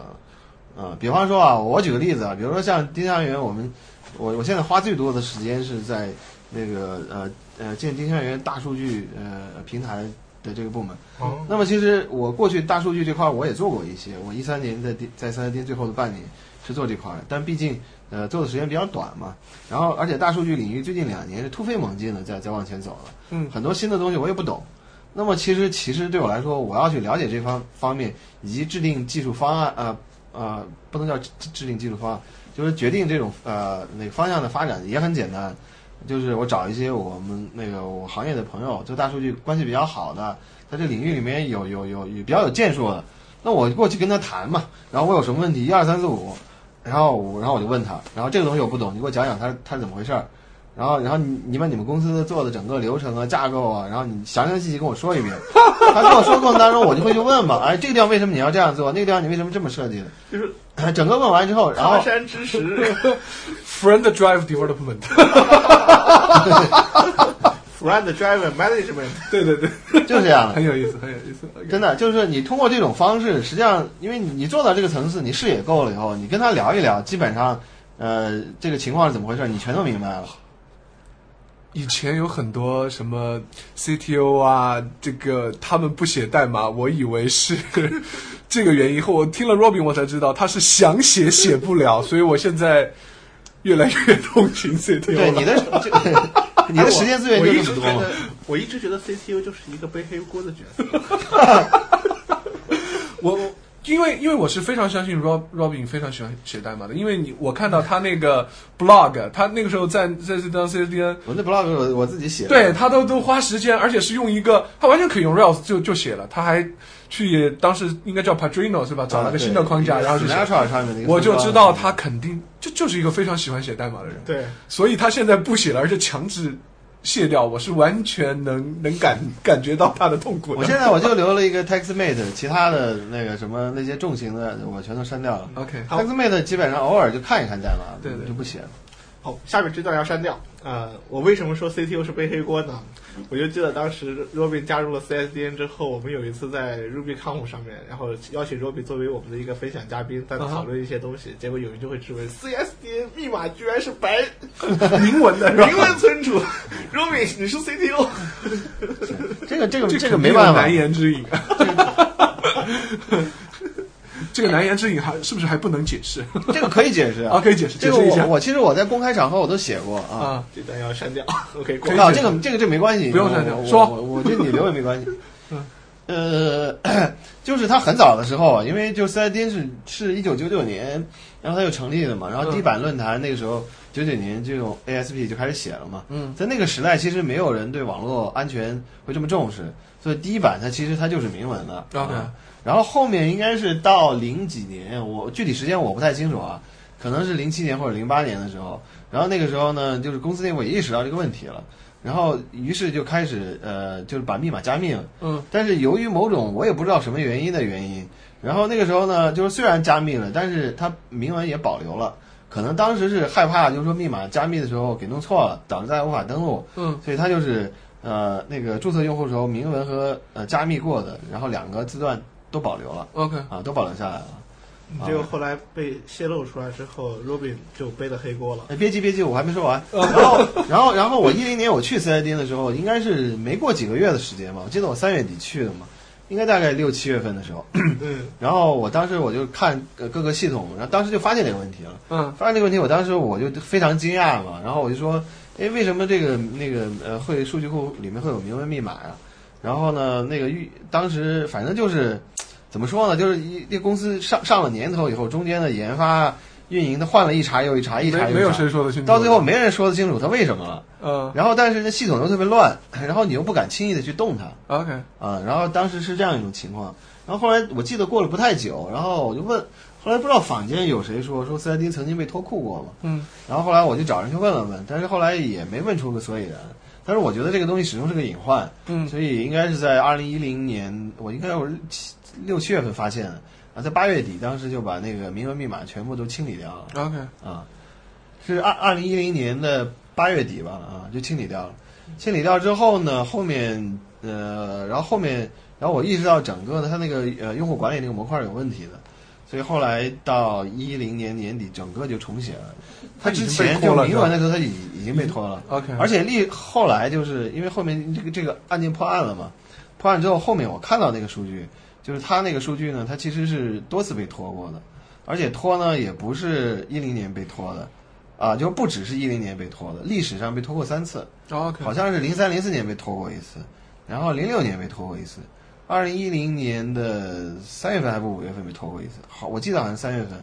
[SPEAKER 3] 啊、比方说啊，我举个例子啊，比如说像丁香园，我们我我现在花最多的时间是在那个呃呃建丁香园大数据呃平台的这个部门。
[SPEAKER 2] 哦，
[SPEAKER 3] 那么其实我过去大数据这块儿我也做过一些，我一三年在第在三 D 最后的半年是做这块儿的，但毕竟呃做的时间比较短嘛，然后而且大数据领域最近两年是突飞猛进的在在往前走了，
[SPEAKER 5] 嗯
[SPEAKER 3] 很多新的东西我也不懂。那么其实其实对我来说，我要去了解这方方面，以及制定技术方案，呃呃，不能叫制制定技术方案，就是决定这种呃哪个方向的发展也很简单，就是我找一些我们那个我行业的朋友，做大数据关系比较好的，在这领域里面有有有有比较有建树的，那我过去跟他谈嘛，然后我有什么问题，一二三四五，然后我然后我就问他，然后这个东西我不懂，你给我讲讲它它是怎么回事儿，然后然后你你把你们公司做的整个流程啊架构啊，然后你详详细细跟我说一遍，他跟我说过程当中，我就会去问嘛，哎，这个地方为什么你要这样做，那个地方你为什么这么设计的，
[SPEAKER 2] 就是
[SPEAKER 3] 整个问完之后，然后
[SPEAKER 2] 爬山之石，
[SPEAKER 5] ，Friend Drive Development，
[SPEAKER 2] ，friend driver management，
[SPEAKER 5] 对对对，
[SPEAKER 3] 就是这样的。
[SPEAKER 5] 很有意思，很有意思。OK
[SPEAKER 3] 真的就是你通过这种方式，实际上因为你你做到这个层次，你视野够了以后，你跟他聊一聊，基本上，呃，这个情况是怎么回事，你全都明白了。
[SPEAKER 5] 以前有很多什么 CTO 啊，这个他们不写代码，我以为是 这个原因。后我听了 Robin，我才知道他是想写写不了，所以我现在越来越同情 CTO
[SPEAKER 3] 对你
[SPEAKER 5] 了。
[SPEAKER 3] 的这个 你的时间资源
[SPEAKER 2] 我
[SPEAKER 3] 就
[SPEAKER 2] 一
[SPEAKER 3] 这
[SPEAKER 2] 直
[SPEAKER 3] 么
[SPEAKER 2] 觉
[SPEAKER 3] 多嘛
[SPEAKER 2] 得，我一直觉得 CTO 就是一个背黑锅的角色。
[SPEAKER 4] 我我因为因为我是非常相信 Rob Robin 非常喜欢写代码的，因为你我看到他那个 blog，他那个时候在在这当 CSDN，
[SPEAKER 3] 我那 blog 我我自己写的，
[SPEAKER 4] 对他都都花时间，而且是用一个他完全可以用 Rails 就就写了，他还去当时应该叫 Padrino
[SPEAKER 3] 啊
[SPEAKER 4] 是吧？找了个新的框架，然后去写
[SPEAKER 3] n a t u r a 上面的一个
[SPEAKER 4] 我就
[SPEAKER 3] 框架
[SPEAKER 4] 知道他肯定就就是一个非常喜欢写代码的人，
[SPEAKER 2] 对，
[SPEAKER 4] 所以他现在不写了，而且强制卸掉，我是完全能能感感觉到他的痛苦
[SPEAKER 3] 我
[SPEAKER 4] 的。
[SPEAKER 3] 现在我就留了一个 TextMate，其他的那个什么那些重型的我全都删掉了。
[SPEAKER 4] OK，
[SPEAKER 3] TextMate 基本上偶尔就看一看代码，
[SPEAKER 4] 哦对对
[SPEAKER 3] 就不写了。
[SPEAKER 2] 好，哦下面这段要删掉。呃，我为什么说 CTO 是背黑锅呢？我就记得当时 Robin 加入了 CSDN 之后，我们有一次在 RubyConf 上面，然后邀请 Robin 作为我们的一个分享嘉
[SPEAKER 4] 啊
[SPEAKER 2] 宾，在讨论一些东西。结果有人就会质问 CSDN 密码居然是 白明文的，明文存储。Robin，你是 CTO，
[SPEAKER 3] 这个 这个
[SPEAKER 5] 这
[SPEAKER 3] 这个没办法
[SPEAKER 5] 难，言之隐。这个难言之隐还是不是还不能解释
[SPEAKER 3] 这个可以解释啊
[SPEAKER 5] 啊？。可以解释，
[SPEAKER 3] 这
[SPEAKER 5] 解
[SPEAKER 3] 个
[SPEAKER 5] 释一
[SPEAKER 3] 我
[SPEAKER 5] 下
[SPEAKER 3] 我其实我在公开场合我都写过啊。
[SPEAKER 5] 啊。
[SPEAKER 2] 这段要删掉。OK，过
[SPEAKER 3] 我靠，
[SPEAKER 5] 以
[SPEAKER 3] 这个这个这没关系，
[SPEAKER 5] 不用
[SPEAKER 3] 我
[SPEAKER 5] 删掉
[SPEAKER 3] 我
[SPEAKER 5] 说嗯
[SPEAKER 3] 我我对你留也没 关系。呃， 就是他很早的时候，啊因为就 CIDN 是是一九九九年，然后他就成立了嘛，然
[SPEAKER 5] 嗯
[SPEAKER 3] 后地板论坛那个时候九九年这种 ASP 就开始写了嘛，
[SPEAKER 5] 嗯，
[SPEAKER 3] 在那个时代其实没有人对网络安全会这么重视，所以第一版它其实它就是明文的。
[SPEAKER 5] OK
[SPEAKER 3] 啊然后后面应该是到零几年，我具体时间我不太清楚啊，可能是零七年或者零八年的时候。然后那个时候呢，就是公司内部也意识到这个问题了，然后于是就开始呃，就是把密码加密了。
[SPEAKER 5] 嗯，
[SPEAKER 3] 但是由于某种我也不知道什么原因的原因，然后那个时候呢，就是虽然加密了，但是它明文也保留了。可能当时是害怕，就是说密码加密的时候给弄错了，导致大家无法登录，
[SPEAKER 4] 嗯，
[SPEAKER 3] 所以它就是呃那个注册用户的时候明文和呃加密过的，然后两个字段都保留了
[SPEAKER 4] OK，
[SPEAKER 3] 啊，都保留下来了。啊
[SPEAKER 2] 这个后来被泄露出来之后，Robin 就背了黑锅了。
[SPEAKER 3] 哎，别急别急，我还没说完。然后然后然后我一零年我去 c i d 的时候，应该是没过几个月的时间吧，我记得我三月底去的嘛，应该大概六七月份的时候。
[SPEAKER 2] 嗯，
[SPEAKER 3] 然后我当时我就看呃各个系统，然后当时就发现这个问题了。
[SPEAKER 4] 嗯，
[SPEAKER 3] 发现这个问题，我当时我就非常惊讶嘛，然后我就说，哎，为什么这个那个呃会数据库里面会有明文密码呀、然后呢，那个预当时反正就是怎么说呢，就是一这公司上上了年头以后，中间的研发运营的换了一茬又一茬，一茬
[SPEAKER 4] 没
[SPEAKER 3] 又
[SPEAKER 4] 没
[SPEAKER 3] 一
[SPEAKER 4] 有
[SPEAKER 3] 茬，
[SPEAKER 4] 谁说得清楚。
[SPEAKER 3] 到最后，没人说得清楚它为什么了。
[SPEAKER 4] 嗯
[SPEAKER 3] 然后但是那系统又特别乱，然后你又不敢轻易的去动它。
[SPEAKER 4] ，OK，
[SPEAKER 3] 啊，然后当时是这样一种情况，然后后来我记得过了不太久，然后我就问，后来不知道坊间有谁说说斯莱丁曾经被脱裤过嘛，
[SPEAKER 4] 嗯，
[SPEAKER 3] 然后后来我就找人去问了问，但是后来也没问出个所以然，但是我觉得这个东西始终是个隐患，
[SPEAKER 4] 嗯
[SPEAKER 3] 所以应该是在二零一零年，我应该我是七六七月份发现的，啊，在八月底当时就把那个明文密码全部都清理掉了，
[SPEAKER 4] ，OK，
[SPEAKER 3] 啊，是二二零一零年的八月底吧，啊，就清理掉了。
[SPEAKER 4] 嗯
[SPEAKER 3] 清理掉之后呢，后面呃，然后后面，然后我意识到整个的它那个呃用户管理那个模块有问题的，所以后来到一零年年底，整个就重写了。它
[SPEAKER 4] 它已
[SPEAKER 3] 之
[SPEAKER 4] 经
[SPEAKER 3] 前
[SPEAKER 4] 被
[SPEAKER 3] 就
[SPEAKER 4] 拖了嗯
[SPEAKER 3] 明文的时候，它已已经被拖了。
[SPEAKER 4] OK
[SPEAKER 3] 而且历后来就是因为后面这个这个案件破案了嘛，破案之后后面我看到那个数据，就是它那个数据呢，它其实是多次被拖过的，而且拖呢也不是一零年被拖的，啊，就不只是一零年被拖的，历史上被拖过三次，
[SPEAKER 4] OK，
[SPEAKER 3] 好像是零三零四年被拖过一次，然后零六年被拖过一次，二零一零年的三月份还不五月份被拖过一次，好，我记得好像三月份，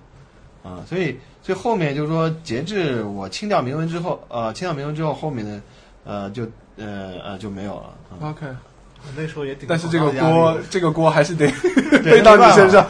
[SPEAKER 3] 啊，所以所以后面就是说，截至我清掉明文之后，呃，清掉明文之后，后面的呃就呃呃就没有了，啊
[SPEAKER 4] OK，
[SPEAKER 2] 我那时候也顶。
[SPEAKER 4] 但是这个
[SPEAKER 2] 压
[SPEAKER 4] 锅
[SPEAKER 2] 力，
[SPEAKER 4] 这个锅还是得
[SPEAKER 3] 对
[SPEAKER 4] 背到你身上。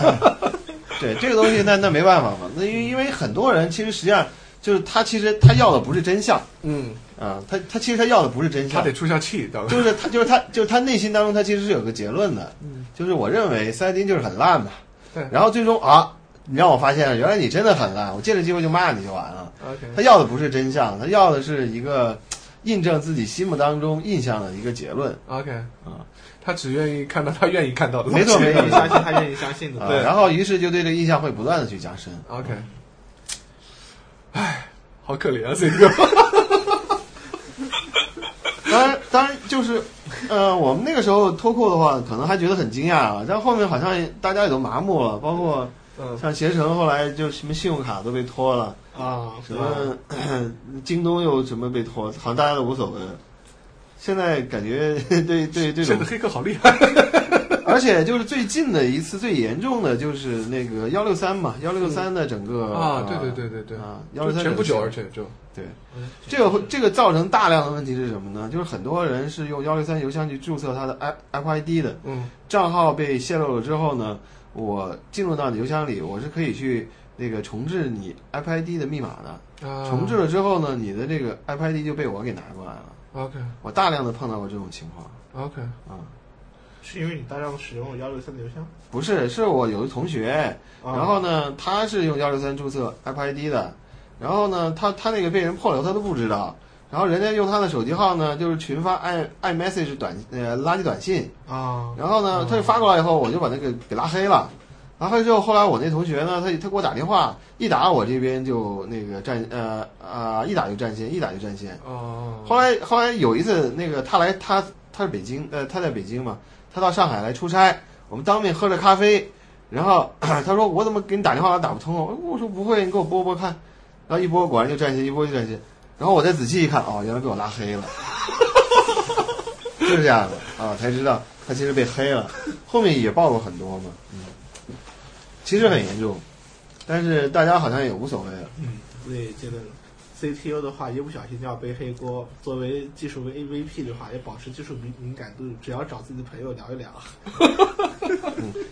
[SPEAKER 3] 对这个东西那，那没办法嘛，那因为因为很多人其实实际上就是他其实他要的不是真相
[SPEAKER 4] 嗯，
[SPEAKER 3] 啊，他他其实他要的不是真
[SPEAKER 5] 他
[SPEAKER 3] 相
[SPEAKER 5] 得，出下气， 对吧？
[SPEAKER 3] 就是他就是他就是他内心当中他其实是有个结论的，就是我认为三丁就是很烂的，
[SPEAKER 4] 嗯对
[SPEAKER 3] 然后最终啊，你让我发现了，原来你真的很烂，我借着机会就骂你就完了。
[SPEAKER 4] ，OK，
[SPEAKER 3] 他要的不是真相，他要的是一个印证自己心目当中印象的一个结论
[SPEAKER 4] OK，
[SPEAKER 3] 啊
[SPEAKER 4] 他只愿意看到他愿意看到的东
[SPEAKER 3] 没
[SPEAKER 4] 西。
[SPEAKER 3] 错没
[SPEAKER 2] 愿意
[SPEAKER 3] 错
[SPEAKER 2] 相信他愿意相
[SPEAKER 4] 嗯
[SPEAKER 2] 信
[SPEAKER 3] 啊
[SPEAKER 2] 的，，对，
[SPEAKER 3] 然后于是就对这个印象会不断的去加深。
[SPEAKER 4] OK，
[SPEAKER 5] 好可怜啊，这个。
[SPEAKER 3] 当然，当然就是，呃，我们那个时候脱裤的话，可能还觉得很惊讶啊，但后面好像大家也都麻木了，包括
[SPEAKER 4] 嗯
[SPEAKER 3] 像携程后来就什么信用卡都被拖了，
[SPEAKER 2] 啊，
[SPEAKER 3] 什么 咳京东又什么被拖，好像大家都无所谓了。现在感觉 对对这
[SPEAKER 4] 这
[SPEAKER 3] 种
[SPEAKER 4] 个，黑客好厉害。
[SPEAKER 3] 而且就是最近的一次最严重的就是那个幺六三嘛，幺六三的整个
[SPEAKER 4] 嗯
[SPEAKER 3] 呃
[SPEAKER 4] 啊对对对对对
[SPEAKER 3] 啊，幺
[SPEAKER 4] 就
[SPEAKER 3] 六三
[SPEAKER 4] 前不久，而且就
[SPEAKER 3] 对，
[SPEAKER 2] 嗯
[SPEAKER 3] 这个会这个造成大量的问题是什么呢？就是很多人是用幺六三邮箱去注册他的 App App ID 的，
[SPEAKER 4] 嗯
[SPEAKER 3] 账号被泄露了之后呢，我进入到你邮箱里，我是可以去那个重置你 App ID 的密码的。
[SPEAKER 4] 啊，
[SPEAKER 3] 重置了之后呢，你的这个 App ID 就被我给拿过来了。
[SPEAKER 4] OK
[SPEAKER 3] 我大量的碰到过这种情况
[SPEAKER 4] OK，
[SPEAKER 3] 啊、
[SPEAKER 2] 是因为你大量使用幺六三的邮箱，
[SPEAKER 3] 不是，是我有的同学，
[SPEAKER 2] 啊
[SPEAKER 3] 然后呢，他是用幺六三注册 App ID 的，然后呢，他他那个被人破流，他都不知道。然后人家用他的手机号呢，就是群发 i iMessage 短呃垃圾短信，
[SPEAKER 2] 啊，
[SPEAKER 3] 然后呢，他就发过来以后，我就把那个给拉黑了。拉黑之后，后来我那同学呢，他他给我打电话，一打我这边就那个占呃啊、一打就占线，一打就占线。
[SPEAKER 4] 哦，
[SPEAKER 3] 后来后来有一次，那个他来他他是北京呃他在北京嘛，他到上海来出差，我们当面喝着咖啡，然后 他说我怎么给你打电话打不通啊？我说不会，你给我拨拨看，然后一拨果然就占线，一拨就占线，然后我再仔细一看，哦，原来被我拉黑了， 就是这样的啊，才知道他其实被黑了，后面也报过很多嘛，嗯，其实很严重，但是大家好像也无所谓了，
[SPEAKER 2] 所以这个 CTO 的话，一不小心就要背黑锅。作为技术为 AVP 的话，也保持技术敏敏感度，只要找自己的朋友聊一聊。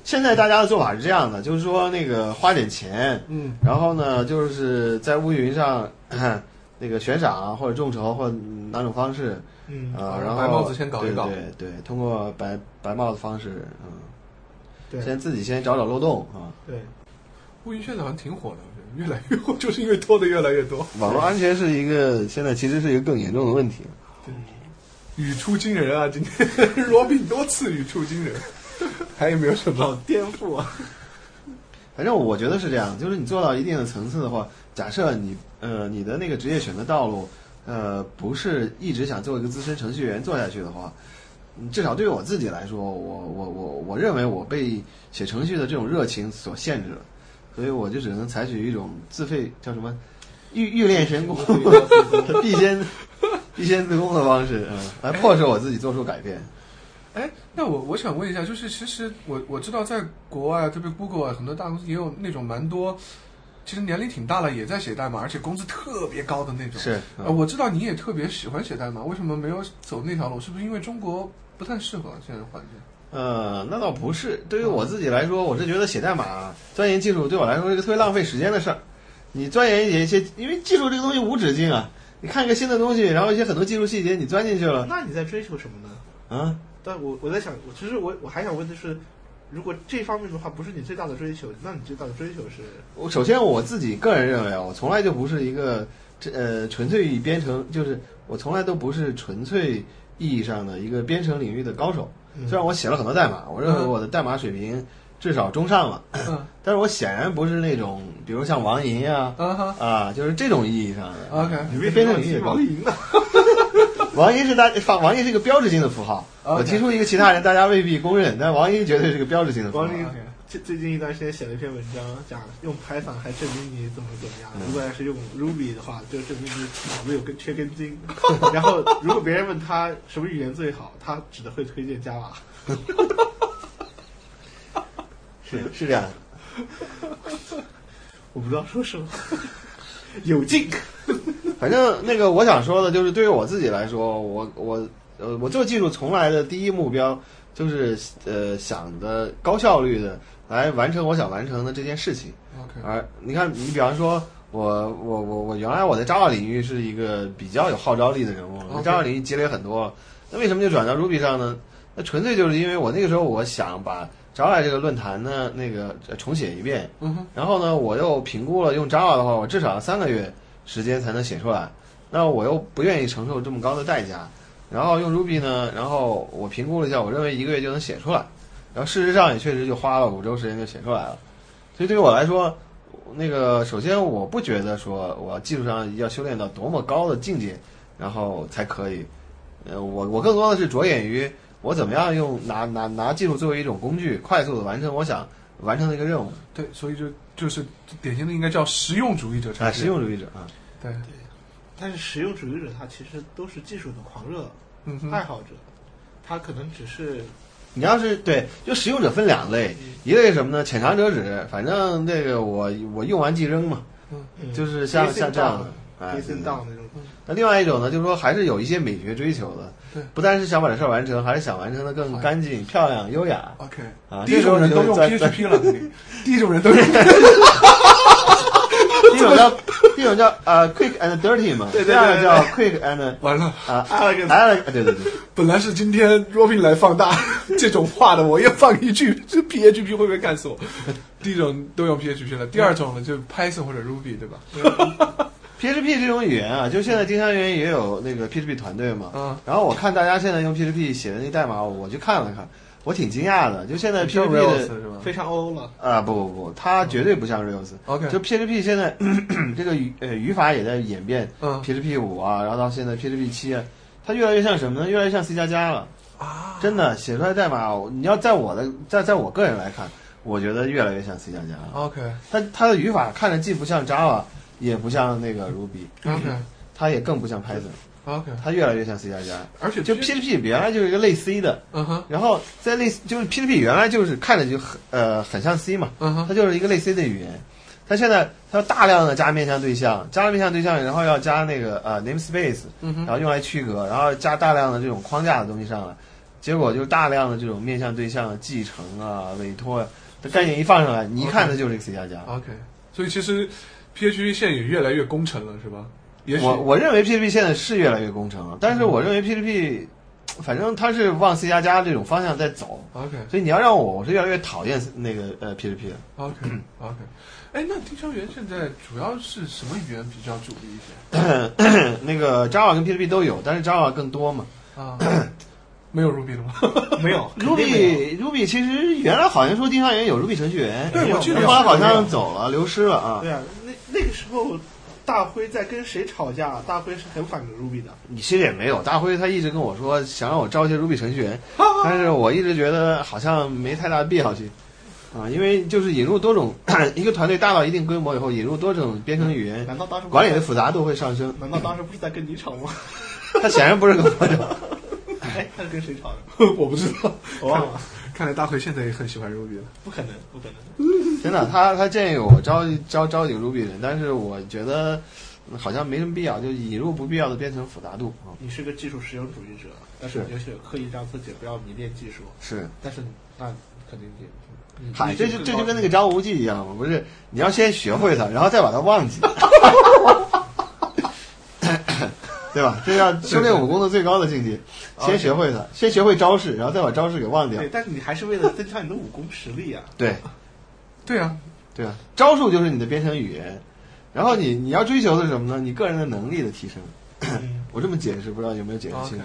[SPEAKER 3] 现在大家的做法是这样的，就是说那个花点钱，
[SPEAKER 4] 嗯
[SPEAKER 3] 然后呢，就是在乌云上 那个悬赏啊或者众筹或者哪种方式
[SPEAKER 2] 嗯
[SPEAKER 3] 啊、
[SPEAKER 4] 啊
[SPEAKER 3] 然后
[SPEAKER 4] 白帽子先搞一搞
[SPEAKER 3] 对对对，通过白白帽子方式，嗯，
[SPEAKER 2] 对
[SPEAKER 3] 先自己先找找漏洞啊。
[SPEAKER 2] 对，
[SPEAKER 4] 乌云现在好像挺火的，我觉得越来越火，就是因为拖的越来越多。
[SPEAKER 3] 网络安全是一个现在其实是一个更严重的问题。
[SPEAKER 4] 语出惊人啊！今天 罗宾多次语出惊人， 还有没有什么？
[SPEAKER 2] 好颠覆啊！
[SPEAKER 3] 反正我觉得是这样，就是你做到一定的层次的话，假设你呃你的那个职业选择道路，呃不是一直想做一个资深程序员做下去的话，嗯至少对于我自己来说，我我我我认为我被写程序的这种热情所限制了，所以我就只能采取一种自费叫什么欲欲练神功， 必先必先自宫的方式，嗯，来迫使我自己做出改变。
[SPEAKER 4] 哎，那我我想问一下，就是其实我我知道在国外，特别 Google 啊，很多大公司也有那种蛮多，其实年龄挺大了也在写代码，而且工资特别高的那种。
[SPEAKER 3] 是嗯
[SPEAKER 4] 呃，我知道你也特别喜欢写代码，为什么没有走那条路？是不是因为中国不太适合现在的环境？
[SPEAKER 3] 呃，那倒不是。对于我自己来说，我是觉得写代码、钻研技术对我来说是一个特别浪费时间的事儿。你钻研一些，因为技术这个东西无止境啊。你看一个新的东西，然后一些很多技术细节你钻进去了
[SPEAKER 2] 那你在追求什么呢？
[SPEAKER 3] 啊，
[SPEAKER 2] 但我我在想，我其实我我还想问的是，如果这方面的话不是你最大的追求，那你最大的追求是？
[SPEAKER 3] 我首先我自己个人认为啊，我从来就不是一个这呃纯粹以编程，就是我从来都不是纯粹意义上的一个编程领域的高手。虽然我写了很多代码，我认为我的代码水平至少中上了，
[SPEAKER 4] 嗯
[SPEAKER 3] 但是我显然不是那种，比如像王银啊
[SPEAKER 4] 啊哈
[SPEAKER 3] 啊，就是这种意义上的。
[SPEAKER 4] ，OK，
[SPEAKER 3] 你被编程领域高
[SPEAKER 2] 王赢的，
[SPEAKER 3] 王银是大法，王银是一个标志性的符号。
[SPEAKER 4] OK
[SPEAKER 3] 我提出一个其他人大家未必公认，但王银绝对是个标志性的符号
[SPEAKER 2] 王。赢。最最近一段时间写了一篇文章，讲用 Python 还证明你怎么怎么样，
[SPEAKER 3] 嗯
[SPEAKER 2] 如果要是用 Ruby 的话，就证明你脑子有根缺根筋。 然后如果别人问他什么语言最好，他只会推荐 Java。
[SPEAKER 3] 是是这样的。
[SPEAKER 2] 我不知道说什么， 有劲。
[SPEAKER 3] 反正那个我想说的就是，对于我自己来说，我我呃，我做技术从来的第一目标就是呃想的高效率的来完成我想完成的这件事情。
[SPEAKER 4] 嗯 OK
[SPEAKER 3] 而哎你看，你比方说。我我我我原来我在 Java 领域是一个比较有号召力的人物，我在 Java 领域积累很多，那为什么就转到 Ruby 上呢？那纯粹就是因为我那个时候我想把 Java 这个论坛呢那个呃重写一遍，
[SPEAKER 4] 嗯哼，
[SPEAKER 3] 然后呢，我又评估了用 Java 的话，我至少要三个月时间才能写出来。那我又不愿意承受这么高的代价，然后用 Ruby 呢，然后我评估了一下，我认为一个月就能写出来。然后事实上也确实就花了五周时间就写出来了。所以对于我来说，那个首先我不觉得说我技术上要修炼到多么高的境界，然后才可以。呃，我我更多的是着眼于我怎么样用拿拿拿技术作为一种工具，快速的完成我想完成的一
[SPEAKER 4] 嗯
[SPEAKER 3] 个任务。
[SPEAKER 4] 对，所以就就是典型的应该叫实用主义者
[SPEAKER 3] 啊，
[SPEAKER 4] 产
[SPEAKER 3] 实
[SPEAKER 4] 生。
[SPEAKER 3] 用主义者啊，
[SPEAKER 4] 对，
[SPEAKER 2] 但是实用主义者他其实都是技术的狂热
[SPEAKER 4] 嗯哼，
[SPEAKER 2] 爱好者，他可能只是
[SPEAKER 3] 你要是对，就使用者分两类，一类是什么呢？浅尝辄止，反正这个我我用完即扔嘛，
[SPEAKER 2] 嗯
[SPEAKER 3] 就是像像这样的。哎嗯
[SPEAKER 2] d，a
[SPEAKER 3] 对
[SPEAKER 2] n
[SPEAKER 3] 对
[SPEAKER 2] down 那种。
[SPEAKER 3] 那另外一种呢，就是说还是有一些美学追求
[SPEAKER 4] 对
[SPEAKER 3] 的，不但是想把这事儿完成，还是想完成的更干净、漂亮、优雅
[SPEAKER 4] OK，
[SPEAKER 3] 啊。
[SPEAKER 4] 第一
[SPEAKER 3] 这时
[SPEAKER 4] 种
[SPEAKER 3] 候
[SPEAKER 4] 人
[SPEAKER 3] 就
[SPEAKER 4] 都用
[SPEAKER 3] 在在
[SPEAKER 4] PHP 了，肯定 第一种人都用，
[SPEAKER 3] 第一种叫第一种叫呃 quick and dirty 嘛，
[SPEAKER 2] 对对对
[SPEAKER 3] 第二个叫
[SPEAKER 2] 对
[SPEAKER 3] quick and
[SPEAKER 4] 完了，
[SPEAKER 3] 啊
[SPEAKER 2] Elegant
[SPEAKER 3] elegant，对对对，
[SPEAKER 4] 本来是今天 Robin 来放大这种话的，我也放一句，这 PHP 会不会干死我？第一种都用 PHP 了，第二种呢就 Python 或者 Ruby 对吧？
[SPEAKER 3] PHP 这种语言啊，就现在丁香园也有那个 PHP 团队嘛。
[SPEAKER 4] 嗯。
[SPEAKER 3] 然后我看大家现在用 PHP 写的那代码，我去看了看，我挺惊讶的。就现在 PHP
[SPEAKER 4] 是
[SPEAKER 3] 的
[SPEAKER 4] 是吧
[SPEAKER 2] 非常欧了，
[SPEAKER 3] 啊，不不不，它绝对不像 Rails。
[SPEAKER 4] OK
[SPEAKER 3] 就 PHP 现在 这个语呃语法也在演变
[SPEAKER 4] 嗯
[SPEAKER 3] ，PHP 五啊，然后到现在 PHP 七啊，它越来越像什么呢？越来越像 C 加加了。
[SPEAKER 4] 啊，
[SPEAKER 3] 真的，写出来代码，你要在我的在在我个人来看，我觉得越来越像 C 加加了。
[SPEAKER 4] ？OK
[SPEAKER 3] 它它的语法看着既不像 Java，也不像那个 Ruby。
[SPEAKER 4] OK
[SPEAKER 3] 它也更不像 Python，
[SPEAKER 4] OK，
[SPEAKER 3] 它越来越像 C 加加。
[SPEAKER 4] 而且
[SPEAKER 3] 嗯就 PHP 原来就是一个类 C 的，
[SPEAKER 4] 嗯哼
[SPEAKER 3] 然后在类就是 PHP 原来就是看着就很呃很像 C 嘛，
[SPEAKER 4] 嗯
[SPEAKER 3] 它
[SPEAKER 4] 哼
[SPEAKER 3] 就是一个类 C 的语言。它现在它要大量的加面向对象，加了面向对象，然后要加那个呃 namespace，
[SPEAKER 4] 嗯
[SPEAKER 3] 然
[SPEAKER 4] 哼
[SPEAKER 3] 后用来区隔，然后加大量的这种框架的东西上来，结果就大量的这种面向对象继承啊、委托啊的概念一放上来，你一看
[SPEAKER 4] 嗯
[SPEAKER 3] 它就是一个 C 加加。
[SPEAKER 4] ，OK，所以其实 PHP 现在也越来越工程了，是吧？也许嗯
[SPEAKER 3] 我我认为 PHP 现在是越来越工程了，但是我认为 PHP 反正他是往 C 加加这种方向在走，
[SPEAKER 4] OK
[SPEAKER 3] 所以你要让我，我是越来越讨厌那个呃 PHP 的。
[SPEAKER 4] OK OK，哎，那丁香园现在主要是什么语言比较主力一些
[SPEAKER 3] 呃那个 Java 跟 PHP 都有，但是 Java 更多嘛。
[SPEAKER 4] 啊？ 没有 Ruby 了吗？
[SPEAKER 2] 没有
[SPEAKER 3] Ruby Ruby 其实原来好像说丁香园有 Ruby 程序员，
[SPEAKER 4] 对我记得有
[SPEAKER 3] 后来好像走了，流失了啊。
[SPEAKER 2] 对啊，那那个时候大辉在跟谁吵架？大辉是很反 Ruby 的，
[SPEAKER 3] 你其实也没有，大辉他一直跟我说想让我招一些 Ruby 程序员，但是我一直觉得好像没太大必要去啊，因为就是引入多种 一个团队大到一定规模以后，引入多种编程语言，
[SPEAKER 2] 难道当时不
[SPEAKER 3] 管理的？复杂度会上升。
[SPEAKER 2] 难道当时不是在跟你吵 吗？
[SPEAKER 3] 他显然不是跟我讲。
[SPEAKER 2] 哎，他是跟谁吵的？
[SPEAKER 4] 我不知道，
[SPEAKER 2] 我忘了，
[SPEAKER 4] 看来大辉现在也很喜欢 Ruby 了。
[SPEAKER 2] 不可能，不可能。
[SPEAKER 3] 真的，他他建议我招招招几个 Ruby 人，但是我觉得嗯好像没什么必要，就引入不必要的编程复杂度啊、
[SPEAKER 2] 你是个技术实用主义者，但是
[SPEAKER 3] 是
[SPEAKER 2] 你也许刻意让自己不要迷恋技术，
[SPEAKER 3] 是，
[SPEAKER 2] 但是那肯定也。嗯
[SPEAKER 3] 嗨，这就
[SPEAKER 2] 你
[SPEAKER 3] 这就跟那个张无忌一样嘛，不是？你要先学会它，然后再把它忘 记，对吧？这要修炼武功的最高的境界，先学会它，先学会招式，然后再把招式给忘掉
[SPEAKER 2] 对，。但是你还是为了增强你的武功实力啊。
[SPEAKER 3] 对，
[SPEAKER 4] 对啊，
[SPEAKER 3] 对啊，招数就是你的编程语言，然后你你要追求的是什么呢？你个人的能力的提升。我这么解释，不知道有没有
[SPEAKER 4] 啊
[SPEAKER 3] 解释清楚？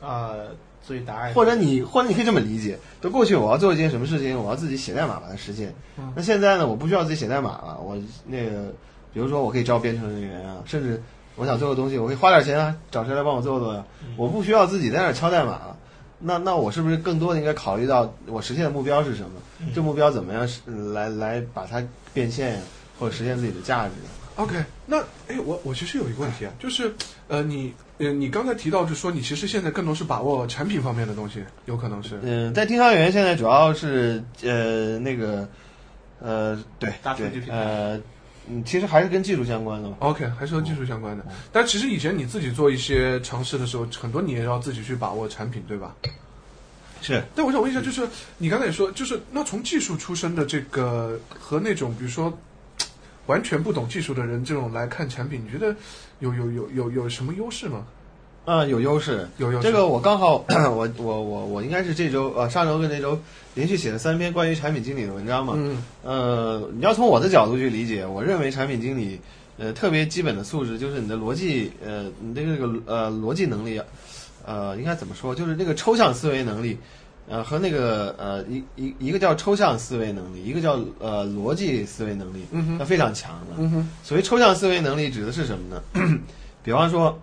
[SPEAKER 2] 呃，所以答案
[SPEAKER 3] 或者你或者你可以这么理解：，就过去我要做一件什么事情，我要自己写代码把它实现。那现在呢，我不需要自己写代码了，我那个，比如说我可以招编程人员啊，甚至我想做个东西，我可以花点钱啊，找谁来帮我做做呀？我不需要自己在那儿敲代码了。那那我是不是更多的应该考虑到我实现的目标是什么？这目标怎么样是来来把它变现呀，或者实现自己的价值？
[SPEAKER 4] OK，那哎，我我其实有一个问题啊，就是呃，你呃，你刚才提到就说你其实现在更多是把握产品方面的东西，有可能是
[SPEAKER 3] 嗯，在听商园现在主要是呃那个呃对
[SPEAKER 2] 大数
[SPEAKER 3] 对
[SPEAKER 2] 据平台
[SPEAKER 3] 呃，嗯，其实还是跟技术相关的嘛。
[SPEAKER 4] OK，还是和技术相关的。但其实以前你自己做一些尝试的时候，很多你也要自己去把握产品，对吧？
[SPEAKER 3] 是
[SPEAKER 4] 但我想
[SPEAKER 3] 嗯
[SPEAKER 4] 问一下，就是你刚才也说，就是那从技术出身的这个和那种比如说完全不懂技术的人这种来看产品，你觉得有有有有有什么优势吗？
[SPEAKER 3] 啊、有优势。
[SPEAKER 4] 有优势？
[SPEAKER 3] 这个我刚好， 我我我我应该是这周呃上周跟这周连续写了三篇关于产品经理的文章嘛。
[SPEAKER 4] 嗯
[SPEAKER 3] 呃，你要从我的角度去理解，我认为产品经理呃特别基本的素质就是你的逻辑呃你的这个呃逻辑能力，呃应该怎么说？就是那个抽象思维能力，呃和那个呃一一一个叫抽象思维能力，一个叫呃逻辑思维能力，
[SPEAKER 4] 嗯哼
[SPEAKER 3] 那非常强的。
[SPEAKER 4] 嗯哼
[SPEAKER 3] 所谓抽象思维能力指的是什么呢？ 比方说，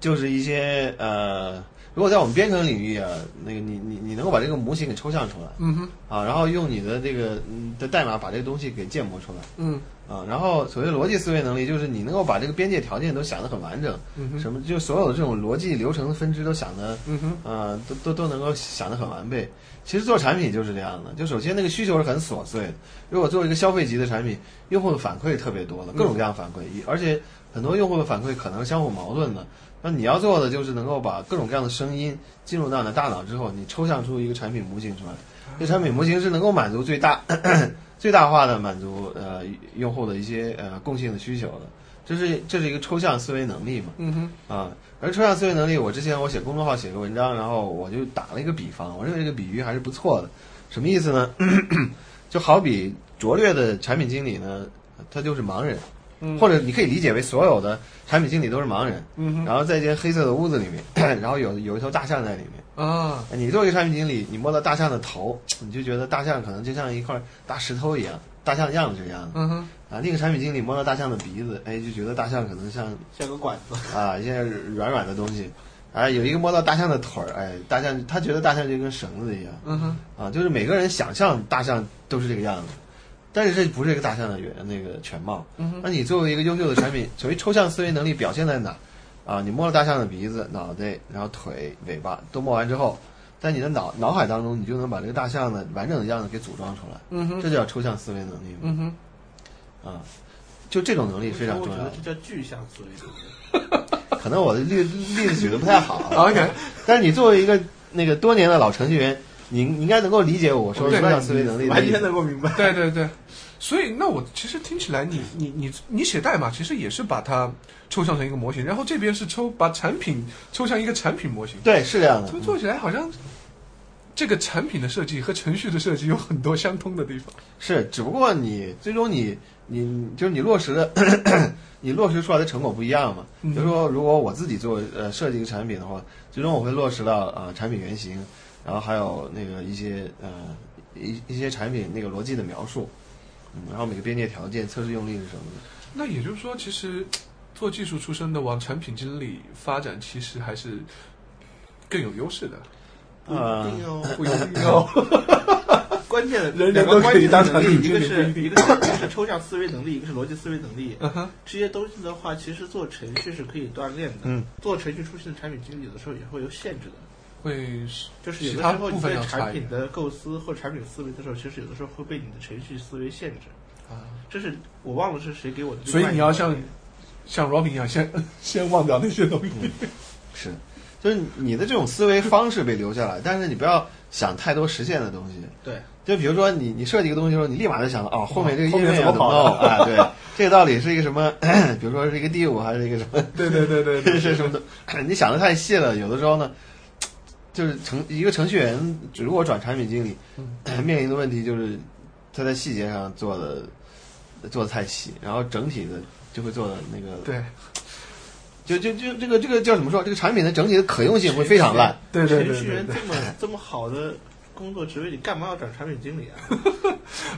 [SPEAKER 3] 就是一些呃，如果在我们编程领域啊，那个你你你能够把这个模型给抽象出来
[SPEAKER 4] 嗯哼
[SPEAKER 3] 啊，然后用你的这个嗯的代码把这个东西给建模出来
[SPEAKER 4] 嗯
[SPEAKER 3] 啊，然后所谓逻辑思维能力就是你能够把这个边界条件都想得很完整，
[SPEAKER 4] 嗯哼
[SPEAKER 3] 什么就所有这种逻辑流程的分支都想得
[SPEAKER 4] 嗯哼
[SPEAKER 3] 呃，都都都能够想得很完备。其实做产品就是这样的，就首先那个需求是很琐碎的。如果做一个消费级的产品，用户的反馈特别多的，各种各样的反馈，
[SPEAKER 4] 嗯
[SPEAKER 3] 一而且很多用户的反馈可能相互矛盾的。那你要做的就是能够把各种各样的声音进入到你的大脑之后，你抽象出一个产品模型出来。这产品模型是能够满足最大 最大化的满足呃用户的一些呃共性的需求的。这是这是一个抽象思维能力嘛？
[SPEAKER 4] 嗯哼
[SPEAKER 3] 啊，而抽象思维能力，我之前我写公众号写个文章，然后我就打了一个比方，我认为这个比喻还是不错的。什么意思呢？就好比拙劣的产品经理呢，他就是盲人，或者你可以理解为所有的产品经理都是盲人，然后在一间黑色的屋子里面， 然后有有一头大象在里面。哎
[SPEAKER 4] 啊
[SPEAKER 3] 你作为一个产品经理，你摸到大象的头，你就觉得大象可能就像一块大石头一样，大象的样子这样子
[SPEAKER 4] 嗯哼
[SPEAKER 3] 啊。另一个产品经理摸到大象的鼻子，哎，就觉得大象可能像
[SPEAKER 2] 像个管子，
[SPEAKER 3] 啊，一些软软的东西。哎，有一个摸到大象的腿儿，哎，大象他觉得大象就跟绳子一样
[SPEAKER 4] 嗯哼
[SPEAKER 3] 啊，就是每个人想象大象都是这个样子，但是这不是一个大象的原那个全貌。
[SPEAKER 4] 嗯
[SPEAKER 3] 那你作为一个优秀的产品，所谓抽象思维能力表现在哪？啊，你摸了大象的鼻子、脑袋，然后腿、尾巴都摸完之后，在你的脑脑海当中，你就能把这个大象的完整的样子给组装出来，
[SPEAKER 4] 嗯哼
[SPEAKER 3] 这就叫抽象思维能力嘛
[SPEAKER 4] 嗯哼，
[SPEAKER 3] 啊，就这种能力非常
[SPEAKER 2] 我
[SPEAKER 3] 重
[SPEAKER 2] 觉
[SPEAKER 3] 要
[SPEAKER 2] 得。这叫具象思维能力。
[SPEAKER 3] 可能我的例例子举的不太好啊
[SPEAKER 4] OK
[SPEAKER 3] 但是你作为一个那个多年的老程序员，你你应该能够理解我说的抽象思维能力的
[SPEAKER 2] 完
[SPEAKER 3] 意
[SPEAKER 2] 全
[SPEAKER 3] 思。
[SPEAKER 2] 能够明白。
[SPEAKER 4] 对对对，所以，那我其实听起来你，你你你写代码，其实也是把它抽象成一个模型，然后这边是抽把产品抽象一个产品模型。
[SPEAKER 3] 对，是这样的
[SPEAKER 4] 怎。么做起来好像这个产品的设计和程序的设计有很多相通的地方？
[SPEAKER 3] 是，只不过你最终你你就是你落实的， 你落实出来的成果不一样嘛。比如说，如果我自己做呃设计一个产品的话，最终我会落实到啊、呃产品原型，然后还有那个一些呃一一些产品那个逻辑的描述，嗯，然后每个边界条件、测试用力是什么的。
[SPEAKER 4] 那也就是说，其实做技术出身的往产品经理发展，其实还是更有优势的。
[SPEAKER 2] 不
[SPEAKER 3] 呃
[SPEAKER 2] 一定哦。
[SPEAKER 4] 不一 定哦，
[SPEAKER 2] 关键的
[SPEAKER 4] 人人
[SPEAKER 2] 两个
[SPEAKER 4] 都
[SPEAKER 2] 关
[SPEAKER 4] 可以
[SPEAKER 2] 键
[SPEAKER 4] 当
[SPEAKER 2] 的
[SPEAKER 4] 场
[SPEAKER 2] 能力，一
[SPEAKER 4] 领
[SPEAKER 2] 个
[SPEAKER 4] 军
[SPEAKER 2] 是
[SPEAKER 4] 领
[SPEAKER 2] 一个是一个是抽象思维能力，一个是逻辑思维能力。
[SPEAKER 4] 嗯哼
[SPEAKER 2] 这些东西的话，其实做程序是可以锻炼的。
[SPEAKER 3] 嗯，
[SPEAKER 2] 做程序出身的产品经理的时候也会有限制的，
[SPEAKER 4] 会是
[SPEAKER 2] 就是
[SPEAKER 4] 其
[SPEAKER 2] 有的
[SPEAKER 4] 他
[SPEAKER 2] 时候
[SPEAKER 4] 部
[SPEAKER 2] 你
[SPEAKER 4] 分
[SPEAKER 2] 对
[SPEAKER 4] 要差
[SPEAKER 2] 产
[SPEAKER 4] 一点
[SPEAKER 2] 品的构思或产品思维的时候，其实有的时候会被你的程序思维限制。
[SPEAKER 4] 啊。
[SPEAKER 2] 这是我忘了是谁给我的。
[SPEAKER 4] 所以你要像像 Robin 一样，先 先忘掉那些东西。
[SPEAKER 3] 嗯是，就是你的这种思维方式被留下来，但是你不要想太多实现的东西。
[SPEAKER 2] 对，
[SPEAKER 3] 就比如说你你设计一个东西的时候，你立马就想哦，后面这个
[SPEAKER 4] 后
[SPEAKER 3] 页
[SPEAKER 4] 面
[SPEAKER 3] 面
[SPEAKER 4] 怎
[SPEAKER 3] 要怎
[SPEAKER 4] 么
[SPEAKER 3] 么
[SPEAKER 4] 跑
[SPEAKER 3] 弄啊？对，这个到底是一个什么？ 比如说是一个 div 还是一个什么？
[SPEAKER 4] 对对对 对
[SPEAKER 3] 这是什么东？你想的太 细了，有的时候呢，就是程一个程序员如果转产品经理， 面临的问题就是他在细节上做的做的太细，然后整体的就会做的那个，
[SPEAKER 4] 对
[SPEAKER 3] 就就就这个这个叫怎么说？这个产品的整体的可用性会非常烂。
[SPEAKER 4] 对对
[SPEAKER 2] 程
[SPEAKER 4] 对
[SPEAKER 2] 序
[SPEAKER 4] 对
[SPEAKER 2] 员这
[SPEAKER 4] 对，
[SPEAKER 2] 么这么好的工作职位，你干嘛要转产品经理啊？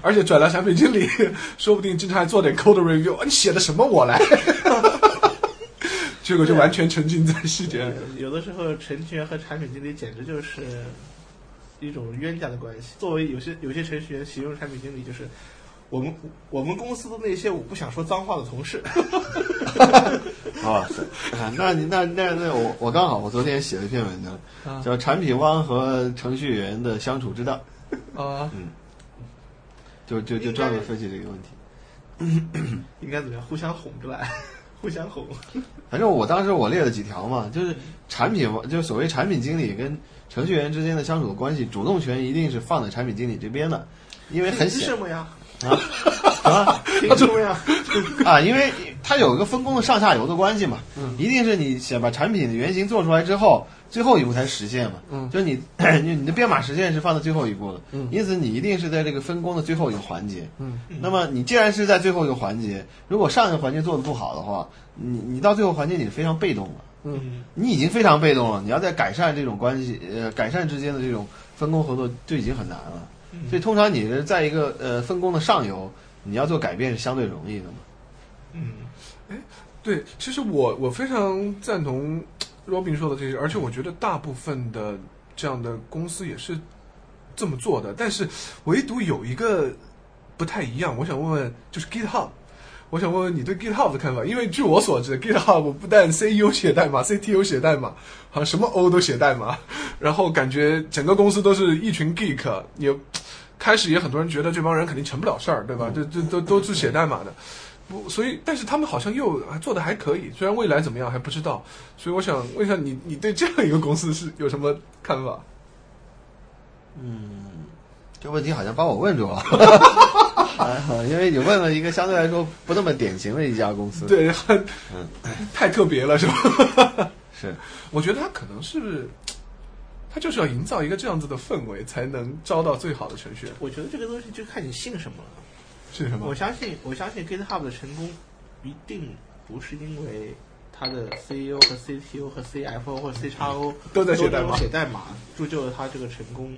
[SPEAKER 4] 而且转来产品经理， 说不定经常还做点 code review，啊你写的什么我来， 结果就完全沉浸在细节里。
[SPEAKER 2] 有的时候程序员和产品经理简直就是一种冤家的关系。作为有些有些程序员形容产品经理就是。我们我们公司的那些我不想说脏话的同事，
[SPEAKER 3] 哇塞！啊，那你那那那我我刚好我昨天写了一篇文章，叫《产品汪和程序员的相处之道》，
[SPEAKER 4] 啊，
[SPEAKER 3] 就就就专门分析这个问题。
[SPEAKER 2] 应该怎么样？互相哄着来，互相哄。
[SPEAKER 3] 反正我当时我列了几条嘛，就是产品，就是所谓产品经理跟程序员之间的相处的关系，主动权一定是放在产品经理这边的，因为很
[SPEAKER 2] 凭
[SPEAKER 3] 显
[SPEAKER 2] 什么呀？
[SPEAKER 3] 啊
[SPEAKER 2] 凭什么呀？
[SPEAKER 3] 啊，因为它有一个分工的上下游的关系嘛，一定是你想把产品的原型做出来之后，最后一步才实现嘛，嗯，就是你 你你的编码实现是放在最后一步的，嗯，因此你一定是在这个分工的最后一个环节，嗯，那么你既然是在最后一个环节，如果上一个环节做的不好的话，你你到最后环节你是非常被动的。
[SPEAKER 2] 嗯，
[SPEAKER 3] 你已经非常被动了，你要再改善这种关系，呃，改善之间的这种分工合作就已经很难了。
[SPEAKER 2] 嗯
[SPEAKER 3] 所以通常你是在一个呃分工的上游，你要做改变是相对容易的嘛。
[SPEAKER 2] 嗯，
[SPEAKER 4] 对，其实我我非常赞同 Robin 说的这些，而且我觉得大部分的这样的公司也是这么做的，但是唯独有一个不太一样，我想问问，就是 GitHub。我想问问你对 GitHub 的看法，因为据我所知，GitHub 不但 CEO 写代码，CTO 写代码，好像什么 O 都写代码，然后感觉整个公司都是一群 geek，也开始也很多人觉得这帮人肯定成不了事儿，对吧？这这都都是写代码的，不，所以但是他们好像又还做的还可以，虽然未来怎么样还不知道，所以我想问一下你，你对这样一个公司是有什么看法？
[SPEAKER 3] 这问题好像把我问 住了，哎因为你问了一个相对来说不那么典型的一家公司。，
[SPEAKER 4] 对，嗯很 太特别了，是吧？
[SPEAKER 3] 是
[SPEAKER 4] 我觉得他可能是，他就是要营造一个这样子的氛围，才能招到最好的程序员，
[SPEAKER 2] 我觉得这个东西就看你信什么了。
[SPEAKER 4] 是什么
[SPEAKER 2] 我？相信，我相信 GitHub 的成功一定不是因为它的 CEO 和 CTO 和 CFO 或 CXO
[SPEAKER 4] 都在写代
[SPEAKER 2] 代
[SPEAKER 4] 码
[SPEAKER 2] 码，写代码铸就了它这个成功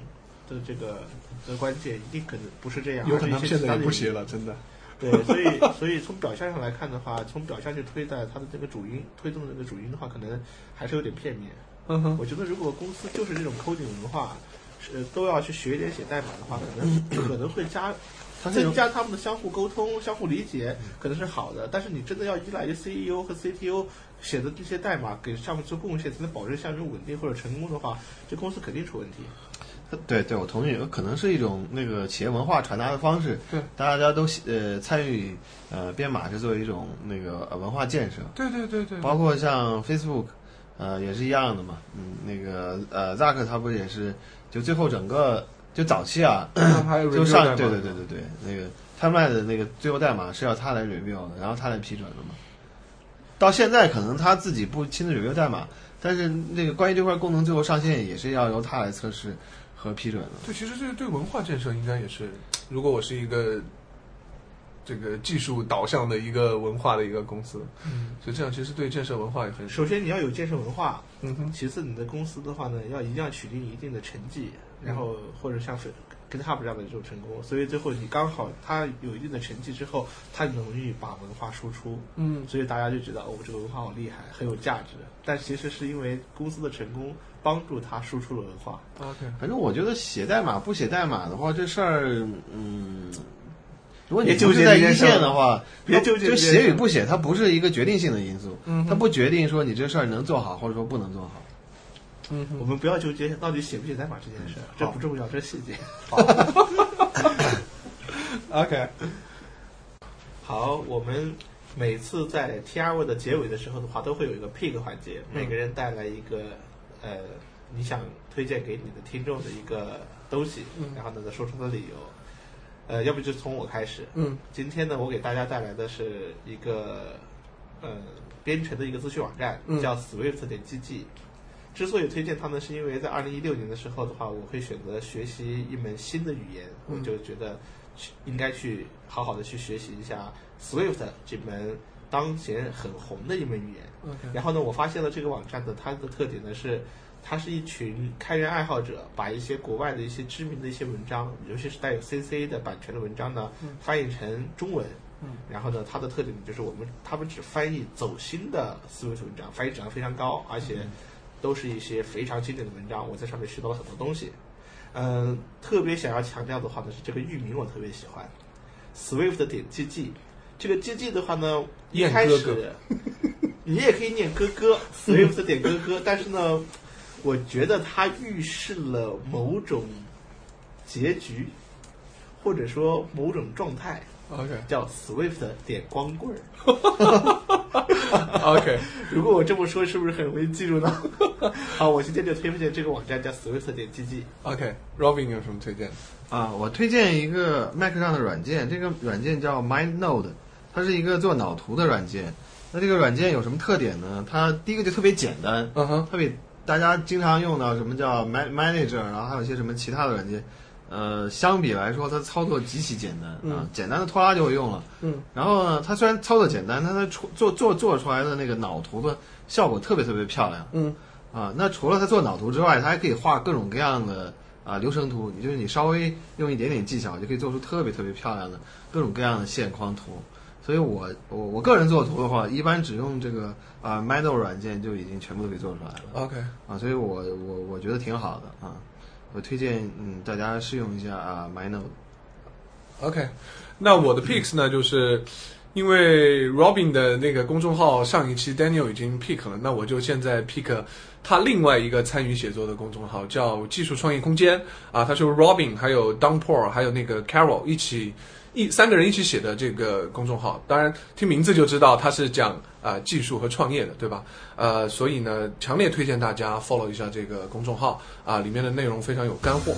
[SPEAKER 2] 的这个的关键，一定可能不是这样，
[SPEAKER 4] 有可能
[SPEAKER 2] 而是一些
[SPEAKER 4] 现
[SPEAKER 2] 其
[SPEAKER 4] 在
[SPEAKER 2] 他
[SPEAKER 4] 也
[SPEAKER 2] 的
[SPEAKER 4] 不
[SPEAKER 2] 原因
[SPEAKER 4] 写了，真的。
[SPEAKER 2] 对，所以所以从表象上来看的话，从表象去推断它的这个主因，推动这个主因的话，可能还是有点片面。
[SPEAKER 4] 嗯哼，
[SPEAKER 2] 我觉得如果公司就是这种 coding 文化，是都要去学一点写代码的话，可能可能会加
[SPEAKER 3] 它是一
[SPEAKER 2] 增
[SPEAKER 3] 种
[SPEAKER 2] 加他们的相互沟通、相互理解，可能是好的。但是你真的要依赖于 CEO E 和 CTO 写的这些代码给项目做贡献，才能保证项目稳定或者成功的话，这公司肯定出问题。
[SPEAKER 3] 对对，我同意，可能是一种那个企业文化传达的方式。
[SPEAKER 4] 对，
[SPEAKER 3] 大家都喜呃参与呃编码是作为一种那个呃文化建设。
[SPEAKER 4] 对对对对，
[SPEAKER 3] 包括像 Facebook，呃，也是一样的嘛。嗯，那个呃，Zack 他不是也是，就最后整个就早期啊，
[SPEAKER 4] 还有
[SPEAKER 3] 就
[SPEAKER 4] review 代
[SPEAKER 3] 上
[SPEAKER 4] 码
[SPEAKER 3] 对对对对对，那个，timeline 的那个最后代码是要他来 review 的，然后他来批准的嘛。到现在可能他自己不亲自 review 代码，但是那个关于这块功能最后上线也是要由他来测试和批准的。
[SPEAKER 4] 对，其实这对文化建设应该也是，如果我是一个这个技术导向的一个文化的一个公司，
[SPEAKER 6] 嗯，
[SPEAKER 4] 所以这样其实对建设文化也很
[SPEAKER 2] 首先你要有建设文化，
[SPEAKER 4] 嗯哼，
[SPEAKER 2] 其次你的公司的话呢，要一定要取得你一定的成绩，然后或者像 GitHub 这样的这种成功，所以最后你刚好它有一定的成绩之后，它容易把文化输出，
[SPEAKER 4] 嗯，
[SPEAKER 2] 所以大家就觉得哦，这个文化好厉害，很有价值。但其实是因为公司的成功帮助他输出了文化，
[SPEAKER 4] OK，
[SPEAKER 3] 反正我觉得写代码不写代码的话，这事儿，嗯，如果你
[SPEAKER 2] 别纠
[SPEAKER 3] 不是
[SPEAKER 2] 结
[SPEAKER 3] 在
[SPEAKER 2] 这件
[SPEAKER 3] 一
[SPEAKER 2] 事儿
[SPEAKER 3] 线的话，
[SPEAKER 2] 别
[SPEAKER 3] 它
[SPEAKER 2] 纠结
[SPEAKER 3] 就
[SPEAKER 2] 这件
[SPEAKER 3] 写
[SPEAKER 2] 事
[SPEAKER 3] 与
[SPEAKER 2] 儿
[SPEAKER 3] 不写，它不是一个决定性的因素，
[SPEAKER 4] 嗯哼
[SPEAKER 3] 它不决定说你这事儿能做好或者说不能做好。
[SPEAKER 4] 嗯
[SPEAKER 2] 我
[SPEAKER 4] 哼，
[SPEAKER 2] 们不要纠结到底写不写代码这件事儿，这不重要，这是细节。
[SPEAKER 4] OK，
[SPEAKER 2] 好，我们每次在 T R V 的结尾的时候的话，都会有一个 pick 环节，每个人带来一个呃你想推荐给你的听众的一个东西，
[SPEAKER 4] 嗯
[SPEAKER 2] 然后呢再说出它的理由。呃，要不就从我开始。
[SPEAKER 4] 嗯
[SPEAKER 2] 今天呢，我给大家带来的是一个呃编程的一个资讯网站，
[SPEAKER 4] 嗯
[SPEAKER 2] 叫 Swift 点 GG。之所以推荐它呢，是因为在二零一六年的时候的话，我会选择学习一门新的语言，
[SPEAKER 4] 嗯
[SPEAKER 2] 我就觉得去应该去好好的去学习一下 Swift 这门当前很红的一门语言。
[SPEAKER 4] ，OK，
[SPEAKER 2] 然后呢，我发现了这个网站的它的特点呢是，它是一群开源爱好者，把一些国外的一些知名的一些文章，尤其是带有 CC 的版权的文章呢，翻译成中文。
[SPEAKER 4] 嗯，
[SPEAKER 2] 然后呢，它的特点就是我们他们只翻译走心的思维文章，翻译质量非常高，而且都是一些非常经典的文章。我在上面学到了很多东西。嗯，特别想要强调的话呢是这个域名我特别喜欢，Swift 点 GG。这个 GG 的话呢，一
[SPEAKER 4] 燕
[SPEAKER 2] 开
[SPEAKER 4] 哥
[SPEAKER 2] 始
[SPEAKER 4] 哥
[SPEAKER 2] 你也可以念哥哥，Swift 点哥哥， 但是呢，我觉得它预示了某种结局，或者说某种状态，
[SPEAKER 4] OK，
[SPEAKER 2] 叫 Swift 点光棍儿。
[SPEAKER 4] OK，
[SPEAKER 2] 如果我这么说，是不是很容易记住呢？ 好，我今天就推荐这个网站叫 Swift 点 GG。
[SPEAKER 4] OK，Robin 有什么推荐？
[SPEAKER 3] 啊，我推荐一个 Mac 上的软件，这个软件叫 MindNode，它是一个做脑图的软件。那这个软件有什么特点呢？它第一个就特别简单，
[SPEAKER 4] 嗯哼，
[SPEAKER 3] 它比大家经常用到什么叫 Man Manager，然后还有一些什么其他的软件，呃，相比来说它操作极其简单啊、
[SPEAKER 4] 嗯
[SPEAKER 3] 简单的拖拉就会用了。
[SPEAKER 4] 嗯，
[SPEAKER 3] 然后呢，它虽然操作简单，但它出做做做出来的那个脑图的效果特别特别漂亮。
[SPEAKER 4] 嗯
[SPEAKER 3] 啊，那除了它做脑图之外，它还可以画各种各样的啊流程图，也就是你稍微用一点点技巧就可以做出特别特别漂亮的各种各样的线框图。所以我我我个人做图的话，一般只用这个啊 m i d o 软件就已经全部都给做出来了
[SPEAKER 4] ，OK，
[SPEAKER 3] 啊，所以我我我觉得挺好的啊，我推荐嗯大家试用一下啊 m i d o
[SPEAKER 4] OK，那我的 picks 呢，就是因为 Robin 的那个公众号上一期 Daniel 已经 pick 了，那我就现在 pick 他另外一个参与写作的公众号，叫技术创业空间啊，他是 Robin 还有 Downpour 还有那个 Carol 一起一三个人一起写的这个公众号，当然听名字就知道他是讲啊、呃技术和创业的，对吧？呃，所以呢，强烈推荐大家 follow 一下这个公众号啊、里面的内容非常有干货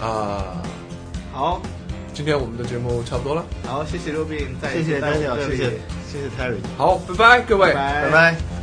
[SPEAKER 4] 啊、
[SPEAKER 2] 好，
[SPEAKER 4] 今天我们的节目差不多了。
[SPEAKER 2] 好，谢谢 Robin，再
[SPEAKER 3] 谢谢
[SPEAKER 2] 大家
[SPEAKER 3] Daniel，谢谢谢谢 Terry，
[SPEAKER 4] 好，拜拜，各位。
[SPEAKER 2] 拜
[SPEAKER 3] 拜拜